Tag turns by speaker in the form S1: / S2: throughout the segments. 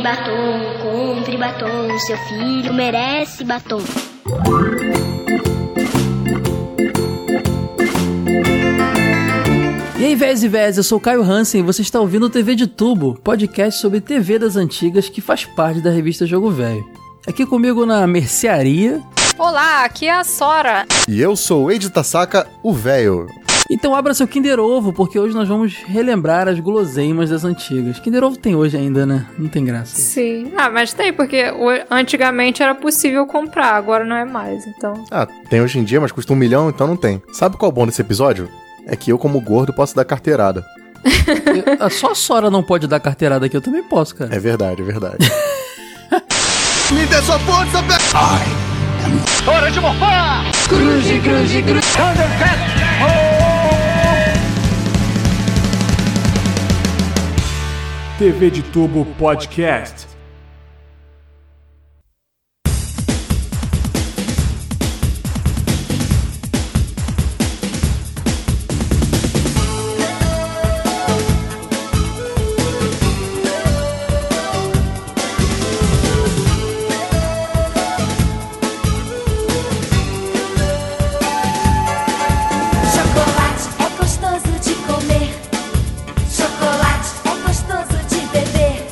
S1: batom, compre batom, seu filho merece batom.
S2: E aí, vez e vez, eu sou o Caio Hansen e você está ouvindo o TV de Tubo, podcast sobre TV das antigas que faz parte da revista Jogo Velho. Aqui comigo na mercearia.
S3: Olá, aqui é a Sora.
S4: E eu sou o Eide Tasaka, o véio.
S2: Então abra seu Kinder Ovo, porque hoje nós vamos relembrar as guloseimas das antigas. Kinder Ovo tem hoje ainda, né? Não tem graça.
S3: Sim. Ah, mas tem, porque o- antigamente era possível comprar, agora não é mais, então.
S4: Ah, tem hoje em dia, mas custa um milhão, então não tem. Sabe qual é o bom desse episódio? É que eu, como gordo, posso dar carteirada.
S2: Eu- ah, só a Sora não pode dar carteirada aqui, eu também posso, cara.
S4: É verdade, é verdade.
S5: Me dê sua força, pe...
S6: TV de Tubo Podcast.
S7: Chocolate é gostoso de comer. Chocolate é gostoso de beber.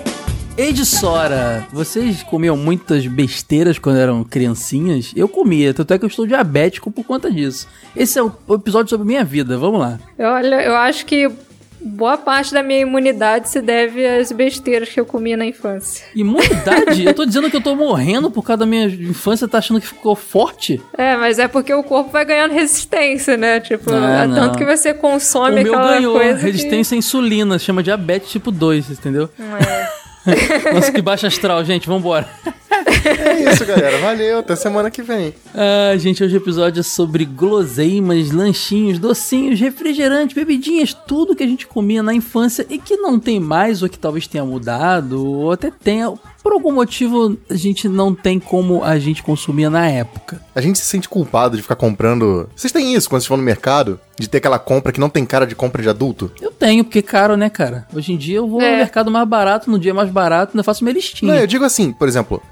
S2: Ei de Sora, vocês comiam muitas besteiras quando eram criancinhas? Eu comia, tanto é que eu estou diabético por conta disso. Esse é o episódio sobre minha vida, vamos lá.
S3: Eu- Olha, eu acho que boa parte da minha imunidade se deve às besteiras que eu comia na infância.
S2: Imunidade? eu tô dizendo que eu tô morrendo por causa da minha infância, tá achando que ficou forte?
S3: É, mas é porque o corpo vai ganhando resistência, né? Tipo,
S2: Ah,
S3: é
S2: não.
S3: tanto que você
S2: o
S3: consome
S2: meu
S3: aquela
S2: ganhou,
S3: coisa. que-
S2: resistência à insulina, chama diabetes tipo 2, entendeu?
S3: é.
S2: Nossa, que baixa astral, gente, vambora.
S4: é isso, galera. Valeu, até semana que vem.
S2: Ah, gente, hoje o episódio é sobre guloseimas, lanchinhos, docinhos, refrigerantes, bebidinhas, tudo que a gente comia na infância e que não tem mais, ou que talvez tenha mudado, ou até tenha. Por algum motivo, a gente não tem como a gente consumia na época.
S4: A gente se sente culpado de ficar comprando. Vocês têm isso quando vocês vão no mercado? De ter aquela compra que não tem cara de compra de adulto?
S2: Eu tenho, porque é caro, né, cara? Hoje em dia eu vou
S3: É.
S2: no mercado mais barato, no dia mais barato, ainda faço minha listinha.
S4: Não, eu digo assim, por exemplo,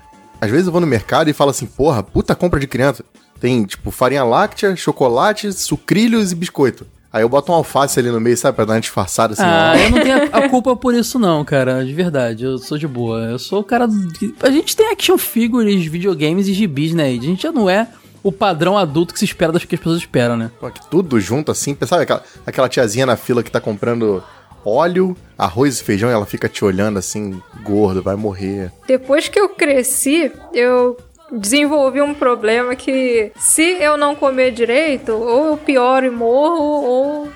S4: às vezes eu vou no mercado e falo assim, porra, puta compra de criança. Tem, tipo, farinha láctea, chocolate, sucrilhos e biscoito. Aí eu boto um alface ali no meio, sabe, pra dar uma disfarçada assim.
S2: Ah,
S4: ó.
S2: eu não tenho a, a culpa por isso não, cara. De verdade, eu sou de boa. Eu sou o cara... do- que- A gente tem action figures, videogames e gibis, né? Ed? A gente já não é o padrão adulto que se espera das que as pessoas esperam, né?
S4: Pô, que tudo junto assim, sabe aquela, aquela tiazinha na fila que tá comprando óleo, arroz e feijão e ela fica te olhando assim, gordo, vai morrer.
S3: Depois que eu cresci, eu desenvolvi um problema que se eu não comer direito, ou eu pioro e morro, ou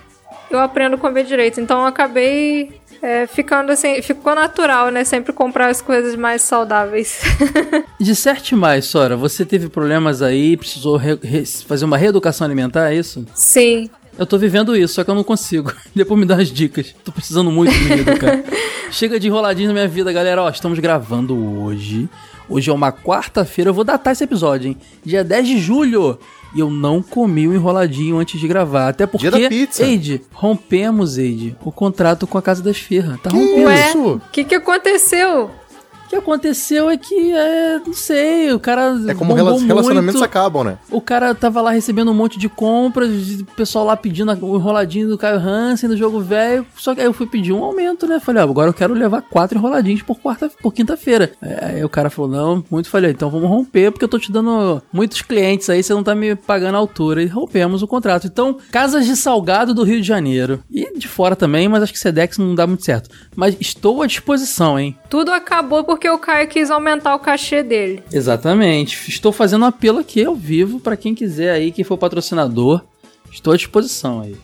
S3: eu aprendo a comer direito. Então eu acabei é, ficando assim, ficou natural, né? Sempre comprar as coisas mais saudáveis.
S2: Disserte mais, Sora. Você teve problemas aí, precisou re- re- fazer uma reeducação alimentar, é isso?
S3: Sim.
S2: Eu tô vivendo isso, só que eu não consigo. Depois me dá as dicas. Tô precisando muito me educar. Chega de enroladinho na minha vida, galera. Ó, estamos gravando hoje. Hoje é uma quarta-feira. Eu vou datar esse episódio, hein? Dia 10 de julho. E eu não comi o enroladinho antes de gravar. Até porque.
S4: da pizza.
S2: Eide, rompemos, Eide, o contrato com a Casa das Ferras. Tá
S4: Que
S2: rompendo.
S4: isso?
S3: O que, que aconteceu?
S2: O que aconteceu é que, é, não sei, o cara.
S4: É como
S2: bombou
S4: rela- relacionamentos
S2: muito.
S4: acabam, né?
S2: O cara tava lá recebendo um monte de compras, de- o pessoal lá pedindo a- o enroladinho do Caio Hansen, do jogo velho. Só que aí eu fui pedir um aumento, né? Falei, ó, agora eu quero levar quatro enroladinhos por, quarta, por quinta-feira. É, Aí o cara falou, não, muito. Falei, então vamos romper, porque eu tô te dando muitos clientes aí, você não tá me pagando a altura. E rompemos o contrato. Então, Casas de Salgado do Rio de Janeiro. E de fora também, mas acho que Sedex não dá muito certo. Mas estou à disposição, hein?
S3: Tudo acabou porque o Caio quis aumentar o cachê dele.
S2: Exatamente. Estou fazendo um apelo aqui ao vivo para quem quiser aí, quem for patrocinador, estou à disposição aí.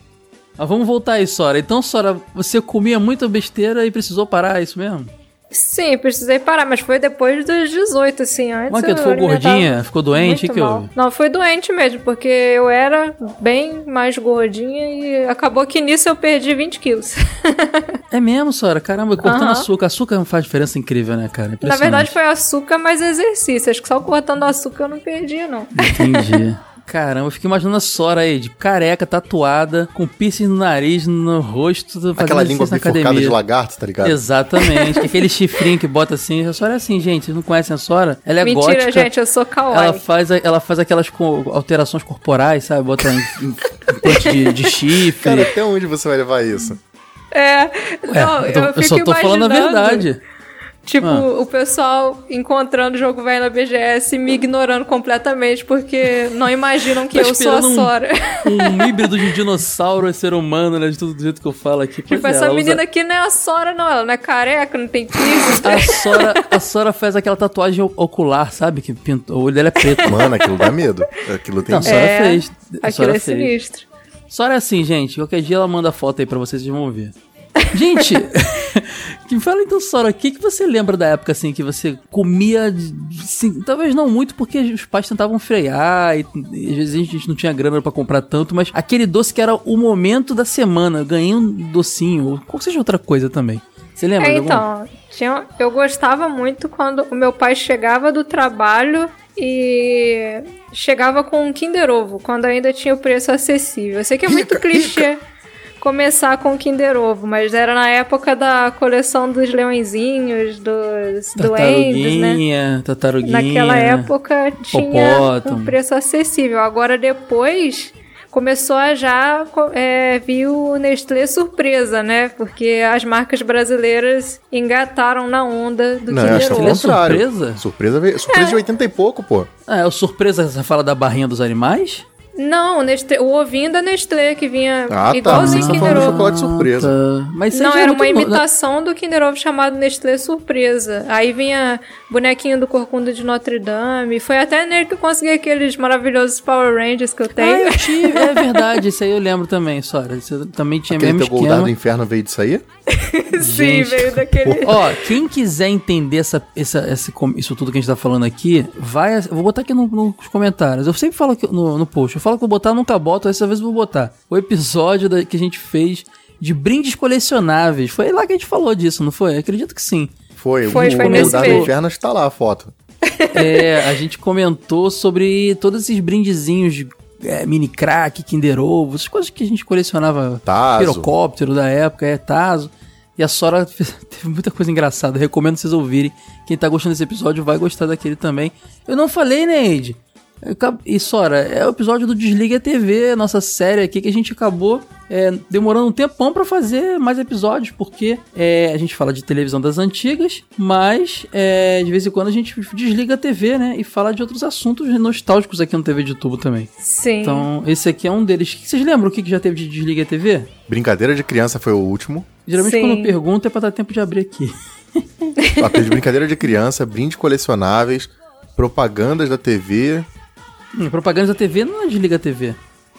S2: Mas vamos voltar aí, Sora. Então, Sora, você comia muita besteira e precisou parar, é isso mesmo?
S3: Sim, precisei parar, mas foi depois dos 18, assim, antes.
S2: Mas que tu
S3: eu
S2: ficou
S3: alimentava-
S2: gordinha? Ficou doente? O
S3: Muito
S2: que
S3: mal.
S2: houve?
S3: Não, foi doente mesmo, porque eu era bem mais gordinha e acabou que nisso eu perdi 20 quilos.
S2: É mesmo, Sora? Caramba, cortando
S3: Aham.
S2: açúcar. Açúcar faz diferença incrível, né, cara?
S3: Na
S2: Impressionante.
S3: verdade foi açúcar mais exercício, acho que só cortando açúcar eu não perdia não.
S2: Entendi. Caramba, eu fiquei imaginando a Sora aí, de careca, tatuada, com piercing no nariz, no rosto, fazendo
S4: Aquela língua
S2: exercício na
S4: bifurcada
S2: academia.
S4: de lagarto, tá ligado?
S2: Exatamente, que aquele chifrinho que bota assim. A Sora é assim, gente. Vocês não conhecem a Sora? Ela é
S3: Mentira,
S2: gótica.
S3: gente, eu sou kawaii.
S2: Ela faz, a- ela faz aquelas co- alterações corporais, sabe? Bota um, um ponte de, de chifre.
S4: Cara, até onde você vai levar isso?
S3: É,
S2: Ué,
S3: não,
S2: eu,
S3: eu,
S2: tô- eu
S3: fico
S2: só tô falando a
S3: imaginando,
S2: verdade.
S3: Tipo,
S2: Ah.
S3: o pessoal encontrando o jogo velho na BGS e me ignorando completamente porque não imaginam que
S2: Tá
S3: eu sou a
S2: esperando um-
S3: Sora.
S2: Um híbrido de dinossauro e ser humano, né? De tudo do jeito que eu falo aqui.
S3: Tipo,
S2: Pois é,
S3: essa
S2: ela usa-
S3: menina aqui não é a Sora, não. Ela não é careca, não tem tá piercing.
S2: A É, Sora, a Sora faz aquela tatuagem o- ocular, sabe? Que pinta, o olho dela é preto.
S4: Mano, aquilo dá medo. Aquilo tem
S2: Não, a Sora
S3: É,
S2: fez. A
S3: Aquilo
S2: Sora
S3: é
S2: fez.
S3: sinistro.
S2: Sora é assim, gente. Qualquer dia ela manda foto aí pra vocês, vocês vão ver. Gente, que fala então, Sora, o que, que você lembra da época assim que você comia? de- assim, talvez não muito, porque os pais tentavam frear e, e às vezes a gente não tinha grana pra comprar tanto, mas aquele doce que era o momento da semana. Eu ganhei um docinho, ou qual que seja outra coisa também. Você lembra?
S3: É,
S2: de alguma?
S3: então, tinha- eu gostava muito quando o meu pai chegava do trabalho e chegava com um Kinder Ovo, quando ainda tinha o preço acessível. Eu sei que é muito clichê começar com o Kinder Ovo, mas era na época da coleção dos leõezinhos, dos duendes, né?
S2: Tartaruguinha, tartaruguinha.
S3: Naquela época tinha
S2: Hipopótamo.
S3: um preço acessível. Agora depois começou a já co- é, vir o Nestlé surpresa, né? Porque as marcas brasileiras engataram na onda do
S4: Não, eu acho
S3: Kinder
S4: que é o
S2: Ele é
S3: Ovo.
S4: contrário.
S2: surpresa?
S4: Surpresa, veio- surpresa
S3: É.
S4: de 80 e pouco, pô.
S2: Ah, é o surpresa essa fala da barrinha dos animais?
S3: Não, o, Nestlé, o ovinho da Nestlé que vinha
S4: Ah, tá.
S3: igualzinho
S4: Você tá
S3: Kinder
S4: falando do
S3: Ovo.
S4: chocolate surpresa.
S2: Tá. Mas isso aí
S3: Não,
S2: já
S3: era
S2: muito né?
S3: uma
S2: no-
S3: imitação do Kinder Ovo chamado Nestlé Surpresa. Aí vinha bonequinho do Corcunda de Notre Dame. Foi até nele que eu consegui aqueles maravilhosos Power Rangers que eu tenho.
S2: Ah, eu tive. É verdade, isso aí eu lembro também, Sora. Isso também tinha
S4: Aquele
S2: mesmo
S4: teu goldado do
S2: esquema.
S4: inferno veio disso aí?
S3: Sim,
S2: Gente.
S3: veio daquele.
S2: Ó, quem quiser entender essa, essa, esse com- isso tudo que a gente tá falando aqui, vai. Eu vou botar aqui no- nos comentários. Eu sempre falo aqui no, no post. Eu falo que eu vou botar, nunca boto. Essa vez eu vou botar. O episódio da- que a gente fez de brindes colecionáveis. Foi lá que a gente falou disso, não foi? Acredito que sim.
S4: Foi,
S3: Foi,
S4: o
S3: foi
S2: nesse
S4: goldado do
S2: mesmo.
S4: inferno acho que tá lá a foto.
S2: É, a gente comentou sobre todos esses brindezinhos de é, mini crack, Kinder Ovo, essas coisas que a gente colecionava.
S4: Tazo.
S2: Pirocóptero da época, é Tazo. E a Sora fez- teve muita coisa engraçada. Recomendo vocês ouvirem. Quem tá gostando desse episódio vai gostar daquele também. Eu não falei, Neide. Eu acab- E Sora, é o episódio do Desliga a TV, nossa série aqui, que a gente acabou é, demorando um tempão pra fazer mais episódios, porque é, a gente fala de televisão das antigas, mas é, de vez em quando a gente desliga a TV, né? E fala de outros assuntos nostálgicos aqui no TV de tubo também.
S3: Sim.
S2: Então, esse aqui é um deles. Vocês lembram o que que já teve de Desliga a TV?
S4: Brincadeira de criança foi o último.
S2: Geralmente
S3: Sim.
S2: quando eu pergunto é pra dar tempo de abrir aqui.
S4: Papel de brincadeira de criança, brinde colecionáveis, propagandas da TV.
S2: Hum, propaganda da TV não é Desliga a TV.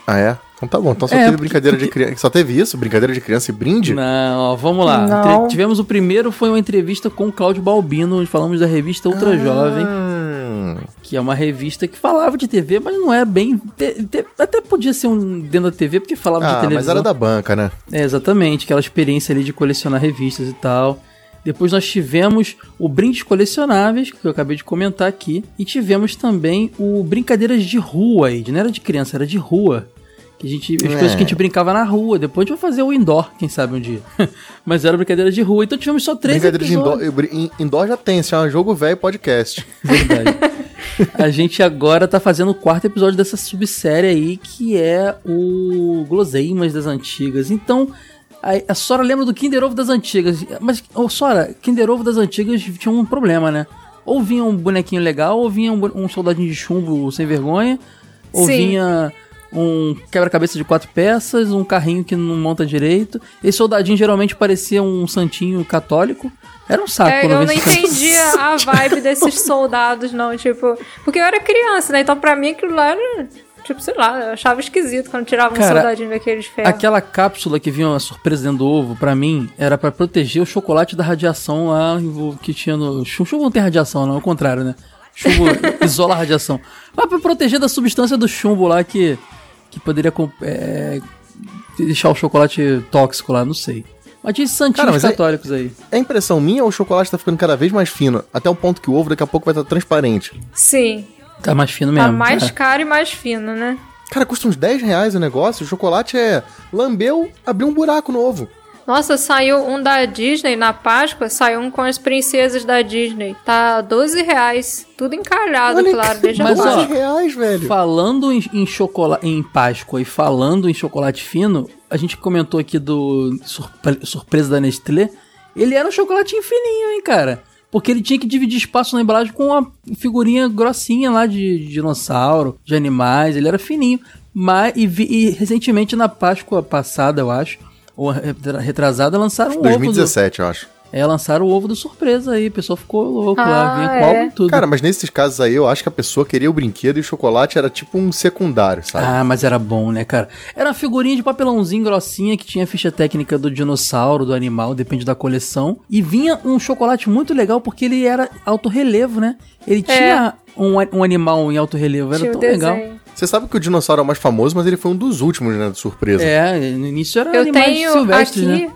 S4: Ah, é? Então tá bom. Então só
S2: É,
S4: teve
S2: porque-
S4: brincadeira de criança. Só teve isso? Brincadeira de criança e brinde?
S2: Não, ó, vamos lá.
S3: Não.
S2: Entre- Tivemos o primeiro, foi uma entrevista com o Cláudio Balbino, onde falamos da revista Ultra
S3: Ah.
S2: Jovem,
S4: Hum,
S2: que é uma revista que falava de TV, mas não era bem. te- te- até podia ser um dentro da TV, porque falava de
S4: Ah, mas
S2: televisão.
S4: era da banca, né?
S2: É, exatamente, aquela experiência ali de colecionar revistas e tal. Depois nós tivemos o Brindes Colecionáveis, que eu acabei de comentar aqui, e tivemos também o Brincadeiras de Rua, Ed. não era de criança, era de rua. Que a gente, as
S4: É.
S2: coisas que a gente brincava na rua, depois a gente vai fazer o indoor, quem sabe um dia. Mas era brincadeira de rua, então tivemos só três
S4: Brincadeira de
S2: episódios.
S4: indoor, brin- indoor já tem, se chama Jogo Velho Podcast.
S2: Verdade. A gente agora tá fazendo o quarto episódio dessa subsérie aí, que é o Guloseimas das Antigas. Então, a, a Sora lembra do Kinder Ovo das Antigas. Mas, ô, Sora, Kinder Ovo das Antigas tinha um problema, né? Ou vinha um bonequinho legal, ou vinha um, bo- um soldadinho de chumbo sem vergonha, ou
S3: Sim.
S2: vinha um quebra-cabeça de quatro peças, um carrinho que não monta direito. Esse soldadinho geralmente parecia um santinho católico. Era um saco.
S3: É,
S2: quando
S3: eu
S2: eu
S3: não
S2: vi esse santinho.
S3: entendi a vibe desses soldados, não. Tipo, porque eu era criança, né? Então pra mim aquilo lá era. Tipo, sei lá, eu achava esquisito quando tirava um
S2: Cara,
S3: soldadinho daqueles ferros.
S2: Aquela cápsula que vinha uma surpresa dentro do ovo, pra mim, era pra proteger o chocolate da radiação lá envol- que tinha no. chu- Chumbo não tem radiação, não, ao contrário, né? Chumbo isola a radiação. Mas pra proteger da substância do chumbo lá que, que poderia com- é, deixar o chocolate tóxico lá, não sei. Mas tinha esses santinhos
S4: Cara, mas é-
S2: católicos aí.
S4: É impressão minha ou o chocolate tá ficando cada vez mais fino? Até o ponto que o ovo daqui a pouco vai estar tá transparente.
S3: Sim.
S2: Tá mais fino mesmo.
S3: Tá mais
S2: É.
S3: caro e mais fino, né?
S4: Cara, custa uns 10 reais o negócio. O chocolate é. Lambeu, abriu um buraco novo.
S3: Nossa, saiu um da Disney na Páscoa, saiu um com as princesas da Disney. Tá 12 reais. Tudo encalhado,
S4: Olha,
S3: claro, né?
S4: cara,
S3: desde a
S2: Mas, ó,
S3: Páscoa.
S4: 12 reais, velho.
S2: Falando em, em chocolate, em Páscoa e falando em chocolate fino, a gente comentou aqui do surpre- surpresa da Nestlé. Ele era um chocolatinho fininho, hein, cara? Porque ele tinha que dividir espaço na embalagem com uma figurinha grossinha lá de, de dinossauro, de animais. Ele era fininho. Mas, e, vi- e recentemente, na Páscoa passada, eu acho, ou retra- retrasada, lançaram um ovo. Do,
S4: 2017, eu acho.
S2: é, lançaram o ovo do surpresa aí. O pessoal ficou louco lá,
S3: Ah,
S2: vinha com
S3: é.
S2: ovo e tudo.
S4: Cara, mas nesses casos aí, eu acho que a pessoa queria o brinquedo e o chocolate era tipo um secundário, sabe?
S2: Ah, mas era bom, né, cara? Era uma figurinha de papelãozinho grossinha que tinha a ficha técnica do dinossauro, do animal, depende da coleção. E vinha um chocolate muito legal porque ele era alto relevo, né? Ele tinha um, a- um animal em alto relevo, era
S3: É. Tinha o
S2: tão legal.
S3: desenho.
S4: Você sabe que o dinossauro é o mais famoso, mas ele foi um dos últimos, né? De surpresa.
S2: É, no início era
S3: Eu
S2: animais
S3: tenho
S2: silvestres,
S3: aqui
S2: né?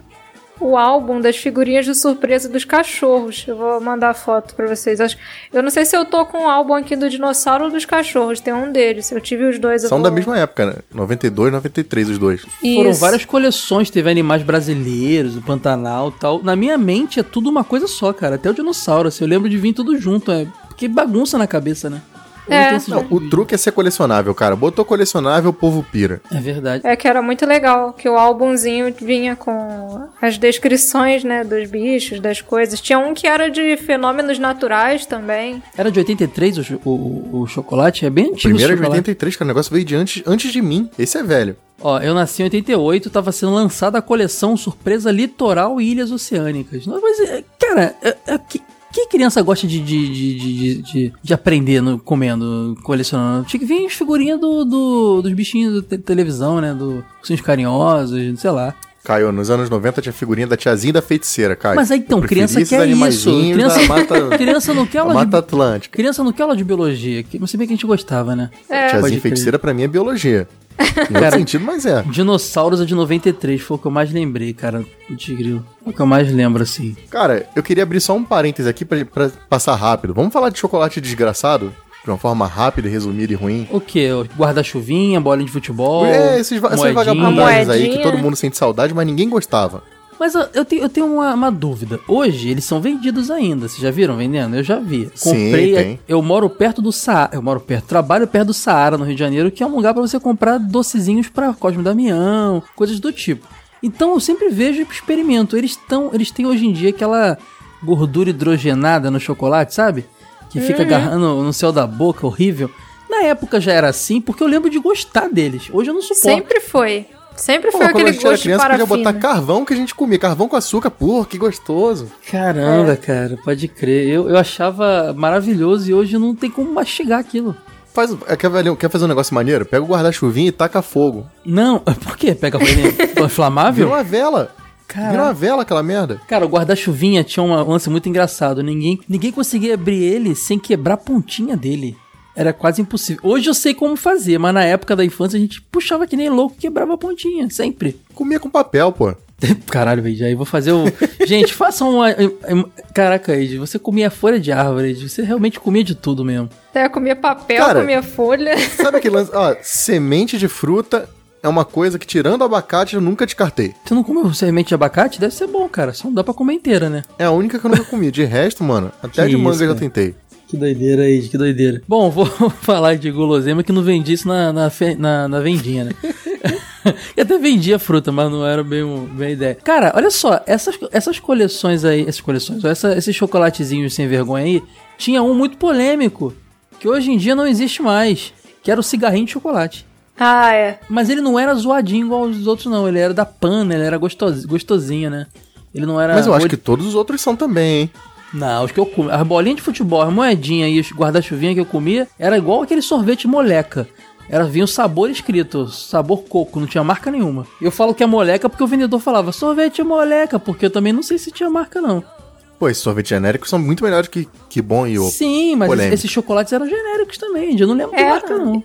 S3: o álbum das figurinhas de surpresa dos cachorros. Eu vou mandar a foto pra vocês. Acho- Eu não sei se eu tô com o álbum aqui do dinossauro ou dos cachorros. Tem um deles. Eu tive os dois. eu
S4: São
S3: vou-
S4: da mesma época, né? 92, 93, os dois.
S2: Foram
S3: Isso.
S2: várias coleções, teve animais brasileiros, o Pantanal e tal. Na minha mente é tudo uma coisa só, cara. Até o dinossauro, assim, eu lembro de vir tudo junto. É... Porque bagunça na cabeça, né? Eu
S3: É.
S2: tenho esses-
S4: Não, o truque é ser colecionável, cara. Botou colecionável, o povo pira.
S2: É verdade.
S3: É que era muito legal, que o álbumzinho vinha com as descrições, né, dos bichos, das coisas. Tinha um que era de fenômenos naturais também.
S2: Era de 83 o, cho- o, o chocolate? É bem antigo
S4: Primeiro é
S2: esse
S4: de
S2: chocolate.
S4: 83, cara. O negócio veio de antes, antes de mim. Esse é velho.
S2: Ó, eu nasci em 88, tava sendo lançada a coleção Surpresa Litoral e Ilhas Oceânicas. Não, Mas, é, cara, é, é, que, que criança gosta de, de, de, de, de- de- de aprender no, comendo, colecionando? Tinha que vir as figurinhas do, do- dos bichinhos da te- televisão, né? Do Ursinhos Carinhosos, sei lá.
S4: Caio, nos anos 90 tinha figurinha da tiazinha e da feiticeira, Caio.
S2: Mas aí, então,
S4: Eu preferi
S2: criança
S4: esses
S2: quer isso.
S4: animaizinhos
S2: Criança,
S4: da mata,
S2: criança não quer
S4: da
S2: aula de...
S4: mata Atlântica.
S2: Criança não quer aula de biologia, que, mas se bem que a gente gostava, né?
S4: É,
S2: Pode
S4: Tiazinha e
S2: crer.
S4: feiticeira pra mim é biologia. Em outro
S2: Cara,
S4: sentido, mas é.
S2: Dinossauros é de 93, foi o que eu mais lembrei, cara. O Tigril. É o que eu mais lembro, assim.
S4: Cara, eu queria abrir só um parêntese aqui pra, pra passar rápido. Vamos falar de chocolate desgraçado? De uma forma rápida, resumida e ruim?
S2: O quê? O Guarda-chuvinha, bolinha de futebol.
S4: é, esses, va- essas
S2: Oh, moedinha.
S4: vagabundagens aí que
S3: Moedinha.
S4: todo mundo sente saudade, mas ninguém gostava.
S2: Mas eu, eu tenho, eu tenho uma, uma dúvida. Hoje eles são vendidos ainda. Vocês já viram vendendo? Eu já vi.
S4: Sim,
S2: Comprei.
S4: tem.
S2: Eu moro perto do Saara. Eu moro perto. Trabalho perto do Saara, no Rio de Janeiro, que é um lugar pra você comprar docezinhos pra Cosme Damião, coisas do tipo. Então eu sempre vejo e experimento. Eles, tão, eles têm hoje em dia aquela gordura hidrogenada no chocolate, sabe? Que fica agarrando no céu da boca, horrível. Na época já era assim, porque eu lembro de gostar deles. Hoje eu não suporto.
S3: Sempre foi. Sempre foi
S4: Pô, quando a
S3: aquele
S4: gente era
S3: gosto de
S4: criança, podia
S3: parafina.
S4: botar carvão que a gente comia. Carvão com açúcar, pô, que gostoso.
S2: Caramba, cara, pode crer. Eu, eu achava maravilhoso e hoje não tem como mastigar aquilo.
S4: Faz, é, quer, valer- quer fazer um negócio maneiro? Pega o guarda-chuvinha e taca fogo.
S2: Não, por quê? Pega veneno
S4: Vira
S2: é inflamável?
S4: uma vela. Vira uma vela aquela merda.
S2: Cara, o guarda-chuvinha tinha uma- um lance muito engraçado. Ninguém, ninguém conseguia abrir ele sem quebrar a pontinha dele. Era quase impossível. Hoje eu sei como fazer, mas na época da infância a gente puxava que nem louco, quebrava a pontinha, sempre.
S4: Comia com papel, pô.
S2: Caralho, Ed, aí vou fazer o. gente, faça uma. Caraca, Ed, você comia folha de árvore, Ed. Você realmente comia de tudo mesmo.
S3: É, comia papel,
S4: Cara,
S3: comia folha.
S4: Sabe aquele lance? Ó, semente de fruta é uma coisa que, tirando o abacate, eu nunca descartei.
S2: Você não comeu semente de abacate? Deve ser bom, cara. Só não dá pra comer inteira, né?
S4: É a única que eu nunca comi. De resto, mano, até
S2: Que
S4: de manga
S2: isso,
S4: eu já
S2: cara.
S4: tentei.
S2: Que doideira aí, que doideira. Bom, vou falar de guloseima que não vendia isso na, na, fe- na- na vendinha, né? Eu até vendia fruta, mas não era bem, o- bem a ideia. Cara, olha só, essas, essas coleções aí, essas coleções, ó, essa- esses chocolatezinhos sem vergonha aí, tinha um muito polêmico, que hoje em dia não existe mais, que era o cigarrinho de chocolate.
S3: Ah, é.
S2: Mas ele não era zoadinho igual os outros, não. Ele era da pana, ele era gostosi- gostosinho, né? Ele não era.
S4: Mas eu acho
S2: oito-
S4: que todos os outros são também, hein?
S2: não, os que eu comi. As bolinhas de futebol, as moedinhas e os guarda-chuvinha que eu comia era igual aquele sorvete moleca. Era vinha o sabor escrito, sabor coco, não tinha marca nenhuma. Eu falo que é moleca porque o vendedor falava sorvete moleca, porque eu também não sei se tinha marca não.
S4: Pô, esses sorvetes genéricos são muito melhores que, que bom e o.
S2: Sim, mas
S4: polêmico.
S2: esses chocolates eram genéricos também, eu não lembro de
S3: É.
S2: marca não.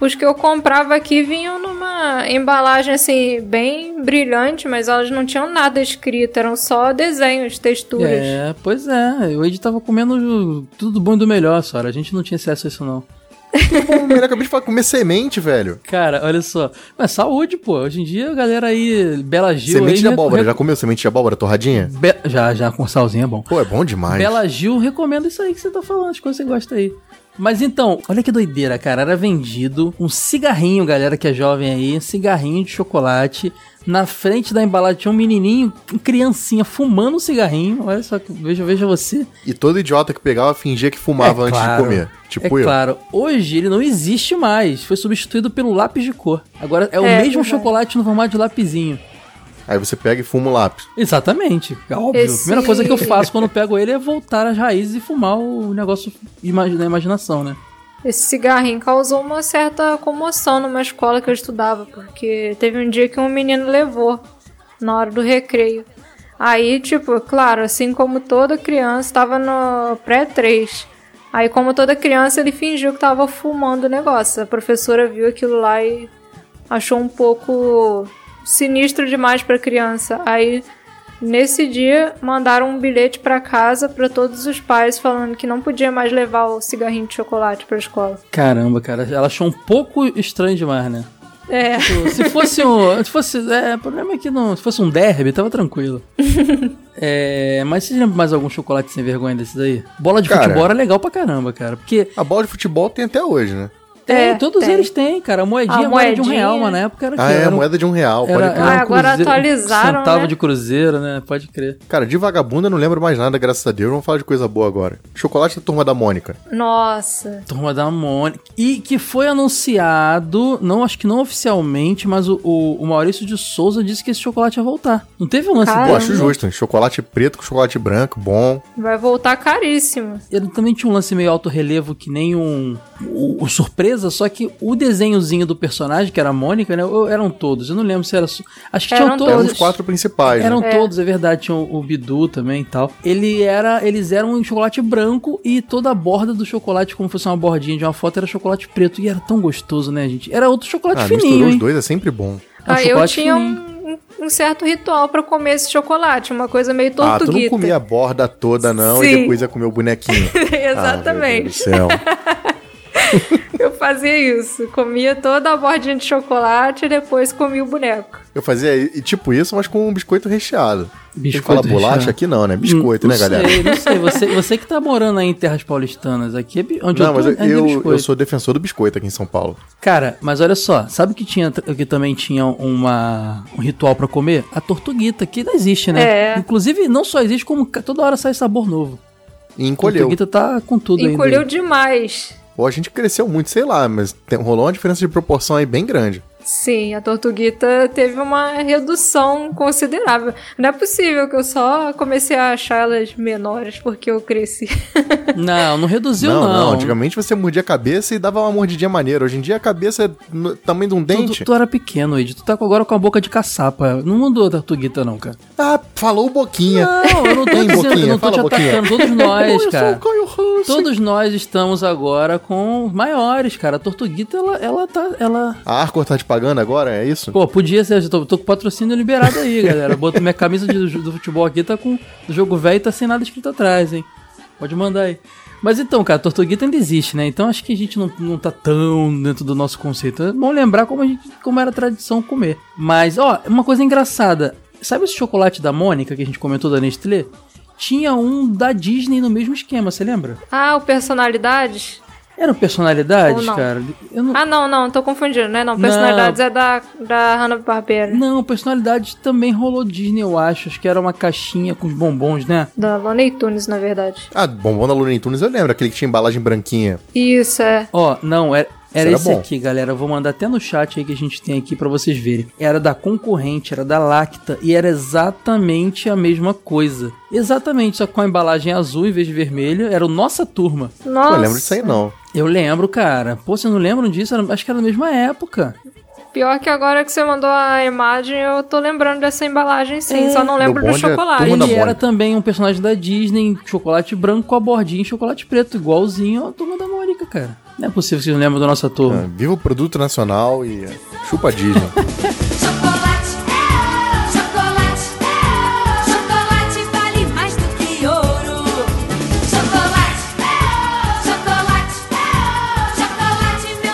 S3: Os que eu comprava aqui vinham numa embalagem assim, bem brilhante, mas elas não tinham nada escrito, eram só desenhos, texturas.
S2: É, pois é, o Ed tava comendo tudo do bom e do melhor, Sora. A gente não tinha acesso a isso não.
S4: Pô, mulher, acabei de falar, comer semente, velho.
S2: Cara, olha só. Mas saúde, pô. Hoje em dia a galera aí, Bela Gil.
S4: semente
S2: aí,
S4: de
S2: re-
S4: abóbora.
S2: re-
S4: Já comeu semente de abóbora torradinha?
S2: Be- Já, já, com salzinho é bom.
S4: Pô, é bom demais.
S2: Bela Gil recomenda isso aí que você tá falando, as coisas que você gosta aí. Mas então, olha que doideira, cara. Era vendido um cigarrinho, galera que é jovem aí, um cigarrinho de chocolate. Na frente da embalagem tinha um menininho, criancinha, fumando um cigarrinho. Olha só, que- veja, veja você.
S4: E todo idiota que pegava fingia que fumava
S2: É
S4: antes
S2: claro,
S4: de comer. Tipo
S2: é
S4: eu.
S2: claro. Hoje ele não existe mais. Foi substituído pelo lápis de cor. Agora é o
S3: É,
S2: mesmo
S3: verdade.
S2: chocolate no formato de lapizinho.
S4: Aí você pega e fuma um lápis.
S2: Exatamente, é óbvio. A
S3: Esse-
S2: primeira coisa que eu faço quando eu pego ele é voltar às raízes e fumar o negócio ima- na imaginação, né?
S3: Esse cigarrinho causou uma certa comoção numa escola que eu estudava, porque teve um dia que um menino levou na hora do recreio. Aí, tipo, claro, assim como toda criança, estava no pré-3. Aí, como toda criança, ele fingiu que estava fumando o negócio. A professora viu aquilo lá e achou um pouco sinistro demais para criança. Aí, nesse dia, mandaram um bilhete para casa para todos os pais falando que não podia mais levar o cigarrinho de chocolate para escola.
S2: Caramba, cara, ela achou um pouco estranho demais, né?
S3: É.
S2: Tipo, Se fosse um. Se fosse. É, o problema é que não. Se fosse um derby, tava tranquilo. É, mas vocês lembram mais algum chocolate sem vergonha desses aí? Bola de
S4: Cara.
S2: futebol é legal pra caramba, cara. Porque
S4: A bola de futebol tem até hoje, né?
S2: tem,
S3: É,
S2: todos
S3: tem.
S2: eles têm, cara. A moedinha,
S3: A
S2: agora é de um
S3: moedinha.
S2: real, mas na época era
S4: Ah,
S2: que
S4: é,
S2: era um-
S4: moeda de um real.
S2: Era,
S4: Pode
S2: era um
S4: crer.
S3: Ah, agora
S2: cruzeiro-
S3: atualizaram,
S2: Centavo
S3: né?
S2: de cruzeiro, né? Pode crer.
S4: Cara, de vagabunda eu não lembro mais nada, graças a Deus. Vamos falar de coisa boa agora. Chocolate da turma da Mônica.
S3: Nossa.
S2: Turma da Mônica. E que foi anunciado, não acho que não oficialmente, mas o, o- o Maurício de Souza disse que esse chocolate ia voltar. Não teve um lance
S3: Caramba.
S4: Pô,
S2: desse?
S4: acho justo. hein? Chocolate preto com chocolate branco, bom.
S3: Vai voltar caríssimo.
S2: Ele também tinha um lance meio alto relevo que nem um, o, o surpresa, só que o desenhozinho do personagem, que era a Mônica, né? eu- Eram todos. Eu não lembro se era. su- Acho que tinham
S3: Eram
S2: todos.
S4: Eram É os quatro principais,
S2: Eram
S4: né?
S2: todos, é verdade, tinha o, o Bidu também e tal. Ele era, eles eram um chocolate branco e toda a borda do chocolate, como fosse uma bordinha de uma foto, era chocolate preto. E era tão gostoso, né, gente? Era outro chocolate
S4: Ah,
S2: fininho,
S4: misturou os
S2: hein?
S4: dois, é sempre bom.
S2: É um
S3: Ah, eu
S2: chocolate
S3: tinha
S2: fininho.
S3: um, um certo ritual para comer esse chocolate, uma coisa meio
S4: Ah, tu não
S3: tortuguita.
S4: comia a borda toda, não, e
S3: Sim.
S4: depois ia comer o bonequinho.
S3: Exatamente.
S4: Ah, meu Deus do céu.
S3: eu fazia isso. Comia toda a bordinha de chocolate e depois comia o boneco.
S4: Eu fazia e- tipo isso, mas com um biscoito recheado. Quem
S2: Biscoito
S4: fala bolacha
S2: recheado.
S4: aqui não, né? Biscoito,
S2: Hum, não
S4: né, galera?
S2: Sei, não sei, você, você que tá morando aí em terras paulistanas, aqui é bi- onde
S4: Não,
S2: eu
S4: mas
S2: tô,
S4: eu,
S2: é de
S4: eu,
S2: biscoito.
S4: eu sou defensor do biscoito aqui em São Paulo.
S2: Cara, mas olha só, sabe que tinha que também tinha uma um ritual pra comer? A tortuguita, que não existe, né?
S3: É.
S2: Inclusive, não só existe, como ca- toda hora sai sabor novo.
S4: E encolheu.
S2: Tortuguita tá com tudo ainda
S3: Encolheu
S2: aí.
S3: demais.
S4: Ou a gente cresceu muito, sei lá, mas tem- rolou uma diferença de proporção aí bem grande.
S3: Sim, a Tortuguita teve uma redução considerável. Não é possível que eu só comecei a achar elas menores porque eu cresci.
S2: Não, não reduziu
S4: não,
S2: não.
S4: Antigamente você mordia a cabeça e dava uma mordidinha maneira. Hoje em dia a cabeça é no tamanho de um
S2: Tu,
S4: dente.
S2: tu- tu era pequeno, Ed. Tu tá com- agora com a boca de caçapa. Não mudou a tortuguita, não, cara.
S4: Ah, falou boquinha.
S2: Não, eu não tô
S4: Hein,
S2: dizendo, eu
S4: boquinha?
S2: não tô
S4: Fala,
S2: te
S4: boquinha.
S2: atacando. Todos nós,
S4: eu
S2: É cara.
S4: sou um assim. o Caio Hansen.
S2: Todos nós estamos agora com maiores, cara. A tortuguita, ela, ela tá. Ela...
S4: A Arcor tá te pagando agora, é isso?
S2: Pô, podia ser, eu tô, tô com patrocínio liberado aí, galera. Boto minha camisa de- do futebol aqui, tá com do jogo velho e tá sem nada escrito atrás, hein? Pode mandar aí. Mas então, cara, Tortuguita ainda existe, né? Então acho que a gente não, não tá tão dentro do nosso conceito. É bom lembrar como, a gente, como era a tradição comer. Mas, ó, uma coisa engraçada. Sabe esse chocolate da Mônica que a gente comentou da Nestlé? Tinha um da Disney no mesmo esquema, você lembra?
S3: Ah, o personalidades?
S2: Eram personalidades,
S3: Ou não?
S2: cara? Eu não,
S3: Ah, não, não, tô confundindo, né? Não,
S2: Não.
S3: personalidades é da, da Hanna-Barbera.
S2: Não, personalidade também rolou Disney, eu acho. Acho que era uma caixinha com os bombons, né?
S3: Da Loney Tunes, na verdade.
S4: Ah, bombom da Looney Tunes eu lembro, aquele que tinha embalagem branquinha.
S3: Isso, é.
S2: Ó, não, era, era
S4: Isso era
S2: esse
S4: bom.
S2: aqui, galera. Eu vou mandar até no chat aí que a gente tem aqui pra vocês verem. Era da concorrente, era da Lacta e era exatamente a mesma coisa. Exatamente, só que com a embalagem azul em vez de vermelha. Era o Nossa Turma.
S3: Nossa.
S4: Pô, eu lembro disso aí não.
S2: Eu lembro, cara. Pô, vocês não lembram disso? Era- acho que era na mesma época.
S3: Pior que agora que você mandou a imagem, eu tô lembrando dessa embalagem sim,
S2: É.
S3: só não lembro
S4: Meu
S3: do
S4: bonde é
S3: chocolate.
S4: Turma da
S2: Ele era
S4: Mônica.
S2: também um personagem da Disney, chocolate branco com a bordinha em chocolate preto, igualzinho a turma da Mônica, cara. Não é possível que vocês não lembram da nossa turma.
S4: Ah, Viva o produto nacional e é, chupa a Disney.
S7: Chocolate, é, chocolate, é, chocolate vale mais do que ouro. Chocolate, é, chocolate, é, chocolate é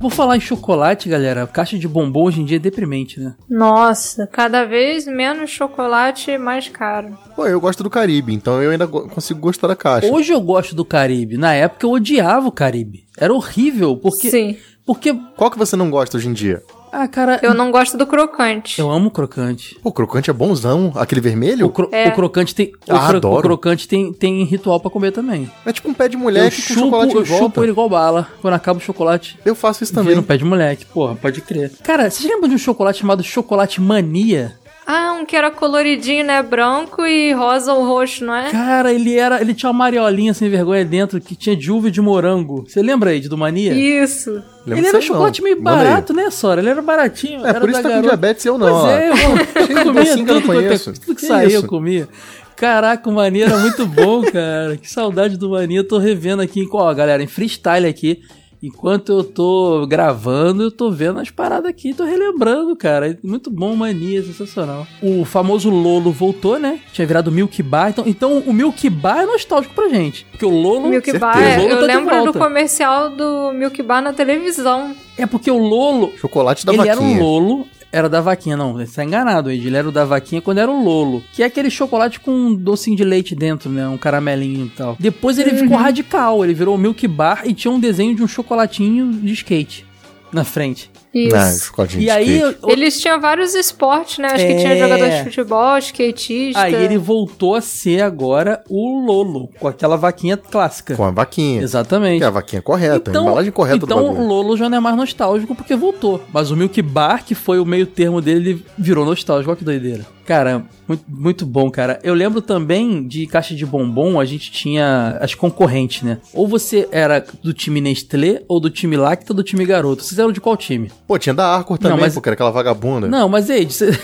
S2: Por falar em chocolate, galera, caixa de bombom hoje em dia é deprimente, né?
S3: Nossa, cada vez menos chocolate mais caro.
S4: Pô, eu gosto do Caribe, então eu ainda go- consigo gostar da caixa.
S2: Hoje eu gosto do Caribe. Na época eu odiava o Caribe. Era horrível, porque.
S3: Sim.
S2: Porque.
S4: Qual que você não gosta hoje em dia?
S2: Ah, cara.
S3: Eu não gosto do crocante.
S2: eu amo crocante.
S4: Pô, o crocante é bonzão. Aquele vermelho?
S2: O, cro-
S3: É.
S2: o crocante tem. O,
S4: Ah,
S2: cro-
S4: adoro.
S2: o crocante tem, tem ritual pra comer também.
S4: É tipo um pé de
S2: eu
S4: moleque com
S2: chupo,
S4: chocolate em
S2: eu
S4: volta.
S2: chupo ele igual bala. Quando acaba o chocolate,
S4: Eu faço isso
S2: também
S4: também.
S2: vira um pé de moleque. Porra, pode crer. Cara, vocês lembram de um chocolate chamado Chocolate Mania?
S3: Ah, um que era coloridinho, né? Branco e rosa ou roxo, não é?
S2: Cara, ele era. Ele tinha uma mariolinha sem vergonha dentro que tinha de uva e de morango. Você lembra aí do Mania?
S3: Isso.
S4: Lembra
S2: ele
S4: disso
S2: era um
S4: aí,
S2: chocolate
S4: não.
S2: meio
S4: Manda aí.
S2: barato, né, Sora? Ele era baratinho.
S4: É,
S2: era
S4: por isso
S2: da
S4: tá com
S2: garota.
S4: diabetes e eu não.
S2: Pois
S4: ó.
S2: é,
S4: Cheio de
S2: eu comia
S4: docinho
S2: tudo,
S4: que eu não
S2: quanto é-
S4: conheço.
S2: tudo que
S4: Que
S2: saía eu
S4: isso?
S2: comia. Caraca, o Mania era muito bom, cara. Que saudade do Mania. Eu tô revendo aqui, em- ó, galera, em freestyle aqui. Enquanto eu tô gravando, eu tô vendo as paradas aqui, tô relembrando, cara. Muito bom, Mania, sensacional. O famoso Lolo voltou, né? Tinha virado Milk Bar. Então, então o Milk Bar é nostálgico pra gente. Porque o Lolo.
S3: Milk Bar,
S4: certeza.
S3: é,
S2: Lolo
S3: eu
S2: tá de
S3: lembro do
S2: volta.
S3: comercial do Milk Bar na televisão.
S2: É porque o Lolo
S4: Chocolate da
S2: ele
S4: vaquinha.
S2: era um lolo, era da vaquinha, não, você tá enganado, Ed. Ele era o da vaquinha quando era o lolo, que é aquele chocolate com um docinho de leite dentro, né, um caramelinho e tal. Depois ele ficou radical, ele virou o Milk Bar e tinha um desenho de um chocolatinho de skate na frente.
S3: Isso.
S4: Ah, chocolate
S2: e aí, eu-
S3: Eles tinham vários esportes, né? Acho
S2: É.
S3: que tinha jogador de futebol, skatista.
S2: aí ele voltou a ser agora o lolo, com aquela vaquinha clássica.
S4: Com a vaquinha.
S2: Exatamente.
S4: Que é a vaquinha correta, a embalagem correta do
S2: então o
S4: bagulho.
S2: Lolo já não é mais nostálgico porque voltou. Mas o Milk Bar, que foi o meio termo dele, ele virou nostálgico. Olha que doideira. Cara, muito, muito bom, cara. Eu lembro também de caixa de bombom, a gente tinha as concorrentes, né? Ou você era do time Nestlé, ou do time Lacta, ou do time Garoto. Vocês eram de qual time?
S4: Pô, tinha da Arcor também,
S2: mas-
S4: pô, que era aquela vagabunda.
S2: Não, mas Ed, você...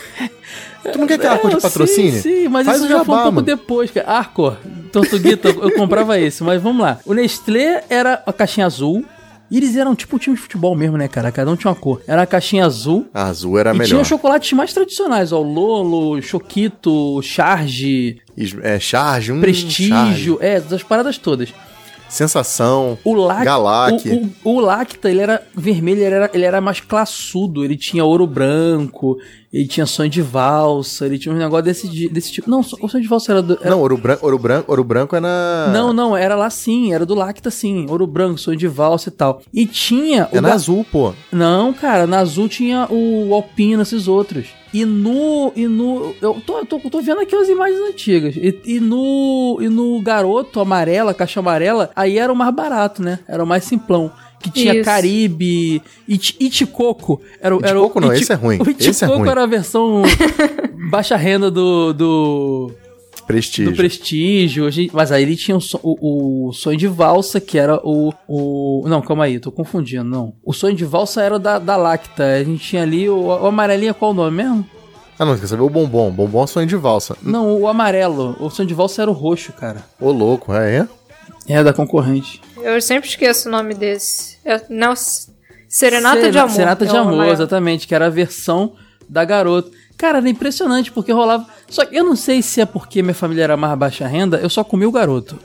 S4: Tu não quer que a Arcor
S2: É,
S4: de patrocínio?
S2: Sim, sim, mas
S4: Faz
S2: isso
S4: o
S2: já foi um
S4: jabá,
S2: pouco
S4: mano.
S2: depois, cara. Arcor, Tortuguita, eu comprava esse, mas vamos lá. O Nestlé era a caixinha azul. E eles eram tipo um time de futebol mesmo, né, cara? Cada um tinha uma cor. Era a caixinha azul.
S4: A azul era a
S2: e tinha
S4: melhor.
S2: os chocolates mais tradicionais, ó. o Lolo, Choquito, Charge,
S4: Is- É, charge, um
S2: Prestígio, é, das paradas todas.
S4: Sensação.
S2: O Lac,
S4: Galac.
S2: O, o- o Lacta, ele era vermelho, ele era, ele era mais classudo, ele tinha ouro branco, ele tinha sonho de valsa, ele tinha um negócio desse, de- desse tipo. Não, o sonho de valsa era do, era
S4: Não, ouro branco, ouro branco, ouro branco é na.
S2: Não, não, era lá sim, era do Lacta sim, Ouro Branco, Sonho de Valsa e tal. E tinha o
S4: É na
S2: ga-
S4: azul, pô.
S2: Não, cara, na Azul tinha o Alpina, esses outros. E no e no eu tô, eu tô, eu tô vendo aqui as imagens antigas. E, e no e no Garoto Amarela, Caixa Amarela, aí era o mais barato, né? Era o mais simplão. Que tinha
S3: Isso.
S2: Caribe, Iti- Iticoco. Era, o- era o-
S4: Iticoco não,
S2: Iti-
S4: esse é ruim,
S2: O
S4: esse é
S2: Iticoco
S4: ruim.
S2: era a versão baixa renda do- do,
S4: Prestígio.
S2: do prestígio. a gente- Mas aí ele tinha o, so- o- o sonho de valsa, que era o, o. Não, calma aí, tô confundindo, não. O sonho de valsa era o da, da Lacta. A gente tinha ali o, o amarelinho, qual o nome mesmo?
S4: Ah, não, quer saber o bombom. Bombom é sonho de valsa.
S2: Não, o amarelo. O sonho de valsa era o roxo, cara.
S4: Ô, louco, é? é?
S2: É, da concorrente.
S3: Eu sempre esqueço o nome desse. É- não, S- Serenata de
S2: Serena-
S3: Amor.
S2: Serenata de
S3: É o
S2: Amor,
S3: maior.
S2: exatamente, que era a versão da garota. Cara, era impressionante, porque rolava. Só que eu não sei se é porque minha família era mais baixa renda, eu só comia o garoto.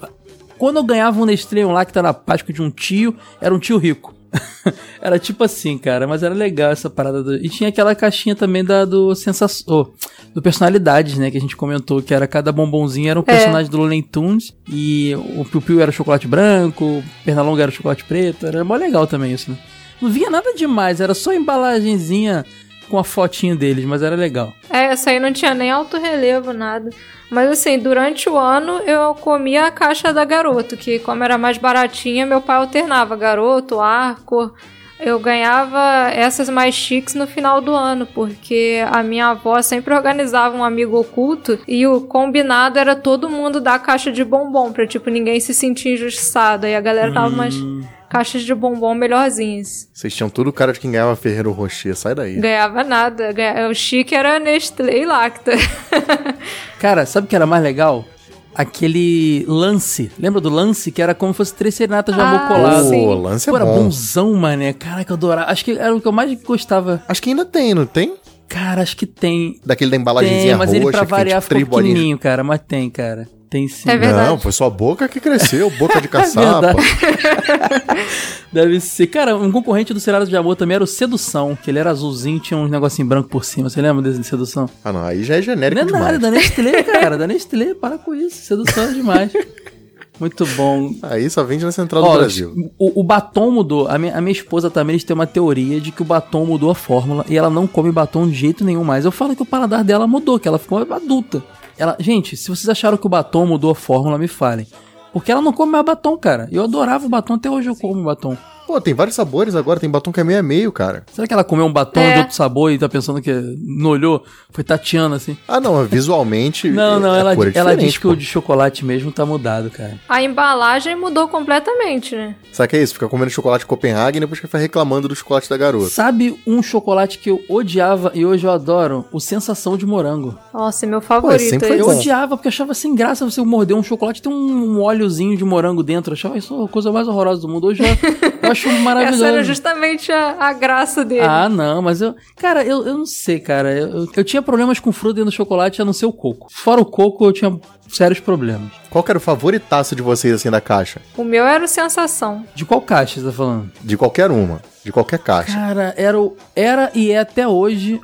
S2: Quando eu ganhava um Nestlé e um lá que tá na Páscoa de um tio, era um tio rico. era tipo assim, cara, mas era legal essa parada. do- E tinha aquela caixinha também da do sensação. do personalidades, né? Que a gente comentou que era cada bombonzinho era um personagem do Looney Tunes. E o Piu Piu era chocolate branco, o Pernalonga era chocolate preto. Era mó legal também isso, né? Não vinha nada demais, era só embalagenzinha com a fotinho deles, mas era legal.
S3: É, essa aí não tinha nem alto relevo, nada. Mas assim, durante o ano eu comia a caixa da garoto, que como era mais baratinha, meu pai alternava garoto, arco. Eu ganhava essas mais chiques no final do ano, porque a minha avó sempre organizava um amigo oculto e o combinado era todo mundo dar caixa de bombom pra tipo ninguém se sentir injustiçado. Aí a galera dava umas caixas de bombom melhorzinhas.
S4: Vocês tinham tudo cara de quem ganhava Ferreiro Rocher. Sai daí.
S3: Ganhava nada, ganha- o chique era Nestlé e Lacta.
S2: Cara, sabe o que era mais legal? Aquele lance. Lembra do lance? Que era como se fosse três serenatas de amor
S3: Ah,
S2: colado.
S3: sim.
S4: Pô, lance é
S2: Pô, era
S4: bom.
S2: bonzão, mané. Caraca, eu adorava. Acho que era o que eu mais gostava.
S4: Acho que ainda tem, não tem?
S2: Cara, acho que tem.
S4: Daquele da
S2: Tem,
S4: embalagenzinha
S2: mas
S4: roxa,
S2: ele pra
S4: que tem
S2: variar
S4: tipo,
S2: ficou
S4: três bolinhas.
S2: pequenininho, cara. Mas tem, cara. Tem sim.
S3: É verdade.
S4: Não, foi só a boca que cresceu, boca
S2: É
S4: de caçapa.
S2: Deve ser. Cara, um concorrente do Cerado de Amor também era o Sedução, que ele era azulzinho e tinha uns negocinho branco por cima. Você lembra desse de Sedução?
S4: ah, não, aí já é genérico
S2: Não é nada,
S4: demais.
S2: da Nestlé, cara. Da Nestlé, para com isso. Sedução é demais. Muito bom.
S4: Aí só vende na central
S2: Ó,
S4: do Brasil.
S2: O, o batom mudou. A minha, a minha esposa também eles têm uma teoria de que o batom mudou a fórmula e ela não come batom de jeito nenhum mais. Eu falo que o paladar dela mudou, que ela ficou adulta. Ela, gente, se vocês acharam que o batom mudou a fórmula, me falem. Porque ela não come mais batom, cara. Eu adorava o batom, até hoje eu como batom.
S4: Pô, tem vários sabores agora, tem batom que é meio a meio, cara.
S2: Será que ela comeu um batom
S3: É.
S2: de outro sabor e tá pensando que não olhou? Foi tateando assim.
S4: Ah, não, visualmente.
S2: Não, não,
S4: a
S2: ela,
S4: cor é
S2: ela
S4: diferente,
S2: diz que
S4: pô.
S2: o de chocolate mesmo tá mudado, cara.
S3: A embalagem mudou completamente, né?
S4: Sabe que é isso? Fica comendo chocolate Copenhague e depois fica reclamando do chocolate da garota.
S2: Sabe um chocolate que eu odiava e hoje eu adoro? O Sensação de Morango.
S3: Nossa, é meu favorito.
S4: sempre foi
S3: esse.
S2: Eu
S4: bom.
S2: odiava, porque eu achava sem graça você morder um chocolate e ter um, um óleozinho de morango dentro. Eu achava isso a coisa mais horrorosa do mundo. Hoje eu, eu acho maravilhoso.
S3: Essa era justamente a, a graça dele.
S2: Ah, não, mas eu. Cara, eu, eu não sei, cara. Eu, eu- eu tinha problemas com fruta dentro do chocolate, a não ser o coco. Fora o coco, eu tinha sérios problemas.
S4: Qual que era o favoritaço de vocês, assim, da caixa?
S3: O meu era o sensação.
S2: De qual caixa você tá falando?
S4: De qualquer uma. De qualquer caixa.
S2: Cara, era, o- era e é até hoje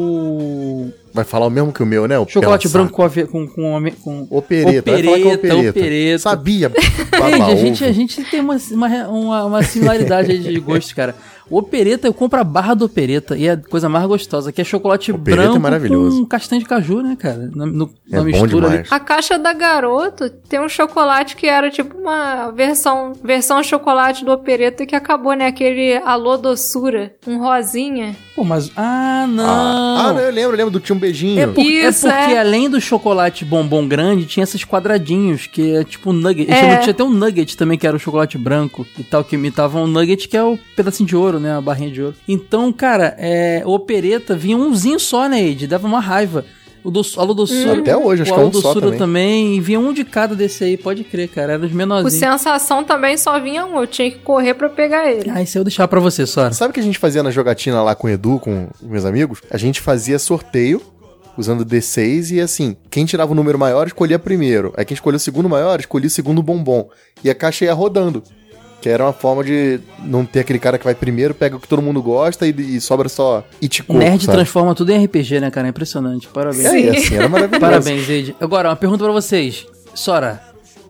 S2: o.
S4: Vai falar o mesmo que o meu, né? O
S2: Chocolate
S4: Pela
S2: branco com, ave- com, com, ame- com
S4: Saca. Opereta. Vai falar que é
S2: Opereta,
S4: opereta.
S2: opereta.
S4: Sabia.
S2: Entende?
S4: baba
S2: A gente, a
S4: ovo.
S2: gente tem uma, uma, uma, uma similaridade aí de gosto, cara. O opereta, eu compro a barra do opereta e é a coisa mais gostosa, que é chocolate
S4: Opereta é
S2: branco
S4: maravilhoso.
S2: com castanho de caju, né, cara? Na, no-
S4: É
S2: na
S4: bom
S2: mistura ali.
S4: demais.
S3: A caixa da garoto tem um chocolate que era tipo uma versão versão chocolate do opereta que acabou, né? Aquele alô doçura, um rosinha.
S2: Pô, mas... Ah, não!
S4: Ah, ah, não, eu lembro, eu lembro do Tinha um Beijinho.
S2: É, por- é
S3: Isso,
S2: porque
S3: é.
S2: além do chocolate bombom grande, tinha esses quadradinhos, que é tipo um nugget.
S3: É.
S2: Tinha até um nugget também, que era o chocolate branco e tal, que imitava um nugget, que é o pedacinho de ouro, né? A barrinha de ouro. Então, cara, é, o opereta vinha umzinho só, né, Ed? Dava uma raiva. O do, a
S3: Hum.
S2: Lodossura.
S4: Até hoje, acho
S2: o
S4: que é um
S2: Lodossura
S4: só também.
S2: E vinha um de cada desse aí, pode crer, cara. Era os
S3: O
S2: menorzinhos.
S3: sensação também só vinha um, eu tinha que correr pra pegar ele.
S2: Ah, isso eu vou deixar pra você, Sora.
S4: Sabe o que a gente fazia na jogatina lá com o Edu, com os meus amigos? A gente fazia sorteio usando D6 e assim, quem tirava o número maior escolhia primeiro. Aí quem escolheu o segundo maior escolhia o segundo bombom. E a caixa ia rodando. Que era uma forma de não ter aquele cara que vai primeiro, pega o que todo mundo gosta e, e sobra só Itico.
S2: Nerd transforma tudo em RPG, né, cara? É Impressionante. Parabéns.
S4: É, e assim, era maravilhoso.
S2: Parabéns, Ed. Agora, uma pergunta pra vocês. Sora,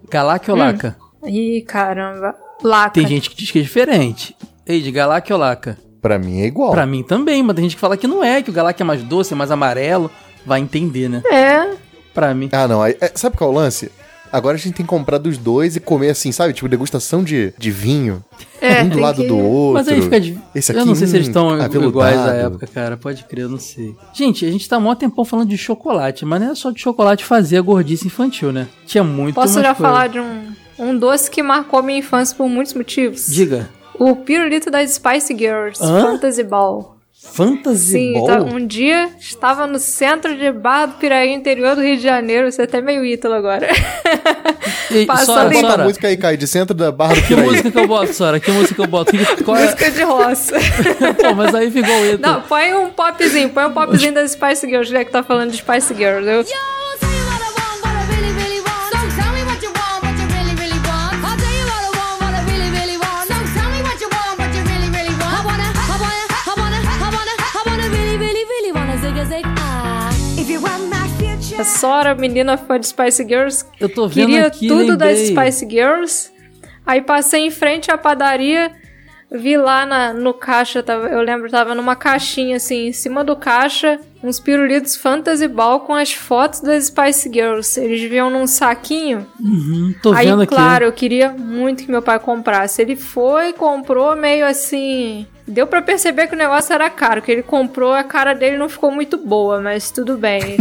S2: Galak ou
S4: Hum.
S2: Laca?
S3: Ih, caramba. Laca.
S2: Tem gente que diz que é diferente. Ed, Galak ou Laca?
S4: Pra mim é igual.
S2: Pra mim também, mas tem gente que fala que não é, que o Galak é mais doce, é mais amarelo. Vai entender, né?
S3: É,
S2: Pra mim.
S4: Ah, não. aí- é, sabe qual é o lance? Agora a gente tem que comprar dos dois e comer assim, sabe? Tipo, degustação de, de vinho.
S3: É,
S4: um do
S3: tem
S4: lado
S3: que-
S4: do outro.
S2: Mas aí fica. De...
S4: Esse
S2: eu
S4: aqui,
S2: não sei se eles
S4: hum,
S2: estão iguais à
S4: aveludado.
S2: época, cara. Pode crer, eu não sei. Gente, a gente tá mó tempão falando de chocolate, mas não é só de chocolate fazer a gordice infantil, né? Tinha muito
S3: posso
S2: mais
S3: já
S2: coisa.
S3: falar de um, um doce que marcou minha infância por muitos motivos?
S2: Diga.
S3: O pirulito das Spice Girls,
S2: Hã?
S3: Fantasy Ball.
S2: Fantasy
S3: Sim,
S2: Ball?
S3: tá- um dia estava no centro de Barra do Piraí, interior do Rio de Janeiro. Você é até meio ítalo agora.
S2: E,
S3: passa
S2: Sora,
S3: ali.
S4: Bota a
S2: Sora.
S4: música aí, Caio, de centro da barra do
S2: Que
S4: Piraí.
S2: música que eu boto, Sora? Que música que eu boto? Que- qual é-
S3: Música de roça.
S2: Pô, mas aí ficou o Ito.
S3: Não, põe um popzinho, põe um popzinho das Spice Girls, já que tá falando de Spice Girls. Eu-
S7: Yo, tell you what I want, what I really, really want. So tell me what you want, what you really, really want. I'll tell you what I want, what I really, really want. So tell me what you want, what you really, really want. I wanna, I wanna, I wanna, I wanna, I wanna really, really, really wanna zig a zig ah. If you want my future.
S3: É A Sora, menina fã de Spice Girls,
S2: Eu tô vendo
S3: queria
S2: aqui,
S3: tudo das
S2: lembrei.
S3: Spice Girls. Aí passei em frente à padaria, vi lá na- no caixa, tava- eu lembro, tava numa caixinha assim, em cima do caixa, uns pirulitos Fantasy Ball com as fotos das Spice Girls. Eles viam num saquinho.
S2: Hum, tô
S3: Aí,
S2: vendo aqui.
S3: claro, eu queria muito que meu pai comprasse. Ele foi, comprou meio assim. Deu pra perceber que o negócio era caro, que ele comprou, a cara dele não ficou muito boa, mas tudo bem.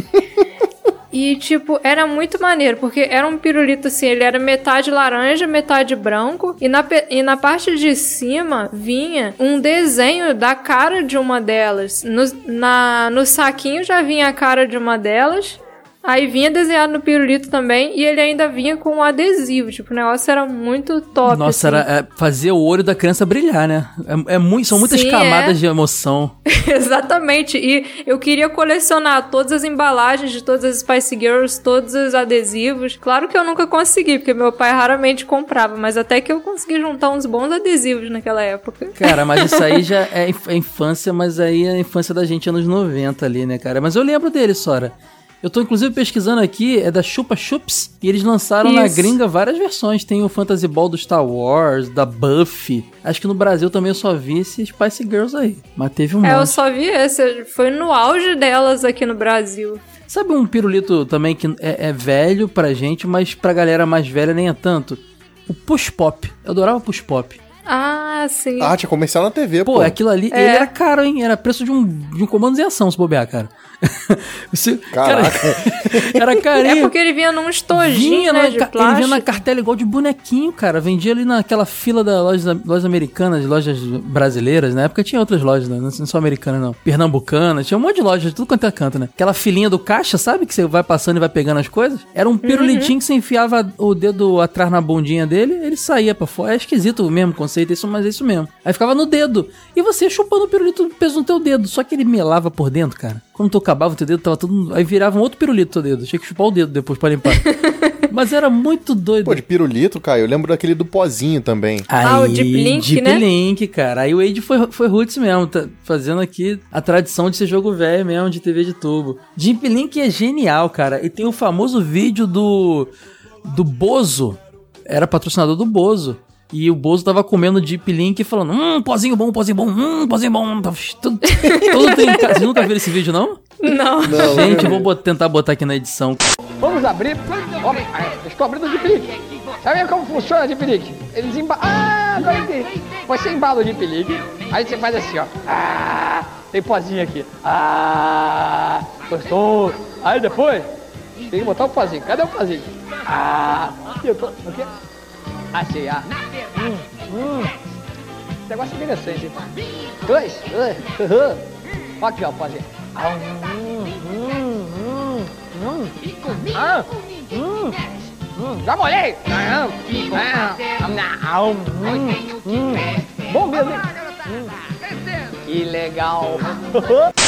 S3: e, tipo, era muito maneiro, porque era um pirulito assim, ele era metade laranja, metade branco, e na, pe- e na parte de cima vinha um desenho da cara de uma delas. No, na, no saquinho já vinha a cara de uma delas. Aí vinha desenhado no pirulito também e ele ainda vinha com um adesivo. Tipo, o negócio era muito top.
S2: Nossa,
S3: assim.
S2: era é, fazer o olho da criança brilhar, né? É, é muito, são muitas
S3: Sim,
S2: camadas
S3: é.
S2: de emoção.
S3: Exatamente. E eu queria colecionar todas as embalagens de todas as Spice Girls, todos os adesivos. Claro que eu nunca consegui, porque meu pai raramente comprava, mas até que eu consegui juntar uns bons adesivos naquela época.
S2: Cara, mas isso aí já é inf- é infância, mas aí é a infância da gente anos 90 ali, né, cara? Mas eu lembro dele, Sora. Eu tô inclusive pesquisando aqui, é da Chupa Chups, e eles lançaram na
S3: Isso.
S2: gringa várias versões. Tem o Fantasy Ball do Star Wars, da Buffy. Acho que no Brasil também eu só vi esses Spice Girls aí. Mas teve um
S3: É, eu
S2: monte.
S3: só vi esse. Foi no auge delas aqui no Brasil.
S2: Sabe um pirulito também que é, é velho pra gente, mas pra galera mais velha nem é tanto? O Push Pop. Eu adorava Push Pop.
S3: Ah, sim.
S4: Ah, tinha comercial na TV, pô.
S2: Pô, aquilo ali,
S3: É.
S2: ele era caro, hein? Era preço de um, de um comando em ação, se bobear, cara. Você-
S4: Caraca.
S2: cara, era
S3: é
S2: carinho.
S3: porque ele vinha num estojinho,
S2: Vinha
S3: né,
S2: na,
S3: de
S2: ca- ele vinha
S3: plástico.
S2: na cartela igual de bonequinho, cara. Vendia ali naquela fila das lojas, lojas americanas, lojas brasileiras. Na época tinha outras lojas, né? Não só americanas, não. Pernambucanas, tinha um monte de lojas, tudo quanto é canto, né? Aquela filinha do caixa, sabe? Que você vai passando e vai pegando as coisas.
S3: Uhum.
S2: Era um pirulitinho que você enfiava o dedo atrás na bundinha dele, ele saía pra fora. É esquisito o mesmo conceito, isso, mas é isso mesmo. Aí ficava no dedo. E você ia chupando o pirulito peso no teu dedo. Só que ele melava por dentro, cara. Quando tu acabava o teu dedo, tava tudo. Aí virava um outro pirulito teu dedo. Tinha que chupar o dedo depois pra limpar. Mas era muito doido.
S4: Pô, de pirulito, cara, eu lembro daquele do pozinho também.
S3: Ah, o Deep Link, né?
S2: Link, cara. Aí o Age foi, foi roots mesmo, tá fazendo aqui a tradição de ser jogo velho mesmo, de TV de tubo. Deep Link é genial, cara. E tem o famoso vídeo do do Bozo. Era patrocinador do Bozo. E o Bozo tava comendo Deep Link e falando, hum, pozinho bom, pozinho bom, hum, pozinho bom. Todo, todo trincado. Vocês nunca viram esse vídeo, não?
S3: Não.
S4: Não,
S2: Gente, eu vou bot- tentar botar aqui na edição.
S8: Vamos abrir. Ó, é, estou abrindo o dipelique. Sabe como funciona o dipelique? Eles embalam. Ah, agora entendi. Você embala o dipelique, aí você faz assim, ó. Ah, tem pozinho aqui. Ah, gostou. Aí depois, tem que botar o pozinho. Cadê o pozinho? Ah, eu tô. O quê? Achei, ah. Hum, hum. Esse negócio é interessante, hein? Dois. dois, uhum. Ó Aqui, ó, o pozinho. Ah, hum, hum, hum, hum. Ah, hum, hum, já molhei! Ah, ah, ah, hum, hum. Bom mesmo, hein? Hum. Que legal!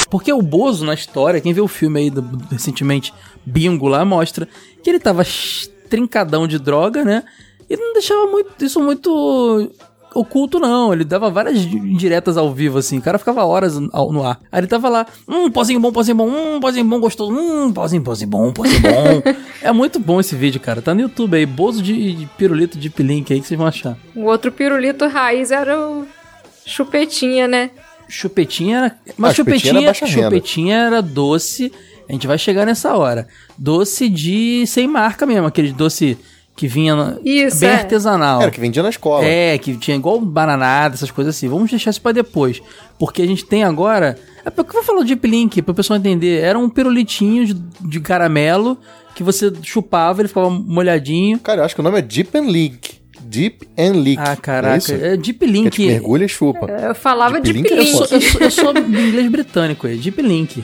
S2: Porque o Bozo, na história, quem vê o filme aí do- recentemente, Bingo lá, mostra que ele tava ch- trincadão de droga, né? E não deixava muito, isso muito oculto, não. Ele dava várias di- indiretas ao vivo, assim. O cara ficava horas ao- no ar. Aí ele tava lá, hum, pozinho bom, pozinho bom, hum, pozinho bom, gostoso, hum, pozinho, pozinho bom, pozinho bom. é muito bom esse vídeo, cara. Tá no YouTube aí, Bozo de, de pirulito de pilink aí que vocês vão achar.
S3: O outro pirulito raiz era o chupetinha, né?
S2: Chupetinha era. Mas
S4: Ah,
S2: chupetinha,
S4: chupetinha
S2: chupetinha,
S4: era
S2: era
S4: baixa renda.
S2: doce. A gente vai chegar nessa hora. Doce de. sem marca mesmo, aquele doce que vinha na-
S3: Isso,
S2: bem
S3: é.
S2: artesanal.
S4: Era que vendia na escola.
S2: É, que tinha igual bananada, essas coisas assim. Vamos deixar isso pra depois. Porque a gente tem agora. É porque eu vou falar de Deep Link, pro pessoal entender. Era um pirulitinho de, de caramelo que você chupava, ele ficava molhadinho.
S4: Cara, eu acho que o nome é Deep and Leak. Deep and Leak.
S2: Ah,
S4: Não É,
S2: caraca.
S4: isso?
S2: É, Deep
S4: Que é
S2: Link.
S4: tipo, mergulha e chupa.
S3: Eu falava de
S4: Deep Link
S2: Eu
S3: pirulito.
S2: sou, eu sou- eu sou do inglês britânico, é Deep Link.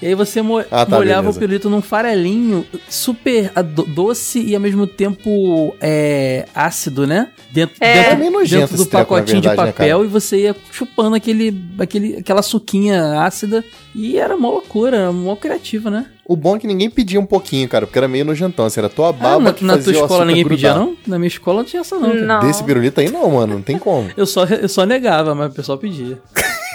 S2: E aí você mo
S4: Ah, tá,
S2: molhava
S4: beleza.
S2: o pirulito num farelinho super ado- doce e ao mesmo tempo é, ácido, né? Dentro,
S3: É.
S2: dentro,
S4: É meio nojento
S2: dentro do
S4: esse treco, na
S2: pacotinho de
S4: verdade, né,
S2: papel e você ia chupando aquele, aquele, aquela suquinha ácida e era uma loucura, era mó criativa, né?
S4: O bom é que ninguém pedia um pouquinho, cara, porque era meio nojentão. Assim, era tua
S2: Ah,
S4: baba
S2: na,
S4: que
S2: na
S4: fazia
S2: tua
S4: o
S2: escola
S4: açúcar
S2: ninguém pedia,
S4: grudar.
S2: não? Na minha escola não tinha essa, não. cara.
S3: Não,
S4: Desse pirulito aí não, mano. Não tem como.
S2: Eu só, eu só negava, mas o pessoal pedia.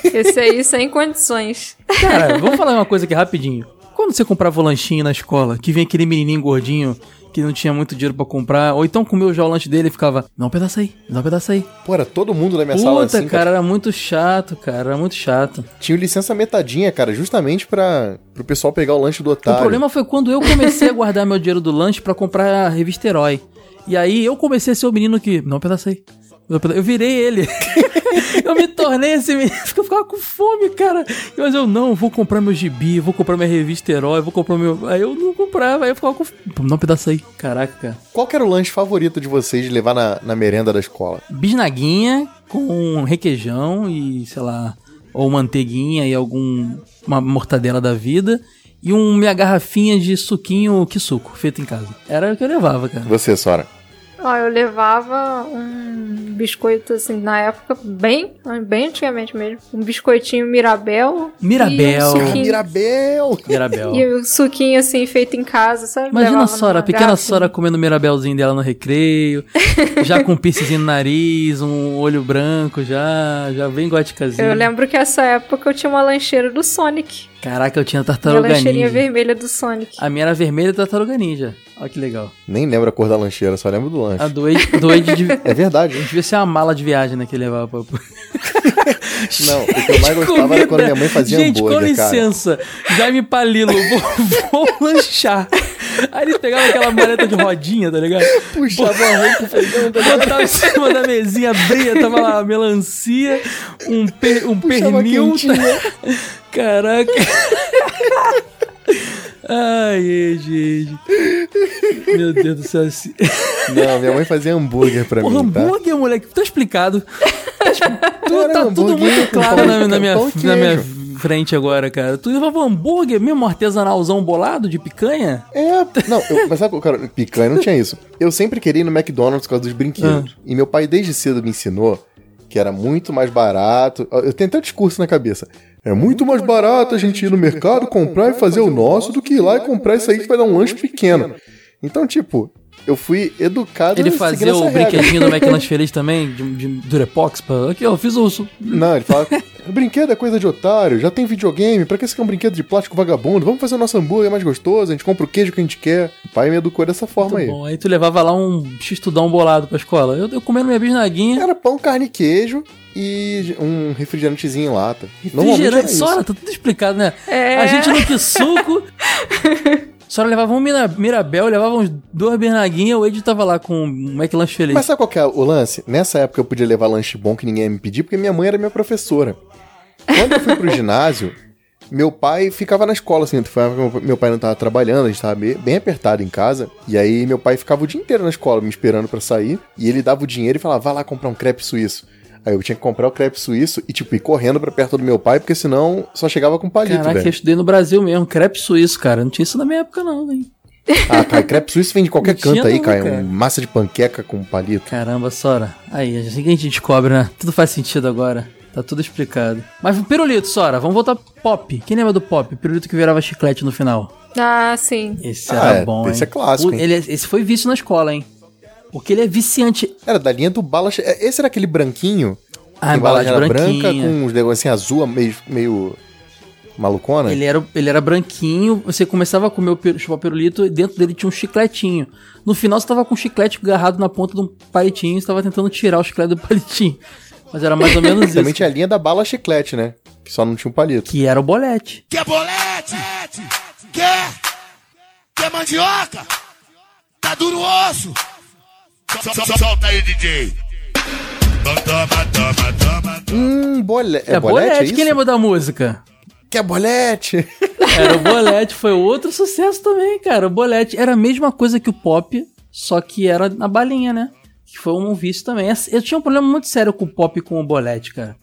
S3: esse aí sem condições.
S2: Cara, vamos falar uma coisa aqui rapidinho. Quando você comprava o lanchinho na escola, que vinha aquele menininho gordinho que não tinha muito dinheiro pra comprar, ou então comeu já o lanche dele e ficava, dá um pedaço aí, dá um pedaço aí.
S4: Pô, era todo mundo na minha sala
S2: Puta,
S4: assim, cara.
S2: cara, era muito chato, cara, era muito chato.
S4: Tinha o licença metadinha, cara, justamente pra, pro pessoal pegar o lanche do otário.
S2: O problema foi quando eu comecei a guardar meu dinheiro do lanche pra comprar a revista Herói. E aí eu comecei a ser o menino que, dá um pedaço aí. dá um pedaço." Eu virei ele. eu me tornei esse menino. porque Eu ficava com fome, cara. Mas eu não, vou comprar meu gibi, vou comprar minha revista herói, vou comprar meu. Aí eu não comprava, aí eu ficava com fome. Dá um pedaço aí. Caraca, cara.
S4: Qual que era o lanche favorito de vocês de levar na, na merenda da escola?
S2: Bisnaguinha com requeijão e, sei lá, ou manteiguinha e algum uma mortadela da vida. e um, minha garrafinha de suquinho, que suco, feito em casa. Era o que eu levava, cara.
S4: Você, Sora.
S3: Ó, eu levava um biscoito, assim, na época, bem, bem antigamente mesmo. Um biscoitinho Mirabel.
S2: Mirabel.
S3: E um suquinho,
S4: Hum, Mirabel!
S2: Mirabel.
S3: e um suquinho, assim, feito em casa, sabe?
S2: Imagina a
S3: Levava
S2: Sora, a
S3: numa
S2: pequena
S3: garrafa.
S2: Sora comendo o mirabelzinho dela no recreio, já com um piercingzinho no nariz, um olho branco já, já bem góticazinho.
S3: Eu lembro que essa época eu tinha uma lancheira do Sonic.
S2: Caraca, eu tinha
S3: Uma
S2: tartaruga Tá
S3: lancheirinha
S2: ninja. Ah.
S3: vermelha do Sonic.
S2: A minha era vermelha e tartaruga ninja. Olha que legal.
S4: Nem lembro a cor da lancheira, só lembro do lanche.
S2: A do Ed, do Ed de-
S4: É verdade, hein?
S2: devia ser uma mala de viagem, né, que ele levava pra...
S4: Não, o que eu mais gostava era quando minha mãe fazia
S2: Gente, com
S4: hambúrguer, cara.
S2: licença, Jaime Palilo, vou, vou lanchar. Aí ele pegava aquela maleta de rodinha, tá ligado?
S4: Puxava a roupa e feijão, tá ligado?
S2: Botava em cima da mesinha, abria, tava lá uma melancia, um, per, um
S4: Puxava
S2: pernil.
S4: quentinha.
S2: tá- Caraca. Ai, Ed, Ed. Meu Deus do céu. esse-
S4: Não, minha mãe fazia hambúrguer pra
S2: O
S4: mim, tá?
S2: hambúrguer, moleque, tá explicado. Tá expli- Tu-
S4: Era
S2: tá tudo
S4: hambúrguer
S2: muito
S4: com
S2: claro
S4: pão-
S2: na, na minha,
S4: pão e
S2: na minha
S4: queijo.
S2: frente agora, cara. Tu levava um hambúrguer mesmo, artesanalzão bolado de picanha?
S4: É, não, eu, mas sabe, cara, picanha não tinha isso. Eu sempre queria ir no McDonald's por causa dos brinquedos. E meu pai desde cedo me ensinou que era muito mais barato. Ó, Eu tenho até discurso na cabeça. É muito mais barato a gente ir no mercado, comprar e fazer o nosso do que ir lá e comprar isso aí que vai dar um lanche pequeno. Então, tipo, eu fui educado
S2: Ele
S4: seguindo
S2: fazia
S4: essa
S2: o
S4: regra.
S2: brinquedinho do McDonald's Feliz também, de, de Durepox. Pra... Aqui, ó, fiz o... su-
S4: Não, ele fala: brinquedo é coisa de otário, já tem videogame, pra que você quer um brinquedo de plástico vagabundo? Vamos fazer o nosso hambúrguer mais gostoso, a gente compra o queijo que a gente quer. O pai me educou dessa forma aí.
S2: Muito bom. Aí tu levava lá um x-tudão bolado pra escola. Eu, eu comendo minha bisnaguinha.
S4: Era pão, carne e queijo e um refrigerantezinho em lata. Normalmente era
S2: Refrigerante.
S4: isso.
S2: Sora, tá tudo explicado, né?
S3: É.
S2: A gente no que suco. Sora levava um Mira- Mirabel, levava uns dois bisnaguinhas. O Ed tava lá com um McLanche Feliz.
S4: Mas sabe qual que é o lance? Nessa época eu podia levar lanche bom que ninguém ia me pedir, porque minha mãe era minha professora. Quando eu fui pro ginásio, meu pai ficava na escola, assim, foi uma época que meu pai não tava trabalhando, a gente tava bem bem apertado em casa, e aí meu pai ficava o dia inteiro na escola me esperando pra sair, e ele dava o dinheiro e falava, vai lá comprar um crepe suíço. Aí eu tinha que comprar o crepe suíço e, tipo, ir correndo pra perto do meu pai, porque senão só chegava com palito,
S2: Caraca, eu
S4: velho.
S2: estudei no Brasil mesmo, crepe suíço, cara. Não tinha isso na minha época, não, hein?
S4: Ah, Caio, crepe suíço vem de qualquer
S2: Não tinha
S4: canto aí,
S2: não,
S4: Caio.
S2: né, cara.
S4: Um Massa de panqueca com palito.
S2: Caramba, Sora. Aí, é a gente a gente descobre, né? Tudo faz sentido agora. Tá tudo explicado. Mas o pirulito, Sora, vamos voltar pro pop. Quem lembra do pop? Pirulito que virava chiclete no final.
S3: Ah, sim.
S2: Esse
S4: Ah,
S2: era
S4: é,
S2: bom,
S4: esse
S2: hein?
S4: é clássico,
S2: O-
S4: hein?
S2: ele é- esse foi vício na escola, hein? Porque ele é viciante.
S4: Era da linha do bala. che- é, Esse era aquele branquinho.
S2: Ah,
S4: que
S2: embalagem
S4: era branca,
S2: branquinha.
S4: com uns negócios assim, azul, meio, meio malucona.
S2: Ele é era, ele era branquinho, você começava a comer o piru- chupar pirulito e dentro dele tinha um chicletinho. No final você tava com um chiclete agarrado na ponta de um palitinho e você tava tentando tirar o chiclete do palitinho. Mas era mais ou menos isso.
S4: Também tinha a linha da bala chiclete, né? Que só não tinha um palito.
S2: Que era o bolete.
S5: Quer bolete? Quer? Quer mandioca? Tá duro o osso? Sol- sol- sol- Solta aí, DJ. Toma, toma, toma, toma.
S4: Hum, bole... é,
S2: É,
S4: bolete,
S2: bolete,
S4: é isso?
S2: quem lembra da música?
S4: Que é bolete?
S2: Era o bolete, foi outro sucesso também, cara. O bolete era a mesma coisa que o pop, só que era na balinha, né? Que foi um vício também. Essa- Eu tinha um problema muito sério com o pop e com o bolete, cara.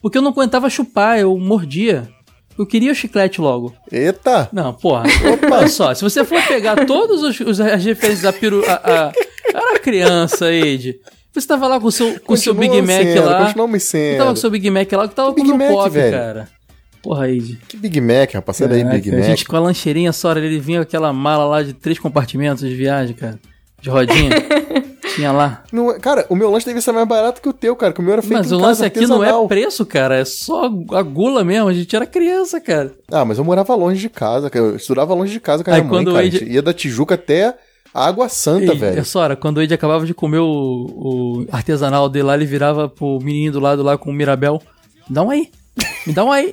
S2: Porque eu não aguentava chupar, eu mordia. Eu queria o chiclete logo.
S4: Eita!
S2: Não, porra. Olha só, se você for pegar todas os, os- as referências da peru... A, a- eu era criança, Ed. Você tava lá com o seu, com o seu Big
S4: Continuamos
S2: Mac
S4: sendo,
S2: lá.
S4: Continuamos
S2: Você
S4: sendo.
S2: tava com o seu Big Mac lá que tava
S4: Que Big
S2: com o meu
S4: Mac,
S2: pop,
S4: velho?
S2: cara. Porra, Ed.
S4: Que Big Mac, rapaz. Sai daí,
S2: Caraca,
S4: Big
S2: a
S4: Mac.
S2: gente com a lancheirinha só, ele vinha com aquela mala lá de três compartimentos de viagem, cara. De rodinha. Tinha lá.
S4: Não é- cara, o meu lanche devia ser mais barato que o teu, cara. Que o meu era feito
S2: Mas
S4: em
S2: o
S4: casa,
S2: lance aqui não é
S4: artesanal.
S2: preço, cara. É só a gula mesmo. A gente era criança, cara.
S4: Ah, mas eu morava longe de casa, cara. Eu estudava longe de casa com a
S2: Aí
S4: minha mãe,
S2: quando o
S4: cara.
S2: Ed-
S4: A gente Ia da Tijuca até Água Santa,
S2: Ei,
S4: velho.
S2: Sora, quando o Ed acabava de comer o, o artesanal dele lá, ele virava pro menino do lado lá com o Mirabel. Me dá um aí. Me dá um aí.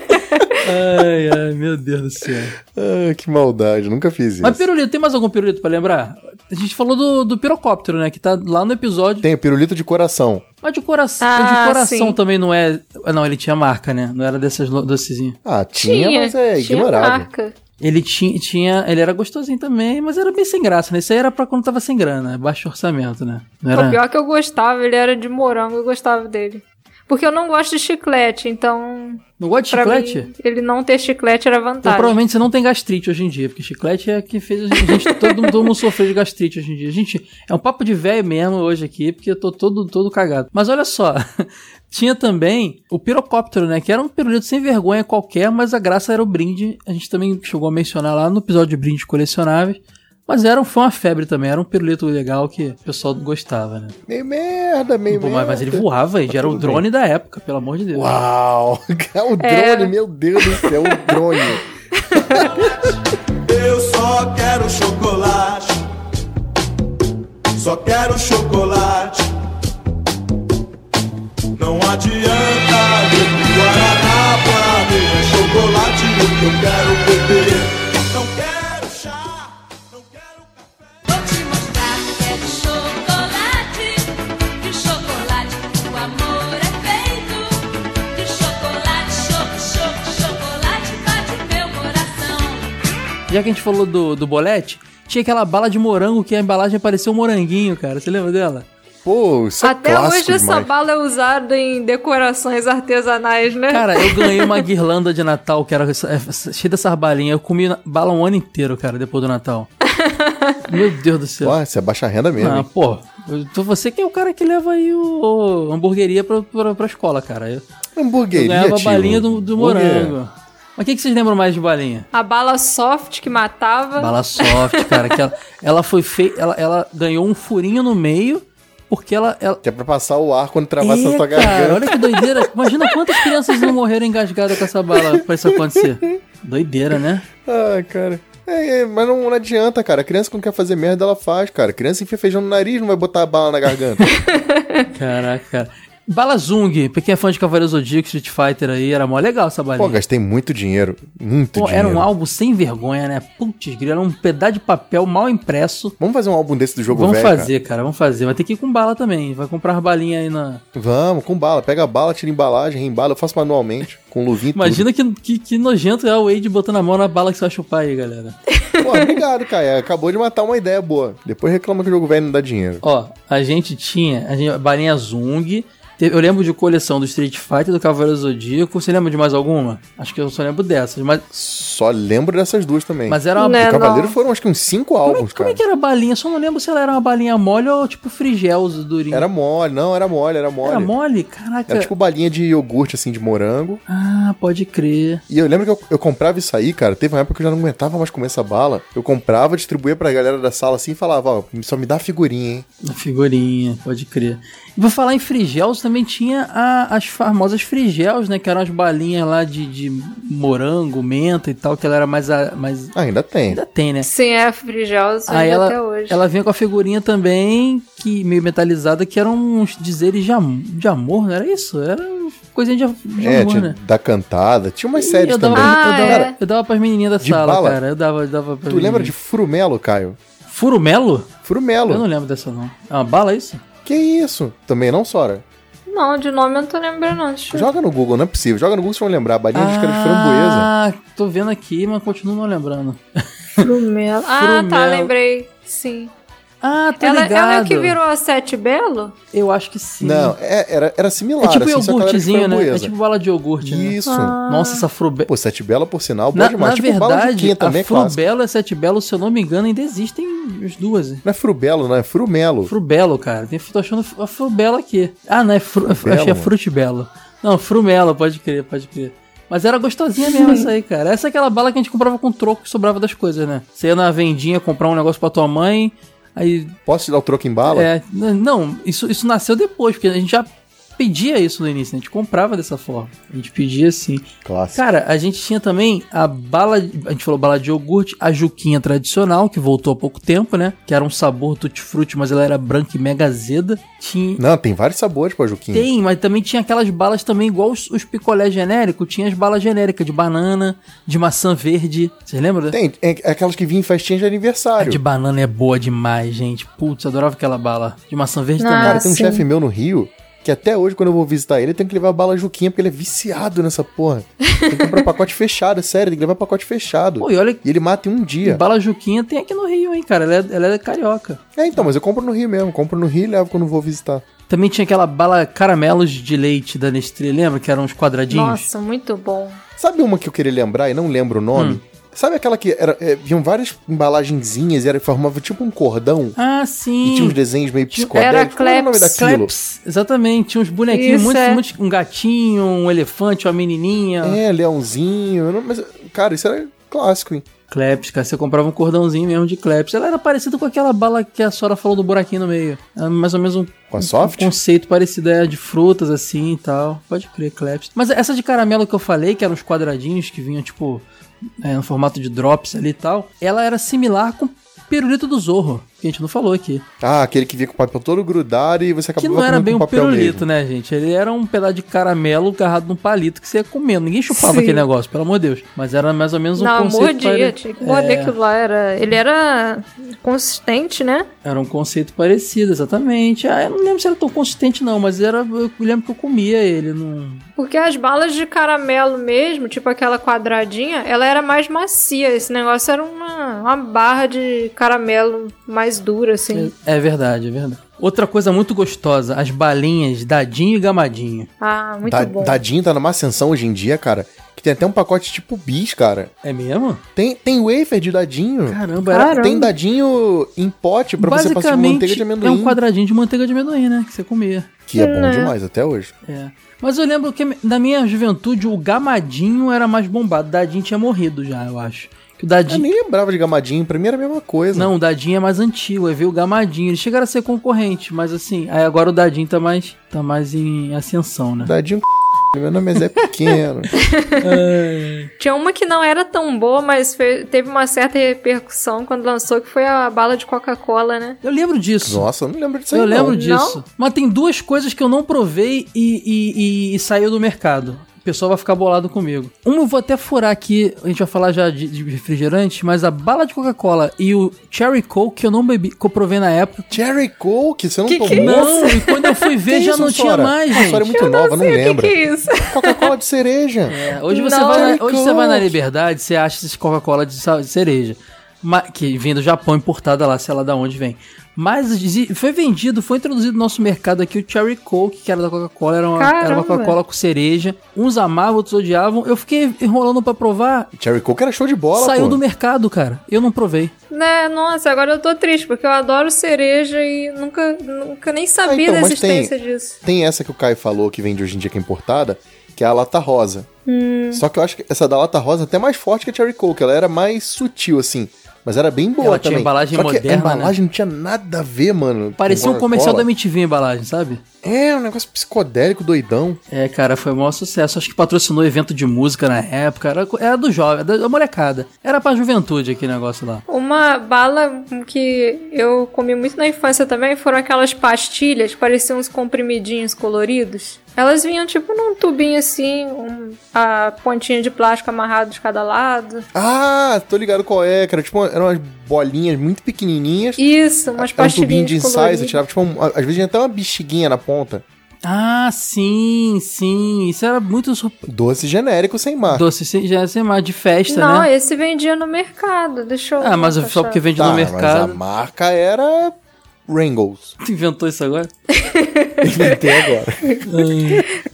S2: ai, ai, meu Deus do céu.
S4: Ah, que maldade, nunca fiz isso.
S2: Mas pirulito, tem mais algum pirulito pra lembrar? A gente falou do, do pirocóptero, né? Que tá lá no episódio.
S4: Tem o pirulito de coração.
S2: Mas de coração,
S3: Ah,
S2: de coração
S3: sim.
S2: também não é. ah, Não, ele tinha marca, né? Não era dessas lo- docezinhas.
S4: Ah, tinha, mas é
S3: tinha
S4: ignorável.
S3: marca.
S2: Ele tinha, tinha. Ele era gostosinho também, mas era bem sem graça, né? Isso aí era pra quando tava sem grana, baixo orçamento, né? Não
S3: O
S2: era.
S3: pior que eu gostava, ele era de morango, eu gostava dele. Porque eu não gosto de chiclete, então.
S2: Não gosta de
S3: pra
S2: chiclete?
S3: mim, ele não ter chiclete era
S2: Então,
S3: vantagem.
S2: provavelmente você não tem gastrite hoje em dia, porque chiclete é que fez a gente. todo, mundo- todo mundo sofreu de gastrite hoje em dia. Gente, é um papo de velho mesmo hoje aqui, porque eu tô todo, todo cagado. Mas olha só, tinha também o pirocóptero, né? Que era um pirulito sem vergonha qualquer, mas a graça era o brinde. A gente também chegou a mencionar lá no episódio de brindes colecionáveis. Mas era um, foi uma febre também, era um pirulito legal que o pessoal gostava, né?
S4: Meio merda, meio
S2: Pô,
S4: merda.
S2: mas, mas ele voava, ele era o drone da época, pelo amor de Deus.
S4: Uau! O drone,
S3: Era.
S4: meu Deus do céu, o drone.
S5: Eu só quero chocolate. Só quero chocolate. Não adianta ver Guaraná pra mim. É chocolate o que eu quero beber. Não quero chá. Não quero café.
S7: Vou te mostrar que é de chocolate, que o chocolate, o amor é feito. Que o chocolate, choco, choco, chocolate bate meu coração.
S2: Já que a gente falou do, do bolete, tinha aquela bala de morango que a embalagem parecia um moranguinho, cara. Você lembra dela?
S4: Pô, isso é
S3: Até
S4: clássico
S3: hoje essa
S4: demais.
S3: bala é usada em decorações artesanais, né?
S2: Cara, eu ganhei uma guirlanda de Natal que era essa- essa- cheia dessas balinhas. Eu comi na- bala um ano inteiro, cara, depois do Natal. Meu Deus do céu.
S4: Ó, isso é baixa renda mesmo.
S2: Ah,
S4: hein?
S2: pô, eu tô- você que é o cara que leva aí o, o hamburgueria pra, pra, pra escola, cara. Eu, eu
S4: Hamburgueria,
S2: ganhava a
S4: tio.
S2: balinha do, do
S4: Hamburgueria.
S2: morango. Mas o que, que vocês lembram mais de balinha?
S3: A bala soft que matava.
S2: Bala soft, cara, que ela, ela foi feita. Ela, ela ganhou um furinho no meio, porque ela- ela,
S4: Que é pra passar o ar quando travasse
S2: É,
S4: a tua
S2: cara,
S4: garganta.
S2: Olha que doideira. Imagina quantas crianças não morreram engasgadas com essa bala pra isso acontecer. Doideira, né?
S4: Ah, cara. É, é, mas não, não adianta, cara. A criança que não quer fazer merda, ela faz, cara. A criança enfia feijão no nariz, não vai botar a bala na garganta.
S2: Caraca, cara. Bala Zung, pra quem é fã de Cavaleiro Zodíaco, Street Fighter aí, era mó legal essa
S4: Pô,
S2: balinha.
S4: gastei muito dinheiro. Muito
S2: Pô,
S4: dinheiro.
S2: era um álbum sem vergonha, né? Putz, grilo, era um pedaço de papel mal impresso.
S4: Vamos fazer um álbum desse do jogo
S2: vamos
S4: velho,
S2: fazer, cara. vamos fazer. Vai ter que ir com bala também. Vai comprar as balinhas aí na.
S4: cara. Vamos, com bala. Pega a bala, tira a embalagem, reembala. Eu faço manualmente, com luvinha e tudo.
S2: Imagina que, que, que nojento é o Wade botando a mão na bala que você vai chupar aí, galera.
S4: Pô, obrigado, cara. Acabou de matar uma ideia boa. Depois reclama que o jogo velho não dá dinheiro.
S2: Ó, a gente tinha a gente- balinha Zung. te- Eu lembro de coleção do Street Fighter, do Cavaleiro Zodíaco. Você lembra de mais alguma? Acho que eu só lembro dessas. Mas,
S4: Só lembro dessas duas também.
S2: mas era uma.
S3: Né?
S4: O
S3: É,
S4: Cavaleiro
S3: não.
S4: foram acho que uns cinco
S2: Como, é,
S4: álbuns,
S2: como
S4: cara.
S2: é que era a balinha? Só não lembro se ela era uma balinha mole ou tipo frigel, os durinhos.
S4: Era mole, não, era mole, era mole.
S2: Era mole? Caraca.
S4: Era tipo balinha de iogurte, assim, de morango.
S2: Ah, pode crer.
S4: E eu lembro que eu, eu comprava isso aí, cara. Teve uma época que eu já não aguentava mais comer essa bala. Eu comprava, distribuía pra galera da sala assim e falava, ó, só me dá figurinha, hein?
S2: Na figurinha, pode crer. E por falar em frigels, também tinha a- as famosas frigels, né? Que eram as balinhas lá de, de morango, menta e tal, que ela era mais. a- mais...
S4: Ah, ainda tem.
S2: Ainda tem, né?
S3: Sim, é frigosa
S2: Aí Ah, ela,
S3: até hoje.
S2: ela vinha com a figurinha também, que meio metalizada, que eram uns dizeres de, am- de amor, não era isso? Era coisinha de, a- de
S4: é,
S2: amor,
S4: tinha
S2: né?
S4: da cantada. Tinha umas
S2: E
S4: séries
S2: eu dava,
S4: também.
S2: eu,
S3: Ah,
S2: Ah, dava,
S3: é.
S2: eu dava pras menininhas da
S4: De
S2: sala,
S4: bala?
S2: cara. Eu dava, eu dava pra
S4: Tu lembra de Furumelo, Caio?
S2: Furumelo? é. Eu não
S4: Furumelo.
S2: lembro dessa, não. É uma bala, isso?
S4: Que isso? Também não, Sora?
S3: Não, de nome eu não tô lembrando, não.
S2: Hum.
S3: Deixa eu-
S4: Joga no Google, não é possível. Joga no Google, vocês vão lembrar. Balinha de cara de framboesa.
S2: Ah, tô vendo aqui, mas continuo não lembrando.
S3: Frumelo. Ah, tá,
S2: Frumelo.
S3: lembrei. Sim.
S2: Ah, tô
S3: Ela,
S2: ligado.
S3: ela é o que virou a Sete Belo?
S2: Eu acho que sim.
S4: Não, é- era, era similar,
S2: é tipo
S4: assim, só que ela era de
S2: iogurtezinho, né? É
S4: framboesa.
S2: tipo bala de iogurte, né?
S4: Isso.
S2: Nossa, essa frube...
S4: Pô, Sete Bela, por sinal, boa
S2: Na,
S4: demais.
S2: na
S4: tipo bala de
S2: verdade,
S4: quinta também
S2: a
S4: é clássico.
S2: Frubelo e a Sete Belo, se eu não me engano, ainda existem as duas.
S4: Não é Frubelo, não, é Frumelo.
S2: Frubelo, cara. Tem, tô achando a Frubelo aqui. Ah, não, é fru,
S4: Frubelo,
S2: achei a
S4: mano.
S2: Frutibelo. Não, Frumelo, pode crer, pode crer. Mas era gostosinha mesmo essa aí, cara. Essa é aquela bala que a gente comprava com troco que sobrava das coisas, né? Você ia na vendinha comprar um negócio pra tua mãe, aí...
S4: Posso te dar o troco em bala?
S2: é, n- não, isso, isso nasceu depois, porque a gente já pedia isso no início, né? A gente comprava dessa forma. A gente pedia assim.
S4: Clássico.
S2: Cara, a gente tinha também a bala. A gente falou bala de iogurte, a Juquinha tradicional, que voltou há pouco tempo, né? Que era um sabor tutti-frutti, mas ela era branca e mega azeda. Tinha.
S4: Não, tem vários sabores pra Juquinha.
S2: Tem, mas também tinha aquelas balas também, igual os, os picolés genéricos. Tinha as balas genéricas de banana, de maçã verde. Vocês lembram? né?
S4: Tem, é, é aquelas que vinham em festinha de
S2: A
S4: aniversário.
S2: É de banana é boa demais, gente. Putz, adorava aquela bala. De maçã verde
S3: Não,
S2: também.
S4: Cara, tem um
S3: sim.
S4: chefe meu no Rio Que até hoje, quando eu vou visitar ele, eu tenho que levar bala Juquinha, porque ele é viciado nessa porra. Tem que comprar pacote fechado, é sério, tem que levar pacote fechado.
S2: Pô, e olha que
S4: E ele mata em um dia.
S2: bala Juquinha tem aqui no Rio, hein, cara. Ela é, ela é carioca.
S4: É, então, mas eu compro no Rio mesmo. Compro no Rio e levo quando eu vou visitar.
S2: Também tinha aquela bala caramelos de leite da Nestlé, lembra? Que eram uns quadradinhos.
S3: Nossa, muito bom.
S4: Sabe uma que eu queria lembrar e não lembro o nome? Sabe aquela que era, é, vinham várias embalagenzinhas e era, formava tipo um cordão?
S2: Ah,
S4: E
S2: sim.
S4: tinha uns desenhos meio psicodélicos.
S3: Era
S4: Qual o nome
S3: Kleps,
S4: daquilo?
S2: Claps, exatamente, tinha uns bonequinhos,
S3: Isso,
S2: muitos,
S3: é.
S2: muitos- um gatinho, um elefante, uma menininha.
S4: É, leãozinho. eu não- mas, cara, isso era clássico, hein?
S2: Claps, cara, você comprava um cordãozinho mesmo de claps. Ela era parecida com aquela bala que a Sora falou do buraquinho no meio. É mais ou menos um,
S4: Com a soft?
S2: um conceito parecido, é, de frutas assim e tal. Pode crer, claps. Mas essa de caramelo que eu falei, que eram os quadradinhos que vinham, tipo, é, no formato de drops ali e tal, ela era similar com pirulito do Zorro, que a gente não falou aqui.
S4: Ah, aquele que vinha com o papel todo grudado e você
S2: Que
S4: acabava
S2: não era
S4: comendo
S2: bem
S4: com
S2: um
S4: papel
S2: pirulito,
S4: mesmo.
S2: né, gente? Ele era um pedaço de caramelo agarrado num palito que você ia comendo. Ninguém chupava
S3: Sim.
S2: aquele negócio, pelo amor de Deus. Mas era mais ou menos um
S3: Não,
S2: conceito.
S3: mordia,
S2: pare-
S3: tinha que morder
S2: É,
S3: aquilo lá. Era... Ele era consistente, né?
S2: Era um conceito parecido, exatamente. Ah, eu não lembro se era tão consistente, não, mas era. Eu lembro que eu comia ele. Não...
S3: Porque as balas de caramelo mesmo, tipo aquela quadradinha, ela era mais macia. Esse negócio era uma, uma barra de caramelo mais dura, assim.
S2: É, é verdade, é verdade. Outra coisa muito gostosa, as balinhas dadinho e gamadinho.
S3: Ah, muito
S4: Da-
S3: bom.
S4: Dadinho tá numa ascensão hoje em dia, cara. Que tem até um pacote tipo bis, cara.
S2: É mesmo?
S4: Tem, tem wafer de dadinho.
S2: Caramba, era.
S3: Caramba.
S4: Tem dadinho em pote pra você passar com manteiga
S2: Basicamente,
S4: de amendoim.
S2: é um quadradinho de manteiga de amendoim, né? Que você comia.
S4: Que é bom
S3: Né?
S4: demais até hoje.
S2: É. Mas eu lembro que na minha juventude o Gamadinho era mais bombado. O Dadinho tinha morrido já, eu acho. Que o
S4: Eu
S2: Dadinho.
S4: nem lembrava de gamadinho, pra mim era a mesma coisa.
S2: Não, o Dadinho é mais antigo, aí veio o Gamadinho. Eles chegaram a ser concorrente, mas assim, aí agora o Dadinho tá mais, tá mais em ascensão, né?
S4: Dadinho, c... meu nome é Zé Pequeno.
S3: Tinha uma que não era tão boa, mas fe- teve uma certa repercussão quando lançou, que foi a bala de Coca-Cola, né?
S2: Eu lembro disso.
S4: Nossa, eu não lembro disso aí.
S2: Eu
S4: não.
S2: lembro
S3: Não.
S2: disso. Mas tem duas coisas que eu não provei e, e- e- e saiu do mercado. O pessoal vai ficar bolado comigo. Uma eu vou até furar aqui, a gente vai falar já de, de refrigerante, mas a bala de Coca-Cola e o Cherry Coke que eu não bebi, que eu provei na época.
S4: Cherry Coke, você não
S3: Que que
S4: tomou?
S3: é
S2: Não, e quando eu fui ver
S4: Que
S2: já
S4: isso,
S2: não tinha
S4: Sora?
S2: mais,
S4: A Sora é
S2: gente.
S4: muito nova, não
S3: sei o que,
S4: lembra.
S3: que é isso.
S4: Coca-Cola de cereja.
S2: É, Hoje você,
S3: Não.
S2: vai
S4: Cherry
S2: na, hoje você vai na
S4: Coke.
S2: liberdade, você acha esse Coca-Cola de, sal- de cereja. ma- Que vem do Japão, importada lá, sei lá da onde vem. Mas dizi- foi vendido, foi introduzido no nosso mercado aqui o Cherry Coke, que era da Coca-Cola, era uma, era uma
S3: Caramba.
S2: Coca-Cola com cereja. Uns amavam, outros odiavam. Eu fiquei enrolando pra provar,
S4: Cherry Coke era show de bola,
S2: saiu
S4: pô.
S2: do mercado, cara. Eu não provei.
S3: Né, nossa, agora eu tô triste, porque eu adoro cereja e nunca, nunca nem
S4: Ah,
S3: sabia da
S4: então, mas tem,
S3: existência disso.
S4: tem essa que o Caio falou que vende hoje em dia que é importada, que é a lata rosa. Só que eu acho que essa da lata rosa é até mais forte que a Cherry Coke, ela era mais sutil assim, mas era bem boa
S2: Ela tinha
S4: também.
S2: embalagem
S4: Só que a
S2: moderna, né?
S4: embalagem não tinha nada a ver, mano. com
S2: Parecia um comercial da
S4: Coca-Cola.
S2: MTV a embalagem, sabe?
S4: É, um negócio psicodélico doidão.
S2: É, cara, foi o maior sucesso. Acho que patrocinou evento de música na época. Era, co- era do jovem, da da molecada. Era pra juventude aquele negócio lá.
S3: Uma bala que eu comi muito na infância também foram aquelas pastilhas, que pareciam uns comprimidinhos coloridos. Elas vinham tipo num tubinho assim, um- a pontinha de plástico amarrado de cada lado.
S4: Ah, tô ligado qual é, cara. Tipo, eram umas bolinhas muito pequenininhas.
S3: Isso, umas
S4: era um tubinho
S3: pastilhinhas
S4: de ensaio, você
S3: coloridas.
S4: tirava, tipo, um- às vezes tinha até uma bexiguinha na ponta.
S2: Ah, sim, sim. Isso era muito sur-
S4: Doce genérico sem marca.
S2: doce, sim, já ia ser mais de festa,
S3: Não,
S2: né?
S3: esse vendia no mercado, deixa eu...
S2: Ah, mas
S3: deixa eu
S2: só
S3: achar.
S2: porque vende
S4: Tá,
S2: no
S4: Mas a
S2: mercado.
S4: marca era Rangles.
S2: Tu inventou isso agora?
S4: Inventei agora.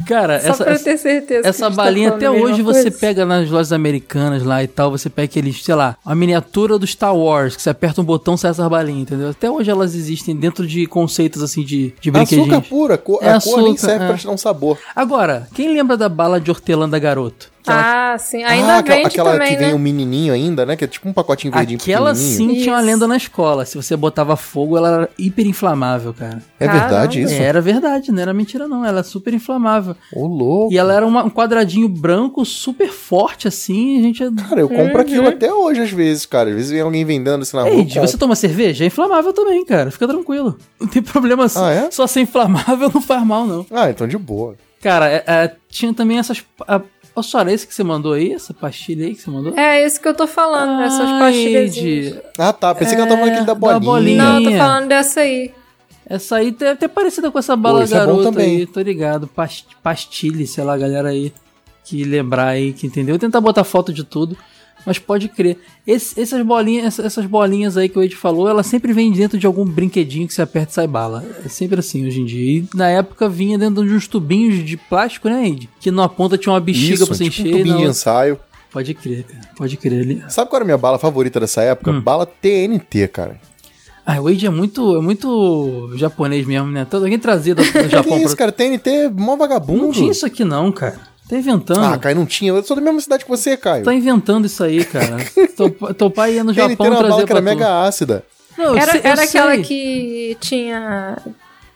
S2: Cara,
S3: Só
S2: essa,
S3: pra eu
S2: essa,
S3: ter certeza. que a
S2: essa
S3: gente tá
S2: balinha
S3: falando
S2: até
S3: a mesma
S2: hoje você
S3: coisa.
S2: pega nas lojas americanas lá e tal, você pega aqueles, sei lá, a miniatura do Star Wars, que você aperta um botão sai essas balinhas, entendeu? Até hoje elas existem dentro de conceitos assim de, de brinquedinhos.
S4: Açúcar puro, a cor,
S2: É
S4: a cor nem
S2: açúcar,
S4: serve
S2: é.
S4: pra te dar um sabor.
S2: Agora, quem lembra da bala de hortelã da garoto? Aquela,
S3: Ah, sim. Ainda
S4: ah, aquela,
S3: vende
S4: aquela
S3: também,
S4: que
S3: né?
S4: vem um menininho ainda, né? Que é tipo um pacotinho verdinho
S2: aquela
S4: pequenininho.
S2: sim tinha uma
S3: Isso.
S2: lenda na escola. Se você botava fogo, ela era hiperinflamável, cara.
S4: É verdade
S3: Caramba.
S4: isso?
S2: É, Era verdade, não era mentira não, ela é super inflamável.
S4: Ô, louco.
S2: E ela era uma- um quadradinho branco super forte assim, e a gente...
S4: Cara, eu compro aquilo até hoje às vezes, cara. Às vezes vem alguém vendendo assim na rua. eu
S2: Ei, Di,
S4: compro.
S2: você toma cerveja? É inflamável também, cara, fica tranquilo. Não tem problema assim,
S4: Ah, é?
S2: só ser inflamável não faz mal não.
S4: Ah, então de boa.
S2: Cara, é- é, tinha também essas... A, Ô, Sora, esse que você mandou aí? Essa pastilha aí que você mandou?
S3: É, isso que eu tô falando, essas
S2: Ai,
S3: pastilhas.
S2: Di,
S4: Ah, tá. Pensei que ela tava
S2: É,
S4: naquele da
S2: da
S4: bolinha.
S2: bolinha.
S3: Não, eu tô
S2: Minha.
S3: falando dessa aí.
S2: Essa aí é até parecida com essa bala
S4: Pô, isso é bom
S2: garota
S4: também.
S2: aí, tô ligado. Pas- Pastilhe, sei lá, a galera aí que lembrar aí, que entendeu. Vou tentar botar foto de tudo, mas pode crer. Esse- essas, bolinhas, essa- essas bolinhas aí que o Ed falou, ela sempre vem dentro de algum brinquedinho que você aperta e sai bala. É sempre assim hoje em dia. E na época vinha dentro de uns tubinhos de plástico, né, Ed? Que na ponta tinha uma bexiga
S4: Isso,
S2: pra você encher.
S4: tipo um
S2: e na
S4: tubinho de
S2: outra-
S4: ensaio.
S2: Pode crer, cara. Pode crer. Ele-
S4: Sabe qual era a minha bala favorita dessa época?
S2: Hum.
S4: Bala TNT, cara.
S2: Ah, o Age é muito, é muito japonês mesmo, né? Todo alguém trazia do, do
S4: que
S2: Japão.
S4: isso,
S2: pra...
S4: cara? TNT é mó vagabundo.
S2: Não tinha isso aqui não, cara. Tá inventando.
S4: Ah, Caio, não tinha. Eu sou da mesma cidade que você, Caio.
S2: Tá inventando isso aí, cara. teu, pa- teu pai ia no
S4: TNT
S2: Japão
S4: era uma
S2: trazer
S4: bala que
S2: pra
S4: era
S2: tu.
S4: mega ácida.
S2: Não, eu
S3: Era,
S2: sei- eu
S3: era aquela
S2: sei.
S3: que tinha.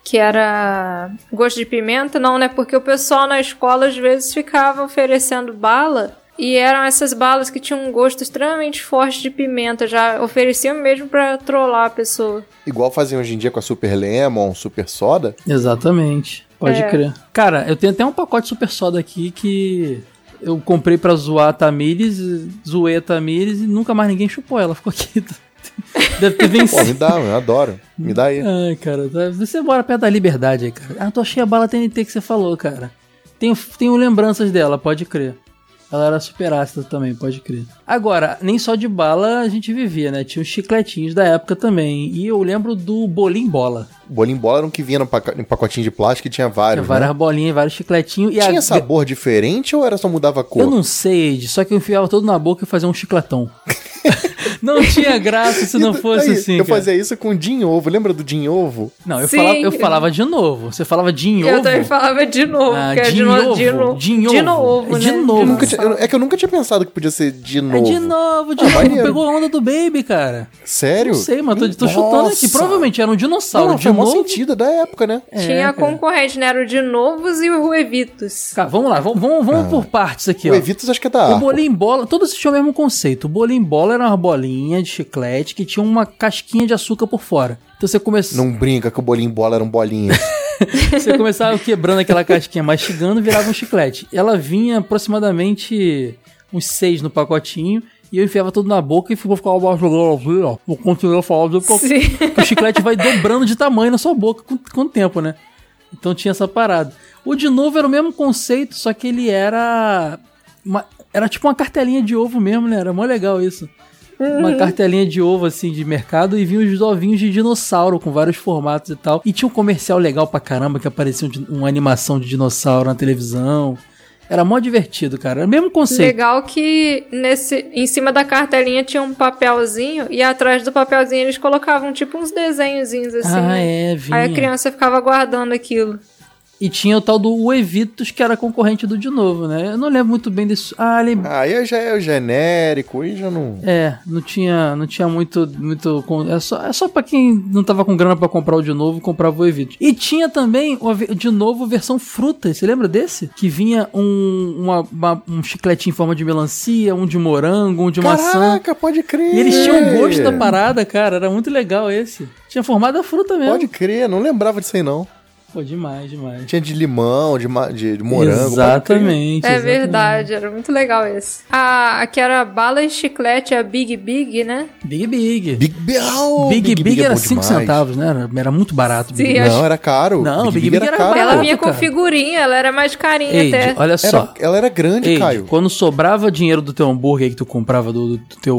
S3: Que era gosto de pimenta? Não, né? Porque o pessoal na escola às vezes ficava oferecendo bala. E eram essas balas que tinham um gosto extremamente forte de pimenta. Já ofereciam mesmo pra trollar a pessoa.
S4: Igual fazem hoje em dia com a Super Lemon, Super Soda.
S2: Exatamente. Pode
S3: É.
S2: crer. Cara, eu tenho até um pacote super soda aqui que eu comprei pra zoar a Tamires, e zoei a Tamires e nunca mais ninguém chupou ela. Ficou aqui. Deve ter
S4: Pô,
S2: vencido.
S4: me dá, eu adoro. Me dá aí.
S2: Ai, cara, tá- você mora perto da liberdade aí, cara. Ah, tô achei a bala TNT que você falou, cara. Tenho, tenho lembranças dela, pode crer. Ela era super ácida também, pode crer. Agora, nem só de bala a gente vivia, né? Tinha os chicletinhos da época também. E eu lembro do bolim bola.
S4: Bolinho bola era um que vinha no paca- em pacotinho de plástico e tinha vários.
S2: Tinha várias
S4: né?
S2: bolinhas, vários chicletinhos. E a-
S4: Tinha sabor diferente ou era só mudava a cor?
S2: Eu não sei, Ed, só que eu enfiava todo na boca e fazia um chicletão. não tinha graça se não
S4: Então,
S2: fosse
S4: aí,
S2: assim,
S4: Eu
S2: cara.
S4: fazia isso com din ovo. Lembra do din ovo?
S2: Não, eu,
S3: Sim,
S2: falava, eu
S3: eu-
S2: falava de novo. Você falava de
S3: Eu
S2: novo.
S3: também falava de novo.
S2: Ah,
S3: que era
S2: de
S3: de, no-
S2: novo,
S3: de, no-
S2: de novo.
S3: de novo,
S2: É
S3: né?
S2: de novo.
S4: Eu nunca tinha- eu- é que eu nunca tinha pensado que podia ser de
S2: É
S4: novo.
S2: de novo, de novo.
S4: maneiro.
S2: Pegou a onda do Baby, cara.
S4: Sério?
S2: Não sei, mas tô, tô chutando aqui.
S4: Nossa.
S2: Provavelmente era um
S4: Não,
S2: dinossauro.
S4: não,
S2: de
S4: faz mó
S2: novo.
S4: sentido é da época, né?
S3: Tinha
S2: É,
S3: a concorrente, né? Era o de novos e o Ruevitos.
S2: Cara, vamos lá, vamos, vamos, vamos por partes aqui,
S4: o
S2: ó.
S4: Evitas acho que é da
S2: O
S4: Arco.
S2: bolinho bola, todos esses tinham o mesmo conceito. O bolinho bola era uma bolinha de chiclete que tinha uma casquinha de açúcar por fora. Então você, come...
S4: Não brinca que o bolinho bola era um bolinho.
S2: você começava quebrando aquela casquinha, mastigando, virava um chiclete. Ela vinha aproximadamente uns seis no pacotinho. E eu enfiava tudo na boca e ficou ficava jogando, ó. Vou continuar falando porque
S3: Sim.
S2: que o chiclete vai dobrando de tamanho na sua boca com, com o tempo, né? Então tinha essa parada. O de novo era o mesmo conceito, só que ele era. uma- era tipo uma cartelinha de ovo mesmo, né? Era mó legal isso.
S3: Uhum.
S2: Uma cartelinha de ovo, assim, de mercado, e vinha os ovinhos de dinossauro com vários formatos e tal. E tinha um comercial legal pra caramba que aparecia um di- uma animação de dinossauro na televisão. Era mó divertido, cara. Era o mesmo conceito.
S3: Legal que nesse, em cima da cartelinha tinha um papelzinho e atrás do papelzinho eles colocavam tipo uns desenhozinhos assim.
S2: Ah,
S3: né?
S2: é, vinha.
S3: Aí a criança ficava guardando aquilo.
S2: E tinha o tal do O Evitus, que era concorrente do De Novo, né? Eu não lembro muito bem disso. Ah, lembro.
S4: aí eu já é o genérico, aí já não.
S2: É, não tinha, não tinha muito, muito, con- é só, é só para quem não tava com grana pra comprar o de novo, comprava o Evito. E tinha também o ave- de novo versão fruta, você lembra desse? Que vinha um, uma- uma- um chicletinho em forma de melancia, um de morango, um de maçã.
S4: Caraca, pode crer.
S2: E eles tinham um gosto da parada, cara, era muito legal esse. Tinha formado a fruta mesmo.
S4: Pode crer, não lembrava disso aí não.
S2: Pô, demais, demais.
S4: Tinha de limão, de, ma- de, de morango.
S2: Exatamente.
S3: É
S2: exatamente.
S3: verdade, era muito legal esse. A, a que era bala e chiclete, a Big Big, né?
S2: Big Big.
S4: Big Big, oh,
S2: Big Big,
S4: é
S2: era
S4: bom
S2: 5
S4: demais.
S2: centavos, né? Era, era muito barato. Big
S3: Sim,
S2: Big.
S3: acho-
S4: Não, era caro.
S2: Não, Big Big era barato.
S3: Ela
S2: Ah,
S3: vinha com
S2: cara.
S3: figurinha, ela era mais carinha
S2: Eide,
S3: até.
S2: olha
S4: Era-
S2: só.
S4: ela era grande,
S2: Eide,
S4: Caio.
S2: quando sobrava dinheiro do teu hambúrguer que tu comprava do, do teu.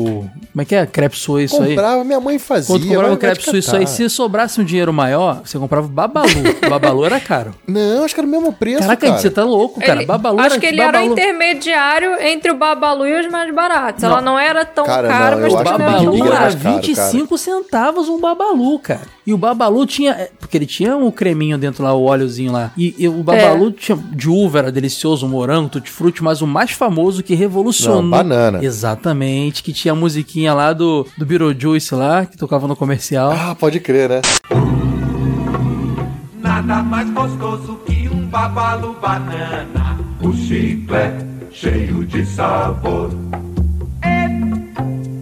S2: Como é que é? Crepe suíço aí?
S4: comprava, minha mãe fazia.
S2: Quando tu comprava
S4: vai-
S2: o crepe
S4: vai te
S2: suíço aí,
S4: catar.
S2: se sobrasse um dinheiro maior, você comprava o babalu. O babalu era caro.
S4: Não, acho que era o mesmo preço,
S2: Caraca,
S4: cara.
S2: você tá louco, cara.
S3: Ele-
S2: babalu
S3: acho
S2: era
S3: que ele era
S2: babalu.
S3: o intermediário entre o Babalu e os mais baratos. Ela não era tão
S4: Cara,
S3: cara,
S4: não,
S3: mas
S4: eu acho
S3: também
S4: que
S3: não era
S2: Babalu
S3: tão
S4: Big Big era
S2: era
S3: barata.
S4: mais caro,
S2: 25 centavos um babalu, cara. E o babalu tinha. é, Porque ele tinha um creminho dentro lá, o óleozinho lá. E, e o
S4: É.
S2: babalu tinha de uva, era delicioso, um morango, tutti-frutti, mas o mais famoso que revolucionou.
S4: Não, banana.
S2: Exatamente, que tinha a musiquinha lá do, do Beetlejuice lá, que tocava no comercial.
S4: Ah, pode crer, né?
S9: Nada mais gostoso que um babalu banana. O chiclete cheio de sabor. É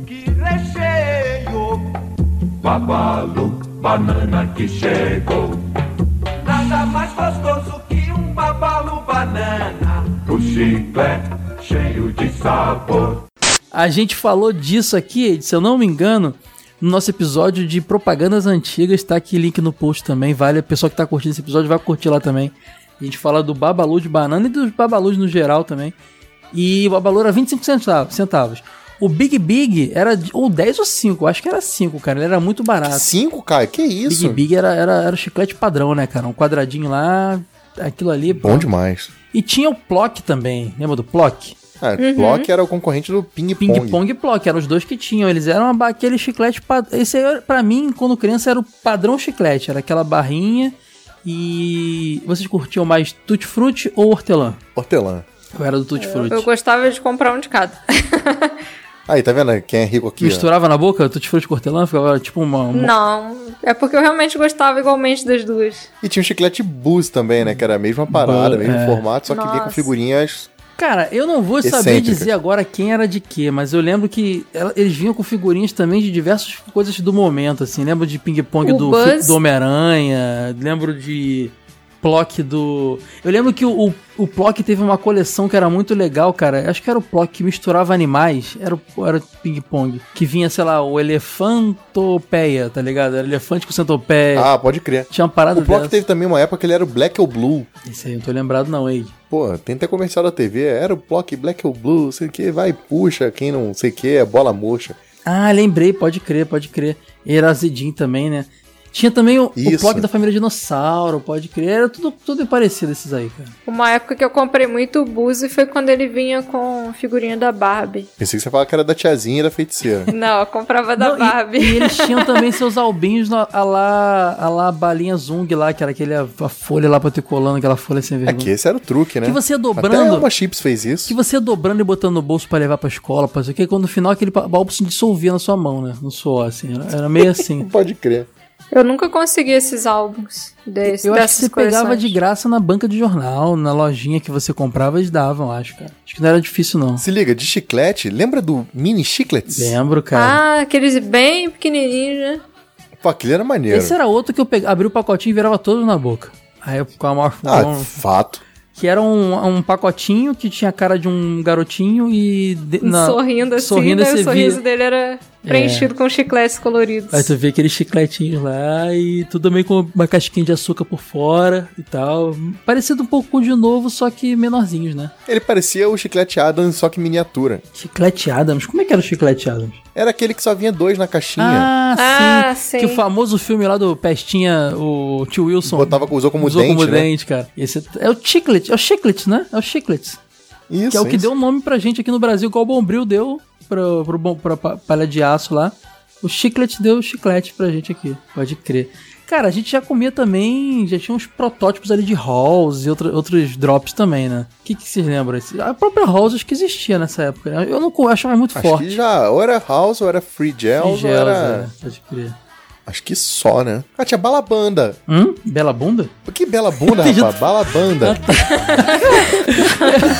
S9: que recheio! Babalu banana que chegou. Nada mais gostoso que um babalu banana. O chiclete cheio de sabor.
S2: A gente falou disso aqui, Ed, se eu não me engano, no nosso episódio de propagandas antigas. Tá aqui link no post também. Vale, a pessoa que tá curtindo esse episódio vai curtir lá também. A gente fala do Babalu de banana e dos Babalus no geral também. E o Babalu era 25 centavos- centavos. O Big Big era de- ou 10 ou 5, acho que era 5, cara. Ele era muito barato.
S4: Cinco, cara? Que isso?
S2: Big Big era, era, era o chiclete padrão, né, cara? Um quadradinho lá, aquilo ali.
S4: Bom demais.
S2: E tinha o Plock também, lembra do Plock?
S4: Ah, Block era o concorrente do Ping Pong.
S2: Uhum. Ping Pong e Plock, eram os dois que tinham. Eles eram a ba- aquele chiclete. pa- Esse aí, pra mim, quando criança, era o padrão chiclete. Era aquela barrinha. E vocês curtiam mais Tutti Frutti ou Hortelã?
S4: Hortelã.
S2: Eu era do Tutti Frutti.
S3: É, Eu gostava de comprar um de cada.
S4: Aí, tá vendo? Quem é rico aqui? ó.
S2: Misturava na boca Tutti Frutti com Hortelã? Ficava tipo uma... uma-
S3: Não, é porque eu realmente gostava igualmente das duas.
S4: E tinha o chiclete Buzz também, né? Que era a mesma parada,
S2: Bu-
S4: mesmo
S2: é.
S4: formato, só que vinha com
S3: Nossa.
S4: figurinhas.
S2: Cara, eu não vou saber
S4: Excêntricas.
S2: dizer agora quem era de quê, mas eu lembro que ela- eles vinham com figurinhas também de diversas coisas do momento, assim. Lembro de ping-pong
S3: O
S2: do,
S3: Buzz.
S2: fi- do Homem-Aranha, lembro de Plock do... Eu lembro que o, o, o Plock teve uma coleção que era muito legal, cara. Acho que era o Plock que misturava animais. Era o era o ping-pong. Que vinha, sei lá, o elefantopeia, tá ligado? Era elefante com centopeia.
S4: Ah, pode crer.
S2: Tinha uma parada
S4: O Block
S2: dessa.
S4: teve também uma época que ele era o Black ou Blue.
S2: Isso aí, eu não tô lembrado não, hein?
S4: Pô, tem até comercial da TV. Era o Block Black ou Blue, sei o que, vai, puxa. Quem não sei o que, é bola murcha.
S2: Ah, lembrei, pode crer, pode crer. Era azedinho também, né? Tinha também o, o
S4: Isso.
S2: Plock da família Dinossauro, pode crer. Era tudo, tudo parecido esses aí, cara.
S3: Uma época que eu comprei muito o Buzi foi quando ele vinha com figurinha da Barbie.
S4: Pensei que você falava que era da tiazinha e da feiticeira.
S2: Uhum.
S3: Não, eu comprava É da
S2: Não, e-
S3: Barbie.
S2: E, eles tinham também seus albinhos na- a lá, a lá balinha Zung lá, que era aquele, a, a folha lá protocolando, aquela folha sem
S4: É
S2: vergonha.
S4: que esse era o truque, né?
S2: Que você tá ia
S4: Até
S2: dobrando.
S4: uma Chips fez isso.
S2: Que você ia dobrando e botando no bolso pra levar pra escola, pra isso aqui, quando no final aquele pa- álbum se dissolvia na sua mão, né? No suor, assim. Era, era meio assim.
S4: Pode crer.
S3: Eu nunca consegui esses álbuns desse,
S2: Eu acho que
S3: dessas
S2: você pegava
S3: coleções.
S2: de graça na banca de jornal, na lojinha que você comprava, eles davam, acho,
S3: É.
S2: cara. Acho que não era difícil, não.
S4: Se liga, de chiclete, lembra do mini chicletes?
S2: Lembro, cara.
S3: Ah, aqueles bem pequenininhos, né?
S4: Pô, aquele era maneiro.
S2: Esse era outro que eu peguei, abri o pacotinho e virava todo na boca. Aí eu ficava maior
S4: Ah,
S2: fome.
S4: fato.
S2: Que era um, um pacotinho que tinha a cara de um garotinho e. de- na-
S3: sorrindo assim,
S2: sorrindo,
S3: né?
S2: aí
S3: O
S2: você
S3: sorriso
S2: via. É.
S3: dele era preenchido com chicletes coloridos.
S2: Aí tu via aqueles chicletinhos lá e tudo meio com uma casquinha de açúcar por fora e tal. Parecido um pouco com o de novo, só que menorzinhos, né?
S4: Ele parecia o chiclete Adams, só que miniatura.
S2: Chiclete Adams. Como é que era o chiclete Adams?
S4: Era aquele que só vinha dois na caixinha.
S2: Ah,
S3: Ah,
S2: sim.
S3: sim.
S2: Que o famoso filme lá do Pestinha, o tio Wilson.
S4: Botava, usou como
S2: usou
S4: dente,
S2: como
S4: né?
S2: dente, cara. Esse é o Chiclet, é o Chiclet, né? É o Chiclet.
S4: Isso,
S2: Que é o que
S4: isso.
S2: deu o nome pra gente aqui no Brasil, igual o Bombril deu pro, pro, bom- pra pa- palha de aço lá. O Chiclet deu o chiclete pra gente aqui, pode crer. Cara, a gente já comia também, já tinha uns protótipos ali de Halls e outra- outros drops também, né? O que, que vocês lembram? Esse- A própria Halls acho que existia nessa época, né? Eu não co- eu achava muito
S4: Acho
S2: forte.
S4: que já, ou era House, ou era Free Gels,
S2: Gels,
S4: ou era...
S2: né? Pode crer.
S4: Acho que só, né? Ah, tinha Balabanda.
S2: Hum? Bela bunda?
S4: Que bela bunda, rapaz. Balabanda.
S2: Tá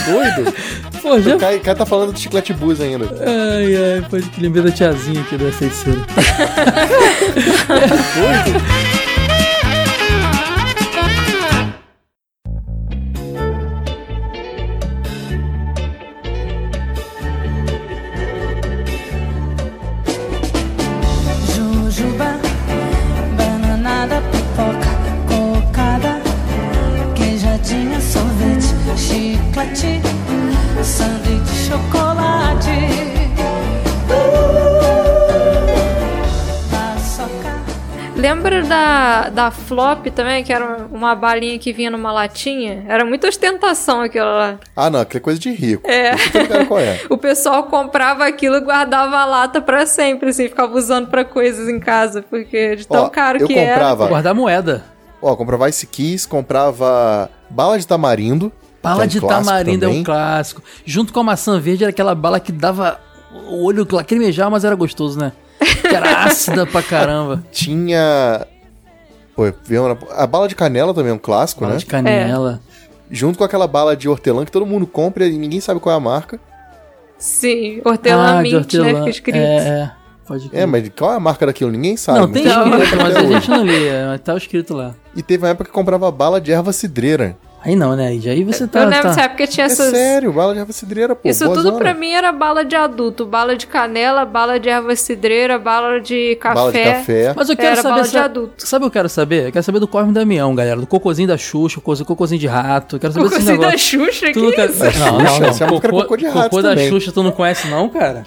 S4: Doido.
S2: Pô, já.
S4: O Kai, Kai tá falando do chiclete bus ainda.
S2: Ai, ai, pode que lembrei da tiazinha aqui da feiticeira.
S7: Jujuba, bananada, pipoca, cocada, queijadinha, sorvete, chiclete, sanduíche, chocolate. Paçoca.
S3: Lembra da, da Flop também, que era uma balinha que vinha numa latinha? Era muita ostentação aquilo lá.
S4: Ah, não. Aquela coisa de rico. É. Eu tô ligado qual é.
S3: O pessoal comprava aquilo e guardava a lata pra sempre, assim, ficava usando pra coisas em casa, porque de tão
S4: Ó,
S3: caro
S4: eu
S3: que era.
S4: comprava...
S2: Guardar moeda.
S4: Ó, comprava Ice Kiss, comprava bala de tamarindo.
S2: Bala
S4: que
S2: de
S4: é um clássico
S2: tamarindo é
S4: também.
S2: um clássico. Junto com a maçã verde era aquela bala que dava o olho lacrimejava, mas era gostoso, né? Que era ácida pra caramba.
S4: Tinha... Pô, veio uma- a bala de canela também é um clássico,
S2: Bala
S4: né?
S2: de canela.
S4: Junto com aquela bala de hortelã que todo mundo compra e ninguém sabe qual é a marca.
S3: Sim, hortelã mint, né? Fica escrito.
S2: Ah, É, é. Pode crer.
S4: É, mas qual é a marca daquilo? Ninguém sabe.
S2: Não, tem
S4: Ninguém
S2: escrito,
S4: lembra
S2: mas
S4: até
S2: a
S4: é hoje.
S2: gente não lia. Mas tá escrito lá.
S4: E teve uma época que comprava bala de erva cidreira.
S2: Aí não, né? E aí você tá.
S3: eu lembro
S2: tá-
S3: dessa época que tinha
S4: É
S3: essas.
S4: sério, bala de erva cidreira, pô.
S3: Isso
S4: boazona.
S3: tudo pra mim era bala de adulto, bala de canela, bala de erva cidreira, bala de café.
S4: Bala de café.
S2: Mas eu quero
S3: Era
S2: saber.
S3: bala de
S2: sabe-
S3: adulto.
S2: Sabe o que eu quero saber? Eu quero saber do Cosme e Damião, galera. Do cocôzinho da Xuxa, cocô- cocôzinho de rato. Eu quero saber desse
S3: Cocôzinho da
S2: negócio.
S3: Xuxa,
S2: Tudo
S3: que
S2: quero-
S3: isso?
S2: Não, não,
S4: Xuxa,
S2: não.
S4: essa época era é um cocô de rato
S2: da
S4: também.
S2: Xuxa, tu não conhece, não, cara?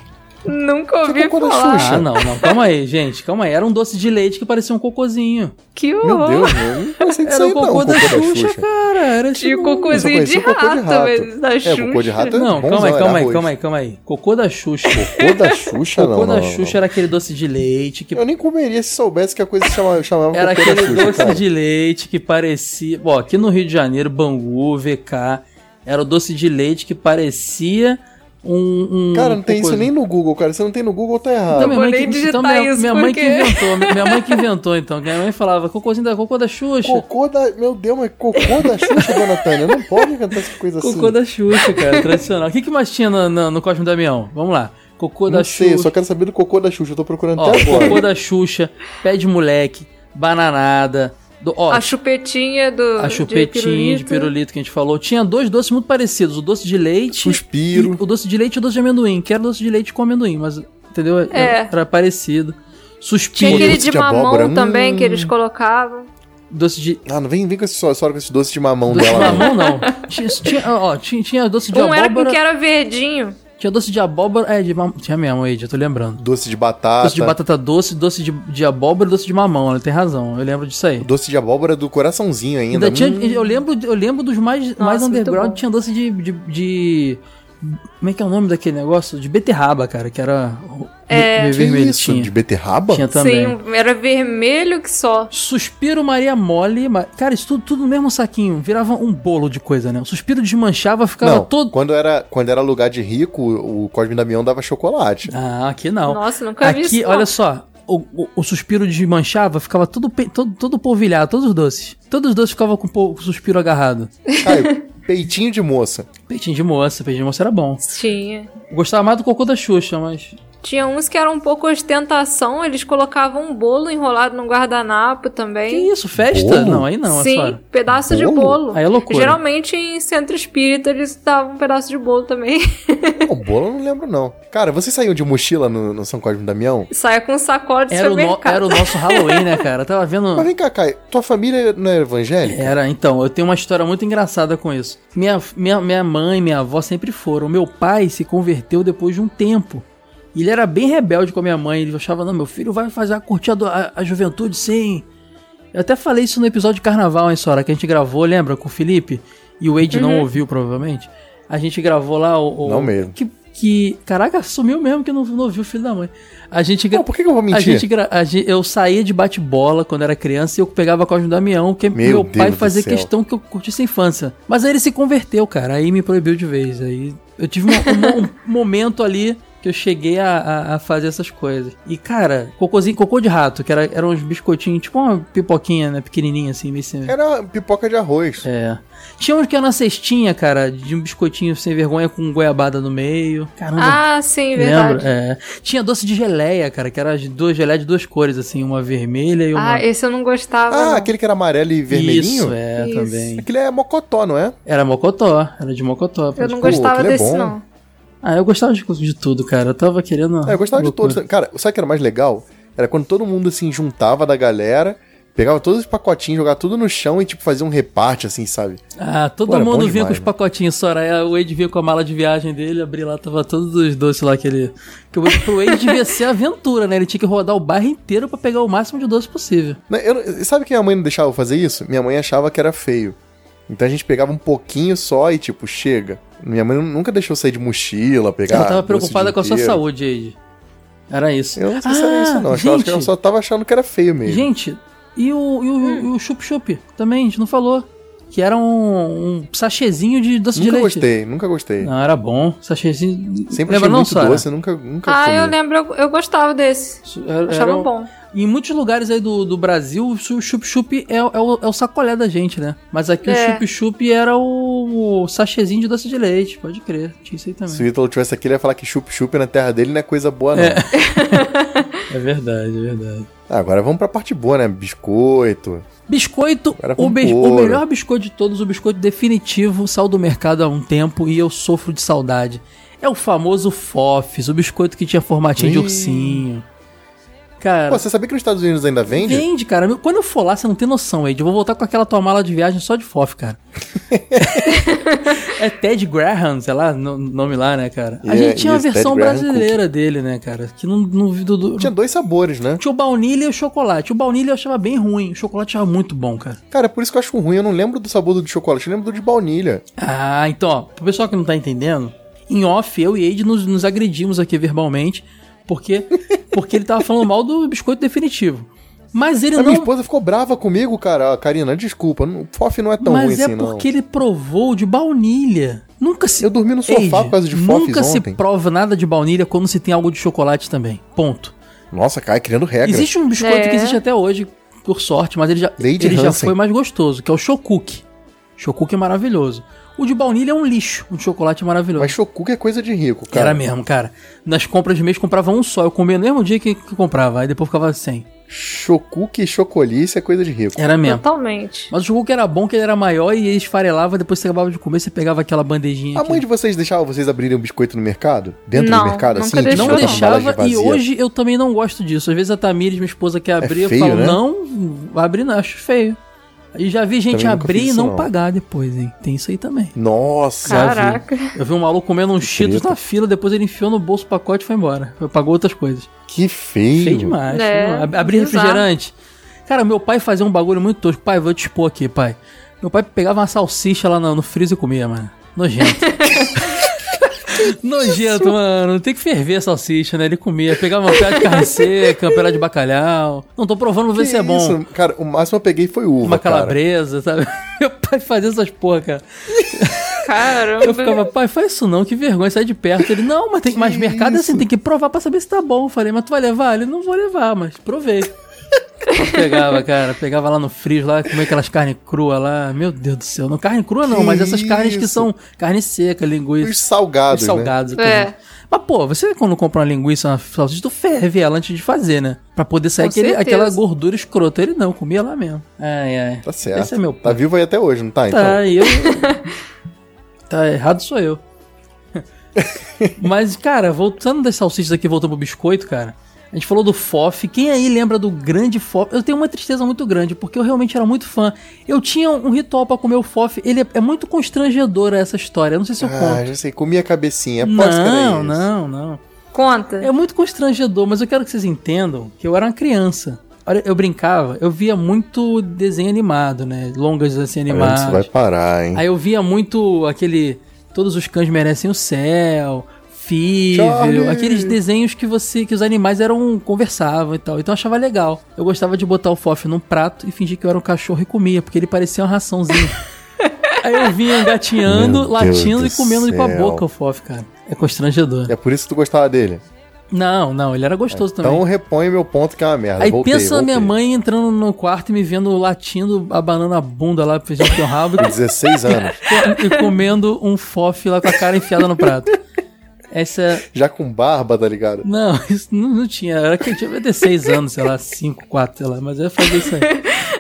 S3: Nunca ouvi
S4: cocô da
S3: falar.
S4: Xuxa?
S2: Ah, não, não. Calma aí, gente. Calma aí. Era um doce de leite que parecia um cocôzinho.
S3: Que
S4: Meu
S3: horror.
S4: Deus, meu, eu não sei disso
S2: um Era o
S4: aí não,
S2: cocô, da, Xuxa, cara. Era esse
S3: E o
S2: nome.
S4: Eu só
S3: cocôzinho
S4: conheci
S3: de
S4: o cocô de
S3: rato, mas
S4: rato.
S3: da Xuxa.
S4: É, cocô de rato é
S2: Não,
S4: bonzão,
S2: calma aí,
S4: era
S2: calma aí,
S4: arroz.
S2: calma aí, calma aí. Cocô da Xuxa.
S4: Cocô da Xuxa, não.
S2: cocô
S4: não,
S2: da
S4: não,
S2: Xuxa
S4: não.
S2: era aquele doce de leite que
S4: Eu nem comeria se soubesse que a coisa se chamava, chamava
S2: Era
S4: cocô da
S2: aquele
S4: Xuxa,
S2: doce
S4: cara.
S2: de leite que parecia. Bom, aqui no Rio de Janeiro, Bangu, VK, era o doce de leite que parecia um. um-
S4: Cara, não tem
S2: uma
S4: isso
S2: coisa-
S4: nem no Google, cara. Se não tem no Google, tá errado.
S2: Então, minha
S3: vou
S2: mãe, que,
S3: nem digitar
S2: então minha,
S3: isso,
S2: minha mãe que
S3: porque-
S2: inventou, minha minha mãe que inventou então, minha mãe falava cocôzinho da cocô da Xuxa, cocô,
S4: Cocô da. Meu Deus, mas cocô da Xuxa, dona Tânia. Não pode inventar essa coisa assim.
S2: da Xuxa, cara, tradicional. O que, que mais tinha no, no, no Cosmo Damião? Vamos lá, cocô da
S4: Não sei, eu
S2: Xuxa,
S4: só quero saber do cocô da Xuxa. Eu tô procurando
S2: ó,
S4: até agora.
S2: cocô da Xuxa, pé de moleque, bananada, do,
S4: é
S2: ó,
S3: A chupetinha do.
S2: A chupetinha de pirulito. que a gente falou. Tinha dois doces muito parecidos. O doce de leite.
S4: Suspiro.
S2: e O doce de leite e o doce de amendoim. Que era doce de leite com amendoim, mas, entendeu?
S3: É.
S2: Era parecido. Suspiro.
S3: Tinha aquele
S4: doce
S3: de,
S4: de
S3: mamão
S4: abóbora.
S3: também
S4: Hum.
S3: que eles colocavam.
S2: Doce de.
S4: Ah, não vem, vem com esse só com esse doce de mamão
S2: Doce de
S4: dela, não.
S2: mamão, não. Tinha, tinha, ó, tinha, tinha doce de
S3: um era com
S2: abóbora.
S3: que era verdinho.
S2: Tinha doce de abóbora. É, de mamão. Tinha mesmo, Ed, eu tô lembrando.
S4: Doce de batata.
S2: Doce de batata doce, doce de, de abóbora e doce de mamão. Ela tem razão. Eu lembro disso aí.
S4: Doce de abóbora do coraçãozinho ainda.
S2: Ainda tinha,
S4: Hum,
S2: eu, lembro, eu lembro dos mais, mais
S3: muito
S2: underground,
S3: bom.
S2: tinha doce de, de, de- Como é que é o nome daquele negócio? De beterraba, cara, que era. É, meio
S4: que
S2: vermelho.
S4: isso?
S2: tinha.
S4: De beterraba?
S2: tinha também.
S3: Sim, era vermelho que só.
S2: Suspiro Maria Mole. ma- Cara, isso tudo, tudo no mesmo saquinho. Virava um bolo de coisa, né? O suspiro desmanchava, ficava
S4: Não,
S2: todo.
S4: quando, era, quando era lugar de rico, o Cosme Damião dava chocolate.
S2: Ah, aqui não.
S3: Nossa, nunca vi
S2: aqui,
S3: isso. não.
S2: olha só. O, o, o suspiro desmanchava, ficava todo, pe- todo, todo polvilhado, todos os doces. Todos os doces ficavam com o po- com o suspiro agarrado.
S4: Caio, peitinho de moça.
S2: Peitinho de moça, peitinho de moça era bom.
S3: Tinha.
S2: Gostava mais do cocô da Xuxa, mas.
S3: Tinha uns que eram um pouco ostentação, eles colocavam um bolo enrolado num guardanapo
S2: Que
S3: também.
S2: isso, festa?
S4: Bolo?
S2: Não, aí não,
S3: Sim,
S2: é só.
S3: pedaço de
S4: Bolo?
S3: bolo.
S2: Aí é loucura.
S3: Geralmente em centro espírita eles davam um pedaço de bolo também.
S4: Não, bolo eu não lembro, não. Cara, vocês saíam de mochila no, no São Cosme e Damião?
S3: Saia com sacola de
S2: Era o, no-
S3: supermercado.
S2: era o nosso Halloween, né, cara? Eu tava
S4: Mas
S2: vendo.
S4: vem cá, Caio, tua família não é evangélica?
S2: Era, então, eu tenho uma história muito engraçada com isso. Minha, minha, minha mãe e minha avó sempre foram. Meu pai se converteu depois de um tempo. E Ele era bem rebelde com a minha mãe. Ele achava, não, meu filho vai fazer curtir a, do- a- a juventude sim. Eu até falei isso no episódio de carnaval, hein, Sora, que a gente gravou, lembra, com o Felipe? E o Wade
S3: Uhum.
S2: não ouviu, provavelmente. A gente gravou lá o. o-
S4: Não mesmo.
S2: Que, que- Caraca, sumiu mesmo que não, não ouviu o filho da mãe. A gente. gra-
S4: Não, por que que eu vou mentir?
S2: A gente, gra- a gente- eu saía de bate-bola quando era criança e eu pegava Cosme Damião, porque meu,
S4: Meu
S2: pai
S4: Deus do
S2: fazia
S4: céu.
S2: questão que eu curtisse a infância. Mas aí ele se converteu, cara, aí me proibiu de vez. Aí eu tive um, um- um momento ali que eu cheguei a, a- a fazer essas coisas. E, cara, cocôzinho, cocô de rato, que era, eram uns biscoitinhos, tipo uma pipoquinha, né, pequenininha assim, meio sem...
S4: Era pipoca de arroz.
S2: É. Tinha uns que era uma cestinha, cara, de um biscoitinho sem vergonha com goiabada no meio. Caramba,
S3: Ah, sim, verdade.
S2: Lembro, é. Tinha doce de geleia, cara, que era de duas geleia de duas cores, assim, uma vermelha e uma.
S3: Ah, esse eu não gostava.
S4: Ah,
S3: não.
S4: aquele que era amarelo e vermelhinho?
S2: Isso, é,
S3: Isso.
S2: também.
S4: Aquele é mocotó, não é?
S2: Era mocotó, era de mocotó.
S3: Eu não
S2: pode-
S3: gostava
S4: aquele é
S3: desse,
S4: bom.
S3: não.
S2: Ah, eu gostava de, de tudo, cara. Eu tava querendo.
S4: É, eu gostava
S2: Ah, loucura.
S4: de todos. Cara, sabe o que era mais legal? Era quando todo mundo assim juntava da galera, pegava todos os pacotinhos, jogava tudo no chão e tipo fazia um reparte assim, sabe?
S2: Ah, todo
S4: Pô, era
S2: mundo
S4: bom
S2: vinha
S4: demais,
S2: com os
S4: né?
S2: pacotinhos, Sora. Aí o Wade vinha com a mala de viagem dele, abri lá, tava todos os doces lá que ele. Que o Wade, pro Wade devia ser a aventura, né? Ele tinha que rodar o bairro inteiro pra pegar o máximo de doce possível.
S4: Né, eu não- sabe que minha mãe não deixava eu fazer isso? Minha mãe achava que era feio. Então a gente pegava um pouquinho só e tipo, chega. Minha mãe nunca deixou eu sair de mochila, pegar.
S2: Ela tava
S4: Ah, doce o
S2: preocupada
S4: dia
S2: com a sua
S4: inteiro.
S2: saúde, Ah, Wade. Era isso.
S4: Eu não sei se era isso, não. Eu acho que eu só tava achando que era feio mesmo.
S2: Gente, e o, e o,
S3: Hum.
S2: e o Chup Chup também, a gente não falou. Que era um, um sachezinho de doce de
S4: nunca
S2: leite.
S4: gostei, nunca gostei.
S2: Não, era bom. Sachezinho. Lembra
S4: Sempre achei
S2: não,
S4: muito
S2: Sara?
S4: doce, nunca, nunca
S3: Ah,
S4: comi.
S3: eu lembro, eu, eu gostava desse.
S2: Isso Era,
S3: Achava
S2: era um-
S3: bom.
S2: Em muitos lugares aí do, do Brasil, o chu- chup-chup é, o- é o, é o sacolé da gente, né? Mas aqui
S3: É.
S2: o chup-chup era o, o sachezinho de doce de leite, pode crer. Tinha isso aí também.
S4: Se o Ítalo tivesse aqui, ele ia falar que chup-chup na terra dele não é coisa boa, não.
S2: É verdade, é verdade.
S4: Ah, Agora vamos pra parte boa, né? Biscoito,
S2: Biscoito,
S4: Era com
S2: o, bis-
S4: couro.
S2: o melhor biscoito de todos, o biscoito definitivo, saiu do mercado há um tempo e eu sofro de saudade. É o famoso Fofs, o biscoito que tinha formatinho de
S4: Ih.
S2: ursinho. Cara,
S4: Pô, assim, você sabia que nos Estados Unidos ainda vende?
S2: Vende, cara. Meu, Quando eu for lá, você não tem noção, Ed. Eu vou voltar com aquela tua mala de viagem só de fof, cara. é Ted Graham, sei lá, no- nome lá, né, cara? A
S4: Yeah,
S2: gente tinha uma
S4: yes, É, Ted
S2: versão
S4: Graham
S2: brasileira dele, né, cara? Que não, não vi do- do.
S4: Tinha
S2: Tinha...
S4: dois sabores, né?
S2: o baunilha e o chocolate. O baunilha eu achava bem ruim. O chocolate eu achava muito bom, cara.
S4: Cara, é por isso que eu acho ruim. Eu não lembro do sabor do de chocolate, eu lembro do de baunilha.
S2: Ah, então, ó, pro pessoal que não tá entendendo, em off, eu e Eide nos, nos agredimos aqui verbalmente, porque, porque ele tava falando mal do biscoito definitivo. Mas ele
S4: A
S2: não.
S4: minha esposa ficou brava comigo, cara. Ah, Karina, desculpa. não- O FOF não é tão
S2: Mas
S4: ruim
S2: é
S4: assim, não.
S2: porque ele provou de baunilha. Nunca se.
S4: Eu dormi no sofá
S2: Eide,
S4: por causa de fofes
S2: Nunca se
S4: ontem.
S2: prova nada de baunilha quando se tem algo de chocolate também. Ponto.
S4: Nossa, cara, criando regra.
S2: Existe um biscoito
S3: É.
S2: que existe até hoje, por sorte, mas ele já,
S4: Lady
S2: ele já
S4: Hansen.
S2: foi mais gostoso, que é o Chocook. Chocook é maravilhoso. O de baunilha é um lixo, um chocolate maravilhoso.
S4: Mas chocuca é coisa de rico, cara.
S2: Era mesmo, cara. Nas compras de mês comprava um só. Eu comia no mesmo dia que, que comprava, aí depois ficava sem.
S4: Chocuca e chocolice é coisa de rico.
S2: Era mesmo.
S3: Totalmente.
S2: Mas o chocoque era bom, que ele era maior e ele esfarelava. Depois você acabava de comer, você pegava aquela bandejinha.
S4: A
S2: aqui.
S4: mãe de vocês deixava vocês abrirem um biscoito no mercado? Dentro
S3: Não,
S4: do mercado,
S3: nunca
S4: assim? tipo,
S3: deixou,
S2: não
S4: com
S3: não.
S2: deixava
S4: embalagem
S2: e
S4: vazia?
S2: hoje eu também não gosto disso. Às vezes a Tamires, minha esposa, quer abrir,
S4: feio,
S2: eu falo,
S4: né?
S2: não, abrir não, acho feio. E já vi gente
S4: Também nunca
S2: abrir
S4: fiz
S2: e
S4: isso,
S2: não,
S4: não.
S2: pagar depois, hein? Tem isso aí também.
S4: Nossa,
S3: Caraca.
S2: Eu vi um maluco comendo um Cheetos
S4: treta.
S2: na fila, depois ele enfiou no bolso o pacote e foi embora. Foi- Pagou outras coisas.
S4: que feio.
S2: Feio demais.
S4: Né?
S3: É,
S2: feio demais. Ab- Abrir
S3: bizarro.
S2: refrigerante. Cara, meu pai fazia um bagulho muito tosco. Pai, vou te expor aqui, pai. Meu pai pegava uma salsicha lá no, no freezer e comia, mano. Nojento. Nojento, mano. Tem que ferver a salsicha, né? Ele comia. Pegava um pedaço de carne seca, um pedaço de bacalhau. Não, tô provando pra ver
S4: Que
S2: se é bom.
S4: isso? Cara, o máximo eu peguei foi uva,
S2: Uma
S4: cara.
S2: calabresa, sabe? Meu pai fazia essas porra, cara.
S3: Caramba.
S2: Eu ficava, pai, faz isso não, que vergonha, sai de perto. Ele, não, mas, tem, mas mercado é assim, tem que provar pra saber se tá bom. Eu falei, mas tu vai levar? Ele, não vou levar, mas provei. pegava, cara, pegava lá no frio, lá, comia aquelas carnes cruas lá. Meu Deus do céu, não carne crua não,
S4: Que
S2: mas essas carnes que
S4: isso?
S2: são carne seca, linguiça.
S4: Os salgados,
S2: os salgados.
S3: né? É.
S2: entendeu? Mas, pô, você quando compra uma linguiça, uma salsicha, tu ferve ela antes de fazer, né? Pra poder sair
S3: Com
S2: aquele,
S3: certeza.
S2: aquela gordura escrota. Ele não, comia lá mesmo. Ai, ai.
S4: Tá certo.
S2: Esse é meu
S4: Tá
S2: pai.
S4: vivo aí até hoje, não tá? Então,
S2: Tá, e eu. tá errado sou eu. Mas, cara, voltando das salsichas aqui, voltando pro biscoito, cara. A gente falou do FOF. Quem aí lembra do grande FOF? Eu tenho uma tristeza muito grande, porque eu realmente era muito fã. Eu tinha um ritual pra comer o FOF. Ele é, é muito constrangedora essa história. Eu não sei se eu
S4: ah,
S2: conto.
S4: já sei, comi a cabecinha. Aposto que era
S2: Não,
S4: isso.
S2: não, não.
S3: Conta.
S2: É muito constrangedor, mas eu quero que vocês entendam que eu era uma criança. Olha, eu brincava, eu via muito desenho animado, né? Longas assim
S4: Tá vendo?
S2: animadas.
S4: Isso vai parar, hein?
S2: Aí eu via muito aquele. Todos os cães merecem o céu,
S4: Charlie!
S2: Fível, aqueles desenhos que você. que os animais eram. conversavam e tal. Então eu achava legal. Eu gostava de botar o Fof num prato e fingir que eu era um cachorro e comia, porque ele parecia uma raçãozinha. Aí eu vinha engatinhando,
S4: Meu
S2: latindo e
S4: Deus do
S2: comendo com a
S4: céu.
S2: boca o Fof, cara. É constrangedor.
S4: É por isso que tu gostava dele.
S2: Não, não, ele era gostoso também.
S4: Então repõe meu ponto que é uma merda.
S2: Aí
S4: voltei,
S2: pensa na
S4: voltei.
S2: minha mãe entrando no quarto e me vendo latindo, abanando a bunda lá, feijão com o rabo.
S4: Com 16 anos.
S2: e comendo um fof lá com a cara enfiada no prato. Essa.
S4: Já com barba, tá ligado?
S2: Não, isso não, não tinha. Era que eu tinha 16 anos, sei lá, 5, 4, sei lá, mas eu ia fazer isso aí.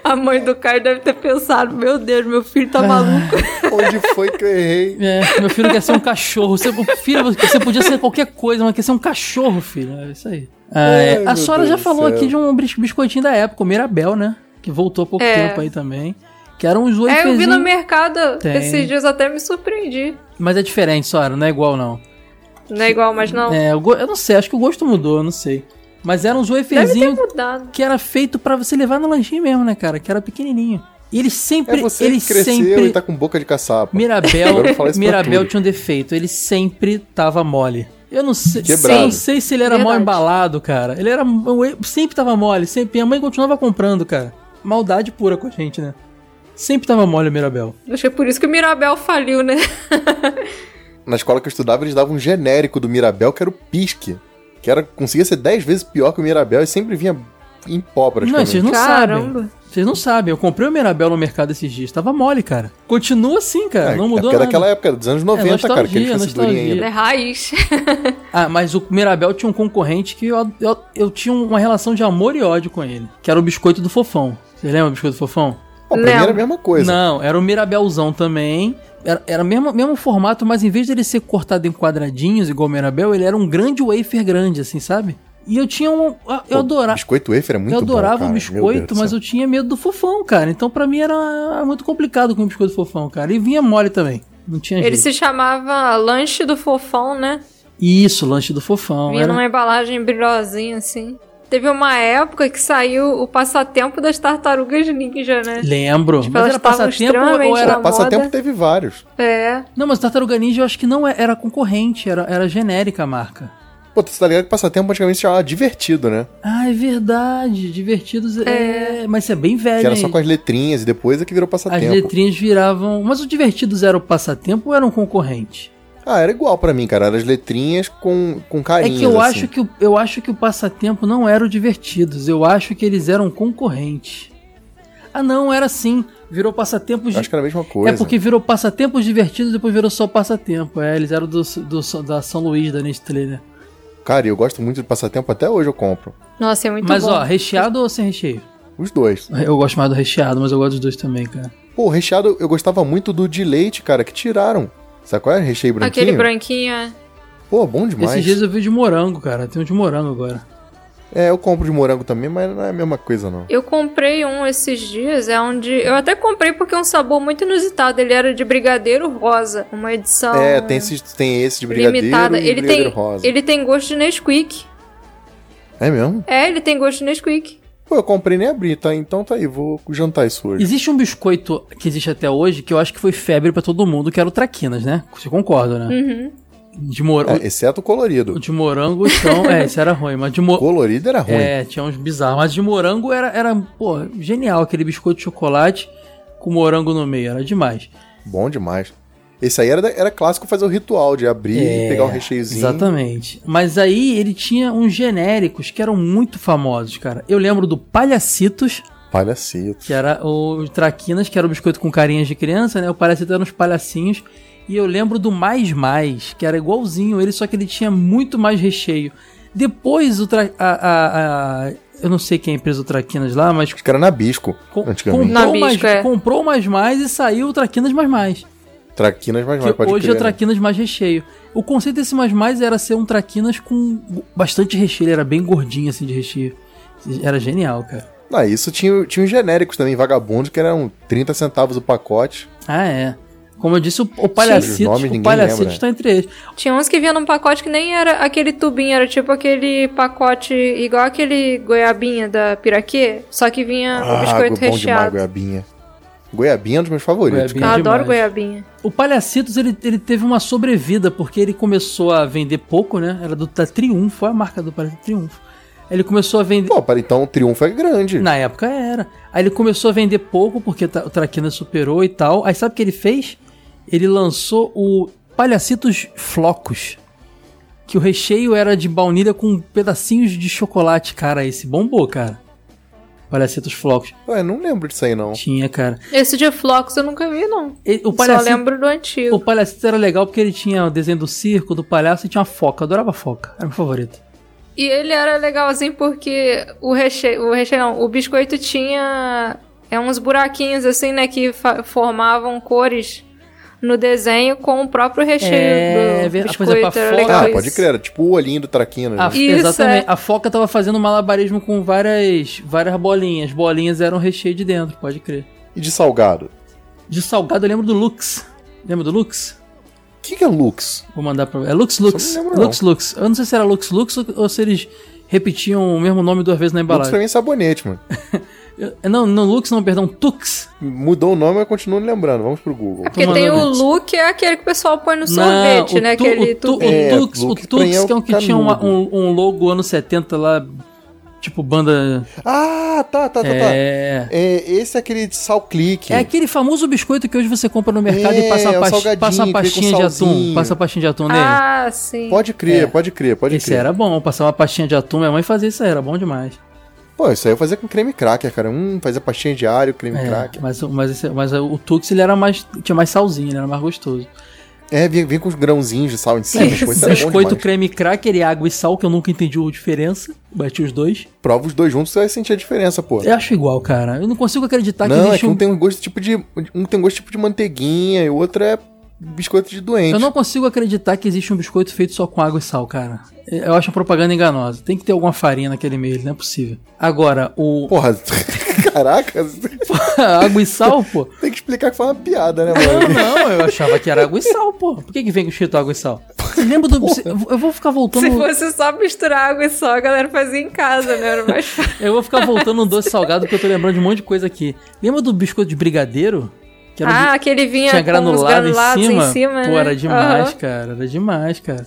S3: A mãe do Caio deve ter pensado: meu Deus, meu filho tá maluco.
S4: Onde foi que eu errei?
S2: É, meu filho quer ser um cachorro. Você, filho, você podia ser qualquer coisa, mas quer ser um cachorro, filho. É isso aí. Ah, é.
S4: Ai,
S2: A
S4: meu
S2: senhora
S4: Deus
S2: já
S4: do
S2: falou
S4: céu.
S2: aqui de um bis- biscoitinho da época, o Mirabel, né? Que voltou há pouco
S3: É.
S2: tempo aí também. Que eram uns
S3: É, eu vi no
S2: oifezinhos.
S3: mercado
S2: um- Tem.
S3: esses dias até me surpreendi.
S2: Mas é diferente, senhora, não é igual, não.
S3: Não é igual, mas não.
S2: É, eu, eu não sei, acho que o gosto mudou, eu não sei. Mas eram uns
S3: Deve ter
S2: oifezinhos
S3: mudado.
S2: que era feito pra você levar no lanchinho mesmo, né, cara? Que era pequenininho. E eles sempre,
S4: É você
S2: eles
S4: que cresceu
S2: sempre
S4: e tá com boca de caçapa.
S2: Mirabel,
S4: Agora eu vou falar isso pra
S2: Mirabel
S4: tudo.
S2: tinha um defeito, ele sempre tava mole. Eu não sei,
S4: Quebrado.
S2: eu não sei se ele era mal
S3: Verdade.
S2: embalado, cara. Ele era sempre tava mole, sempre. Minha mãe continuava comprando, cara. Maldade pura com a gente, né? Sempre tava mole o Mirabel.
S3: Acho que é por isso que o Mirabel faliu, né?
S4: Na escola que eu estudava, eles davam um genérico do Mirabel, que era o Pisque. Que era, conseguia ser 10 vezes pior que o Mirabel e sempre vinha em pó,
S2: Não,
S4: praticamente.
S2: vocês não
S3: Caramba.
S2: sabem. Vocês não sabem. Eu comprei o Mirabel no mercado esses dias, tava mole, cara. Continua assim,
S4: É,
S2: cara.
S4: é
S2: não
S4: porque
S2: mudou
S4: é
S2: nada.
S4: daquela época, dos anos 90, cara, que ele
S2: nostalgia,
S4: fica durinho
S2: nostalgia.
S4: ainda.
S3: É raiz.
S2: Ah, mas o Mirabel tinha um concorrente que eu, eu, eu tinha uma relação de amor e ódio com ele, que era o biscoito do fofão. Vocês Você lembra o biscoito fofão?
S4: Bom, pra mim era a
S3: Não.
S4: mesma coisa.
S2: Não, era o Mirabelzão também. Era, era o mesmo, mesmo formato, mas em vez dele ser cortado em quadradinhos, igual o Mirabel, ele era um grande wafer grande, assim, sabe? E eu tinha um. ah, Eu
S4: Pô,
S2: adorava.
S4: Biscoito wafer é muito
S2: eu
S4: bom,
S2: adorava
S4: cara.
S2: o
S4: Meu Deus
S2: biscoito,
S4: do
S2: mas
S4: céu.
S2: eu tinha medo do fofão, cara. Então pra mim era muito complicado com o biscoito fofão, cara. E vinha mole também. Não tinha
S3: Ele
S2: jeito.
S3: se chamava Lanche do Fofão, né?
S2: Isso, lanche do fofão.
S3: Vinha
S2: era-
S3: numa embalagem brilhosinha, assim. Teve uma época que saiu o passatempo das tartarugas ninja, né?
S2: Lembro.
S3: Tipo,
S2: mas
S3: elas
S2: era
S3: estavam
S2: passatempo ou
S3: extremamente
S2: era.
S3: na
S4: Passatempo
S3: moda.
S4: teve vários.
S3: É.
S2: Não, mas Tartaruga Ninja eu acho que não é- era concorrente, era, era genérica a marca.
S4: Pô, você tá ligado que passatempo praticamente se chamava divertido, né?
S2: Ah, é verdade. Divertidos é. Mas isso é bem velho.
S4: Que era
S2: hein?
S4: só com as letrinhas e depois é que virou
S2: As
S4: passatempo.
S2: letrinhas viravam. Mas o Divertidos era o passatempo ou era um concorrente?
S4: Ah, era igual pra mim, cara. Era as letrinhas com, com assim.
S2: É
S4: carinho.
S2: que eu acho que o, eu acho que o passatempo não era o Divertidos. Eu acho que eles eram concorrente. Ah, não, era sim. Virou passatempo de.
S4: Acho que era a mesma coisa.
S2: É porque virou passatempos divertidos e depois virou só passatempo. É, eles eram do, do- da São Luís, da Nestlé, né?
S4: Cara, eu gosto muito de passatempo, até hoje eu compro.
S3: Nossa, é muito
S2: mas
S3: bom.
S2: ó, recheado ou sem recheio?
S4: Os dois.
S2: Eu gosto mais do recheado, mas eu gosto dos dois também, cara.
S4: Pô, o recheado, eu gostava muito do de leite, cara, que tiraram. Sabe qual é? Recheio branquinho?
S3: Aquele branquinho, é.
S4: Pô, bom demais.
S2: Esses dias eu vi de morango, cara. Tem um de morango agora.
S4: É, eu compro de morango também, mas não é a mesma coisa, não.
S3: Eu comprei um esses dias, é onde. Eu até comprei porque é um sabor muito inusitado. Ele era de brigadeiro rosa. Uma edição.
S4: É, tem esse, tem esse de brigadeiro
S3: limitada.
S4: e
S3: Ah. Ele
S4: brigadeiro
S3: tem,
S4: rosa.
S3: ele tem gosto de Nesquik.
S4: É mesmo?
S3: É, ele tem gosto de Nesquik.
S4: Pô, eu comprei e nem abri, tá? Então tá aí, vou jantar isso hoje.
S2: Existe um biscoito que existe até hoje que eu acho que foi febre pra todo mundo, que era o Traquinas, né? Você concorda, né? De, mor
S4: É, exceto o colorido.
S2: o de morango, então. é, esse era ruim, mas de morango.
S4: Colorido era ruim.
S2: É, tinha uns bizarros. Mas de morango era, era, pô, genial. Aquele biscoito de chocolate com morango no meio. Era demais.
S4: Bom demais. Esse aí era, da- era clássico fazer o ritual de abrir e pegar o recheiozinho.
S2: É, Exatamente. Mas aí ele tinha uns genéricos que eram muito famosos, cara. Eu lembro do Palhacitos,
S4: Palhacito.
S2: que era o Traquinas, que era o biscoito com carinhas de criança, né? O Palhacito era uns palhacinhos. E eu lembro do Mais Mais, que era igualzinho ele, só que ele tinha muito mais recheio. Depois o Tra... a- a- a- eu não sei quem é a empresa do Traquinas lá, mas
S4: Acho que era nabisco,
S2: com-
S4: antigamente.
S3: Na
S2: comprou, mais,
S3: Bisco, é.
S2: comprou o Mais Mais e saiu o Traquinas Mais Mais.
S4: Traquinas, mas
S2: Que
S4: mais pode
S2: hoje é
S4: crer, né?
S2: o Traquinas mais recheio. O conceito desse mais mais era ser um Traquinas com bastante recheio, ele era bem gordinho assim de recheio. Era genial, cara.
S4: né? Ah, isso tinha, tinha os genéricos também, vagabundos, que eram 30 centavos o pacote.
S2: Ah, é. Como eu disse, o, o
S4: Sim, os
S2: Palhacitos,
S4: nomes
S2: o
S4: ninguém
S2: Palhacitos
S4: lembra, né?
S2: está entre eles.
S3: Tinha uns que vinha num pacote que nem era aquele tubinho, era tipo aquele pacote igual aquele goiabinha da Piraquê, só que vinha o Ah, biscoito
S4: Ah, bom demais,
S3: recheado.
S4: goiabinha. Goiabinha é um dos meus favoritos,
S2: Goiabinha.
S3: Eu
S2: Bom
S3: adoro
S2: demais.
S3: goiabinha.
S2: O Palhacitos, ele, ele teve uma sobrevida, porque ele começou a vender pouco, né? Era do, da Triunfo, é a marca do Palhacitos Triunfo. Ele começou a vender...
S4: cara. Pô, para então o triunfo é grande.
S2: Na época era. Aí ele começou a vender pouco porque ta- o Traquina superou e tal. Aí sabe o que ele fez? Ele lançou o Palhacitos Flocos. Que o recheio era de baunilha com pedacinhos de chocolate, cara. Esse bombou, cara. Palhacitos Flocos.
S4: Ué, não lembro disso aí, não.
S2: Tinha, cara.
S3: Esse de flocos eu nunca vi, não.
S2: E- o
S3: Só
S2: palhacito,
S3: lembro do antigo.
S2: o Palhacitos era legal porque ele tinha o desenho do circo, do palhaço e tinha a foca. Eu adorava a foca. Era meu favorito.
S3: E ele era legalzinho porque o recheio, o recheio não, o biscoito tinha é uns buraquinhos assim, né, que fa- formavam cores no desenho com o próprio recheio
S2: É,
S3: do
S2: ver- por
S3: biscoito.
S2: exemplo, a
S3: era
S2: foca-
S3: legal é
S4: Ah,
S3: isso.
S4: pode crer, era tipo o olhinho do Traquinas.
S2: A,
S4: né?
S3: Isso,
S2: Ah, exatamente.
S3: é.
S2: A foca tava fazendo malabarismo com várias, várias bolinhas. Bolinhas eram recheio de dentro, pode crer.
S4: E de salgado?
S2: De salgado eu lembro do Lux. Lembra do Lux?
S4: O que, que é Lux?
S2: Vou mandar pra. É Lux Lux.
S4: Só não lembro,
S2: Lux Lux. Eu não sei se era Lux Lux ou, ou se eles repetiam o mesmo nome duas vezes na
S4: Lux pra
S2: embalagem.
S4: mim é sabonete, mano.
S2: Eu- não, não Lux, não, perdão, Tux.
S4: Mudou o nome, mas continuo lembrando. Vamos pro Google.
S3: É Porque
S2: Tô
S3: tem o
S2: mandando isso.
S3: look, que é aquele que o pessoal põe no
S2: Não,
S3: sorvete, né?
S2: o, tu,
S3: aquele
S2: o, tu, o
S3: tubo.
S4: É,
S2: Tux, o
S4: Lux
S2: Tux,
S4: pra mim é o
S2: que é um que tinha uma- um,
S4: canudo.
S2: um logo ano 70 lá, tipo banda.
S4: Ah, tá, tá, tá, tá.
S2: É.
S4: É, esse é aquele de sal clique.
S2: É aquele famoso biscoito que hoje você compra no mercado
S4: É,
S2: e passa, a
S4: é um
S2: pasti-
S4: salgadinho
S2: passa a
S4: que vem com
S2: pastinha de atum.
S4: salzinho.
S2: Passa a pastinha de atum nele.
S3: Ah, sim.
S4: Pode crer,
S2: É.
S4: pode crer, pode
S2: Esse
S4: crer.
S2: era bom, passar uma pastinha de atum. Minha mãe fazia isso aí, era bom demais.
S4: Pô, isso aí eu fazia com creme cracker, cara. Hum, fazia pastinha de alho, creme
S2: É,
S4: cracker.
S2: mas, o- mas, esse- mas o Tux ele era mais, tinha mais salzinho, ele era mais gostoso.
S4: É, vem, vem com os grãozinhos de sal em cima.
S3: Isso.
S4: coisa, É, era bom
S2: Biscoito,
S4: demais.
S2: creme cracker e água e sal, que eu nunca entendi a diferença. Bati os dois.
S4: Prova os dois juntos, você vai sentir a diferença, pô.
S2: Eu acho igual, cara. Eu não consigo acreditar que
S4: não, é
S2: existe
S4: que um
S2: um.
S4: tem um gosto tipo de. Um tem gosto tipo de manteiguinha e o outro é biscoito de doente.
S2: Eu não consigo acreditar que existe um biscoito feito só com água e sal, cara. Eu acho uma propaganda enganosa. Tem que ter alguma farinha naquele meio, não é possível. Agora, o.
S4: Porra, caraca,
S2: água e sal, pô.
S4: tem que explicar que foi uma piada, né,
S2: Não,
S4: mano?
S2: não, eu achava que era água e sal, pô. Por que, que vem com escrito água e sal? Você lembra do. cê- Eu vou ficar voltando.
S3: Se fosse só misturar água e sal, a galera fazia em casa, né? Era mais fácil.
S2: Eu vou ficar voltando no doce salgado porque eu tô lembrando de um monte de coisa aqui. Lembra do biscoito de brigadeiro? Que era
S3: ah,
S2: de-
S3: aquele vinha
S2: tinha
S3: com os
S2: granulado em
S3: granulados
S2: cima.
S3: em cima.
S2: Pô,
S3: né?
S2: era demais,
S3: Aham.
S2: cara. Era demais, cara.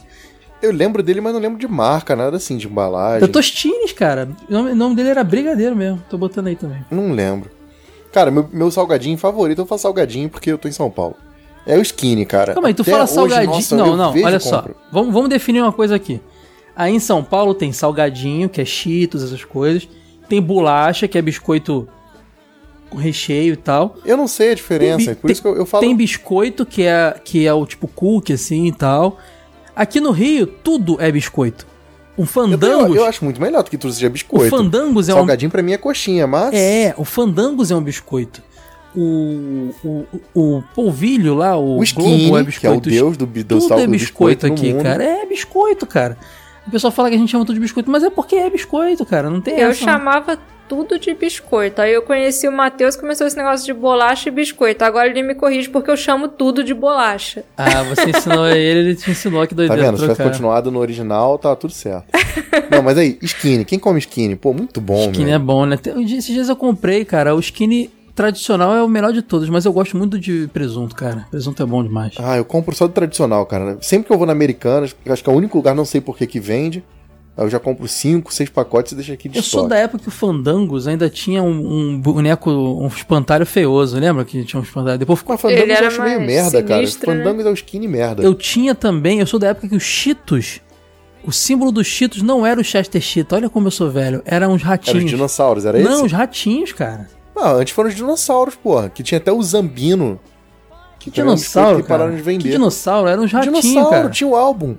S4: Eu lembro dele, mas não lembro de marca, nada assim, de embalagem.
S2: Eu Tostines, cara. O nome, o nome dele era Brigadeiro mesmo. Tô botando aí também.
S4: Não lembro. Cara, meu, meu salgadinho favorito, eu faço salgadinho porque eu tô em São Paulo. É o skinny, cara.
S2: Calma aí, tu
S4: Até
S2: fala
S4: hoje,
S2: salgadinho.
S4: nossa, eu
S2: não, não,
S4: vejo e
S2: olha só.
S4: compro.
S2: Vamos, vamos definir uma coisa aqui. Aí em São Paulo tem salgadinho, que é cheetos, essas coisas. Tem bolacha, que é biscoito com recheio e tal.
S4: Eu não sei a diferença,
S2: bi-
S4: por isso que eu, eu falo.
S2: Tem biscoito que é, que é o tipo cookie, assim e tal. Aqui no Rio, tudo é biscoito. Um
S4: eu, tenho-
S2: fandangos.
S4: eu acho muito melhor do que tudo seja
S2: o
S4: biscoito.
S2: fandangos é um.
S4: Salgadinho pra mim é coxinha, mas.
S2: É, o fandangos é um biscoito. O. O, o polvilho lá, o,
S4: O
S2: Globo
S4: skinny,
S2: é
S4: que é o
S2: biscoito.
S4: deus do, bi- do
S2: tudo
S4: sal
S2: é
S4: do
S2: biscoito,
S4: biscoito no
S2: aqui,
S4: mundo.
S2: cara. É biscoito, cara. O pessoal fala que a gente chama tudo de biscoito, mas é porque é biscoito, cara. Não tem
S3: Eu
S2: essa. não.
S3: chamava tudo de biscoito. Aí eu conheci o Matheus, começou esse negócio de bolacha e biscoito. Agora ele me corrige porque eu chamo tudo de bolacha.
S2: Ah, você ensinou ele, ele te ensinou que
S4: Tá
S2: doideira.
S4: vendo? Se tivesse
S2: trocar.
S4: continuado no original, tá tudo certo. não, mas aí, skinny. Quem come skinny? Pô, muito bom,
S2: Skinny
S4: meu.
S2: é bom, né? Tem- um dia- Esses dias eu comprei, cara. O skinny tradicional é o melhor de todos, mas eu gosto muito de presunto, cara. Presunto é bom demais.
S4: Ah, eu compro só do tradicional, cara. Sempre que eu vou na Americanas, eu acho que é o único lugar, não sei por que que vende. aí Eu já compro cinco, seis pacotes e deixo aqui de
S2: Eu sou
S4: estoque.
S2: da época que o Fandangos ainda tinha um, um boneco, um espantalho feioso, lembra que tinha um espantalho? Depois ficou.
S4: Mas Fandangos
S3: Ele
S4: eu
S3: era
S4: acho meio
S3: mais né?
S4: merda,
S3: sinistro,
S4: cara. Fandangos é o skinny merda.
S2: Eu tinha também, eu sou da época que os Cheetos, o símbolo dos Cheetos não era o Chester Cheeto, olha como eu sou velho, eram uns
S4: Era os
S2: ratinhos.
S4: dinossauros, era
S2: não,
S4: esse?
S2: os ratinhos, cara.
S4: Não, antes foram os dinossauros, porra. Que tinha até o Zambino.
S2: Que
S4: também é um biscoito
S2: dinossauro,
S4: que pararam
S2: cara.
S4: de vender.
S2: Que dinossauro, eram uns ratinhos,
S4: dinossauro,
S2: Ah, cara.
S4: tinha o álbum.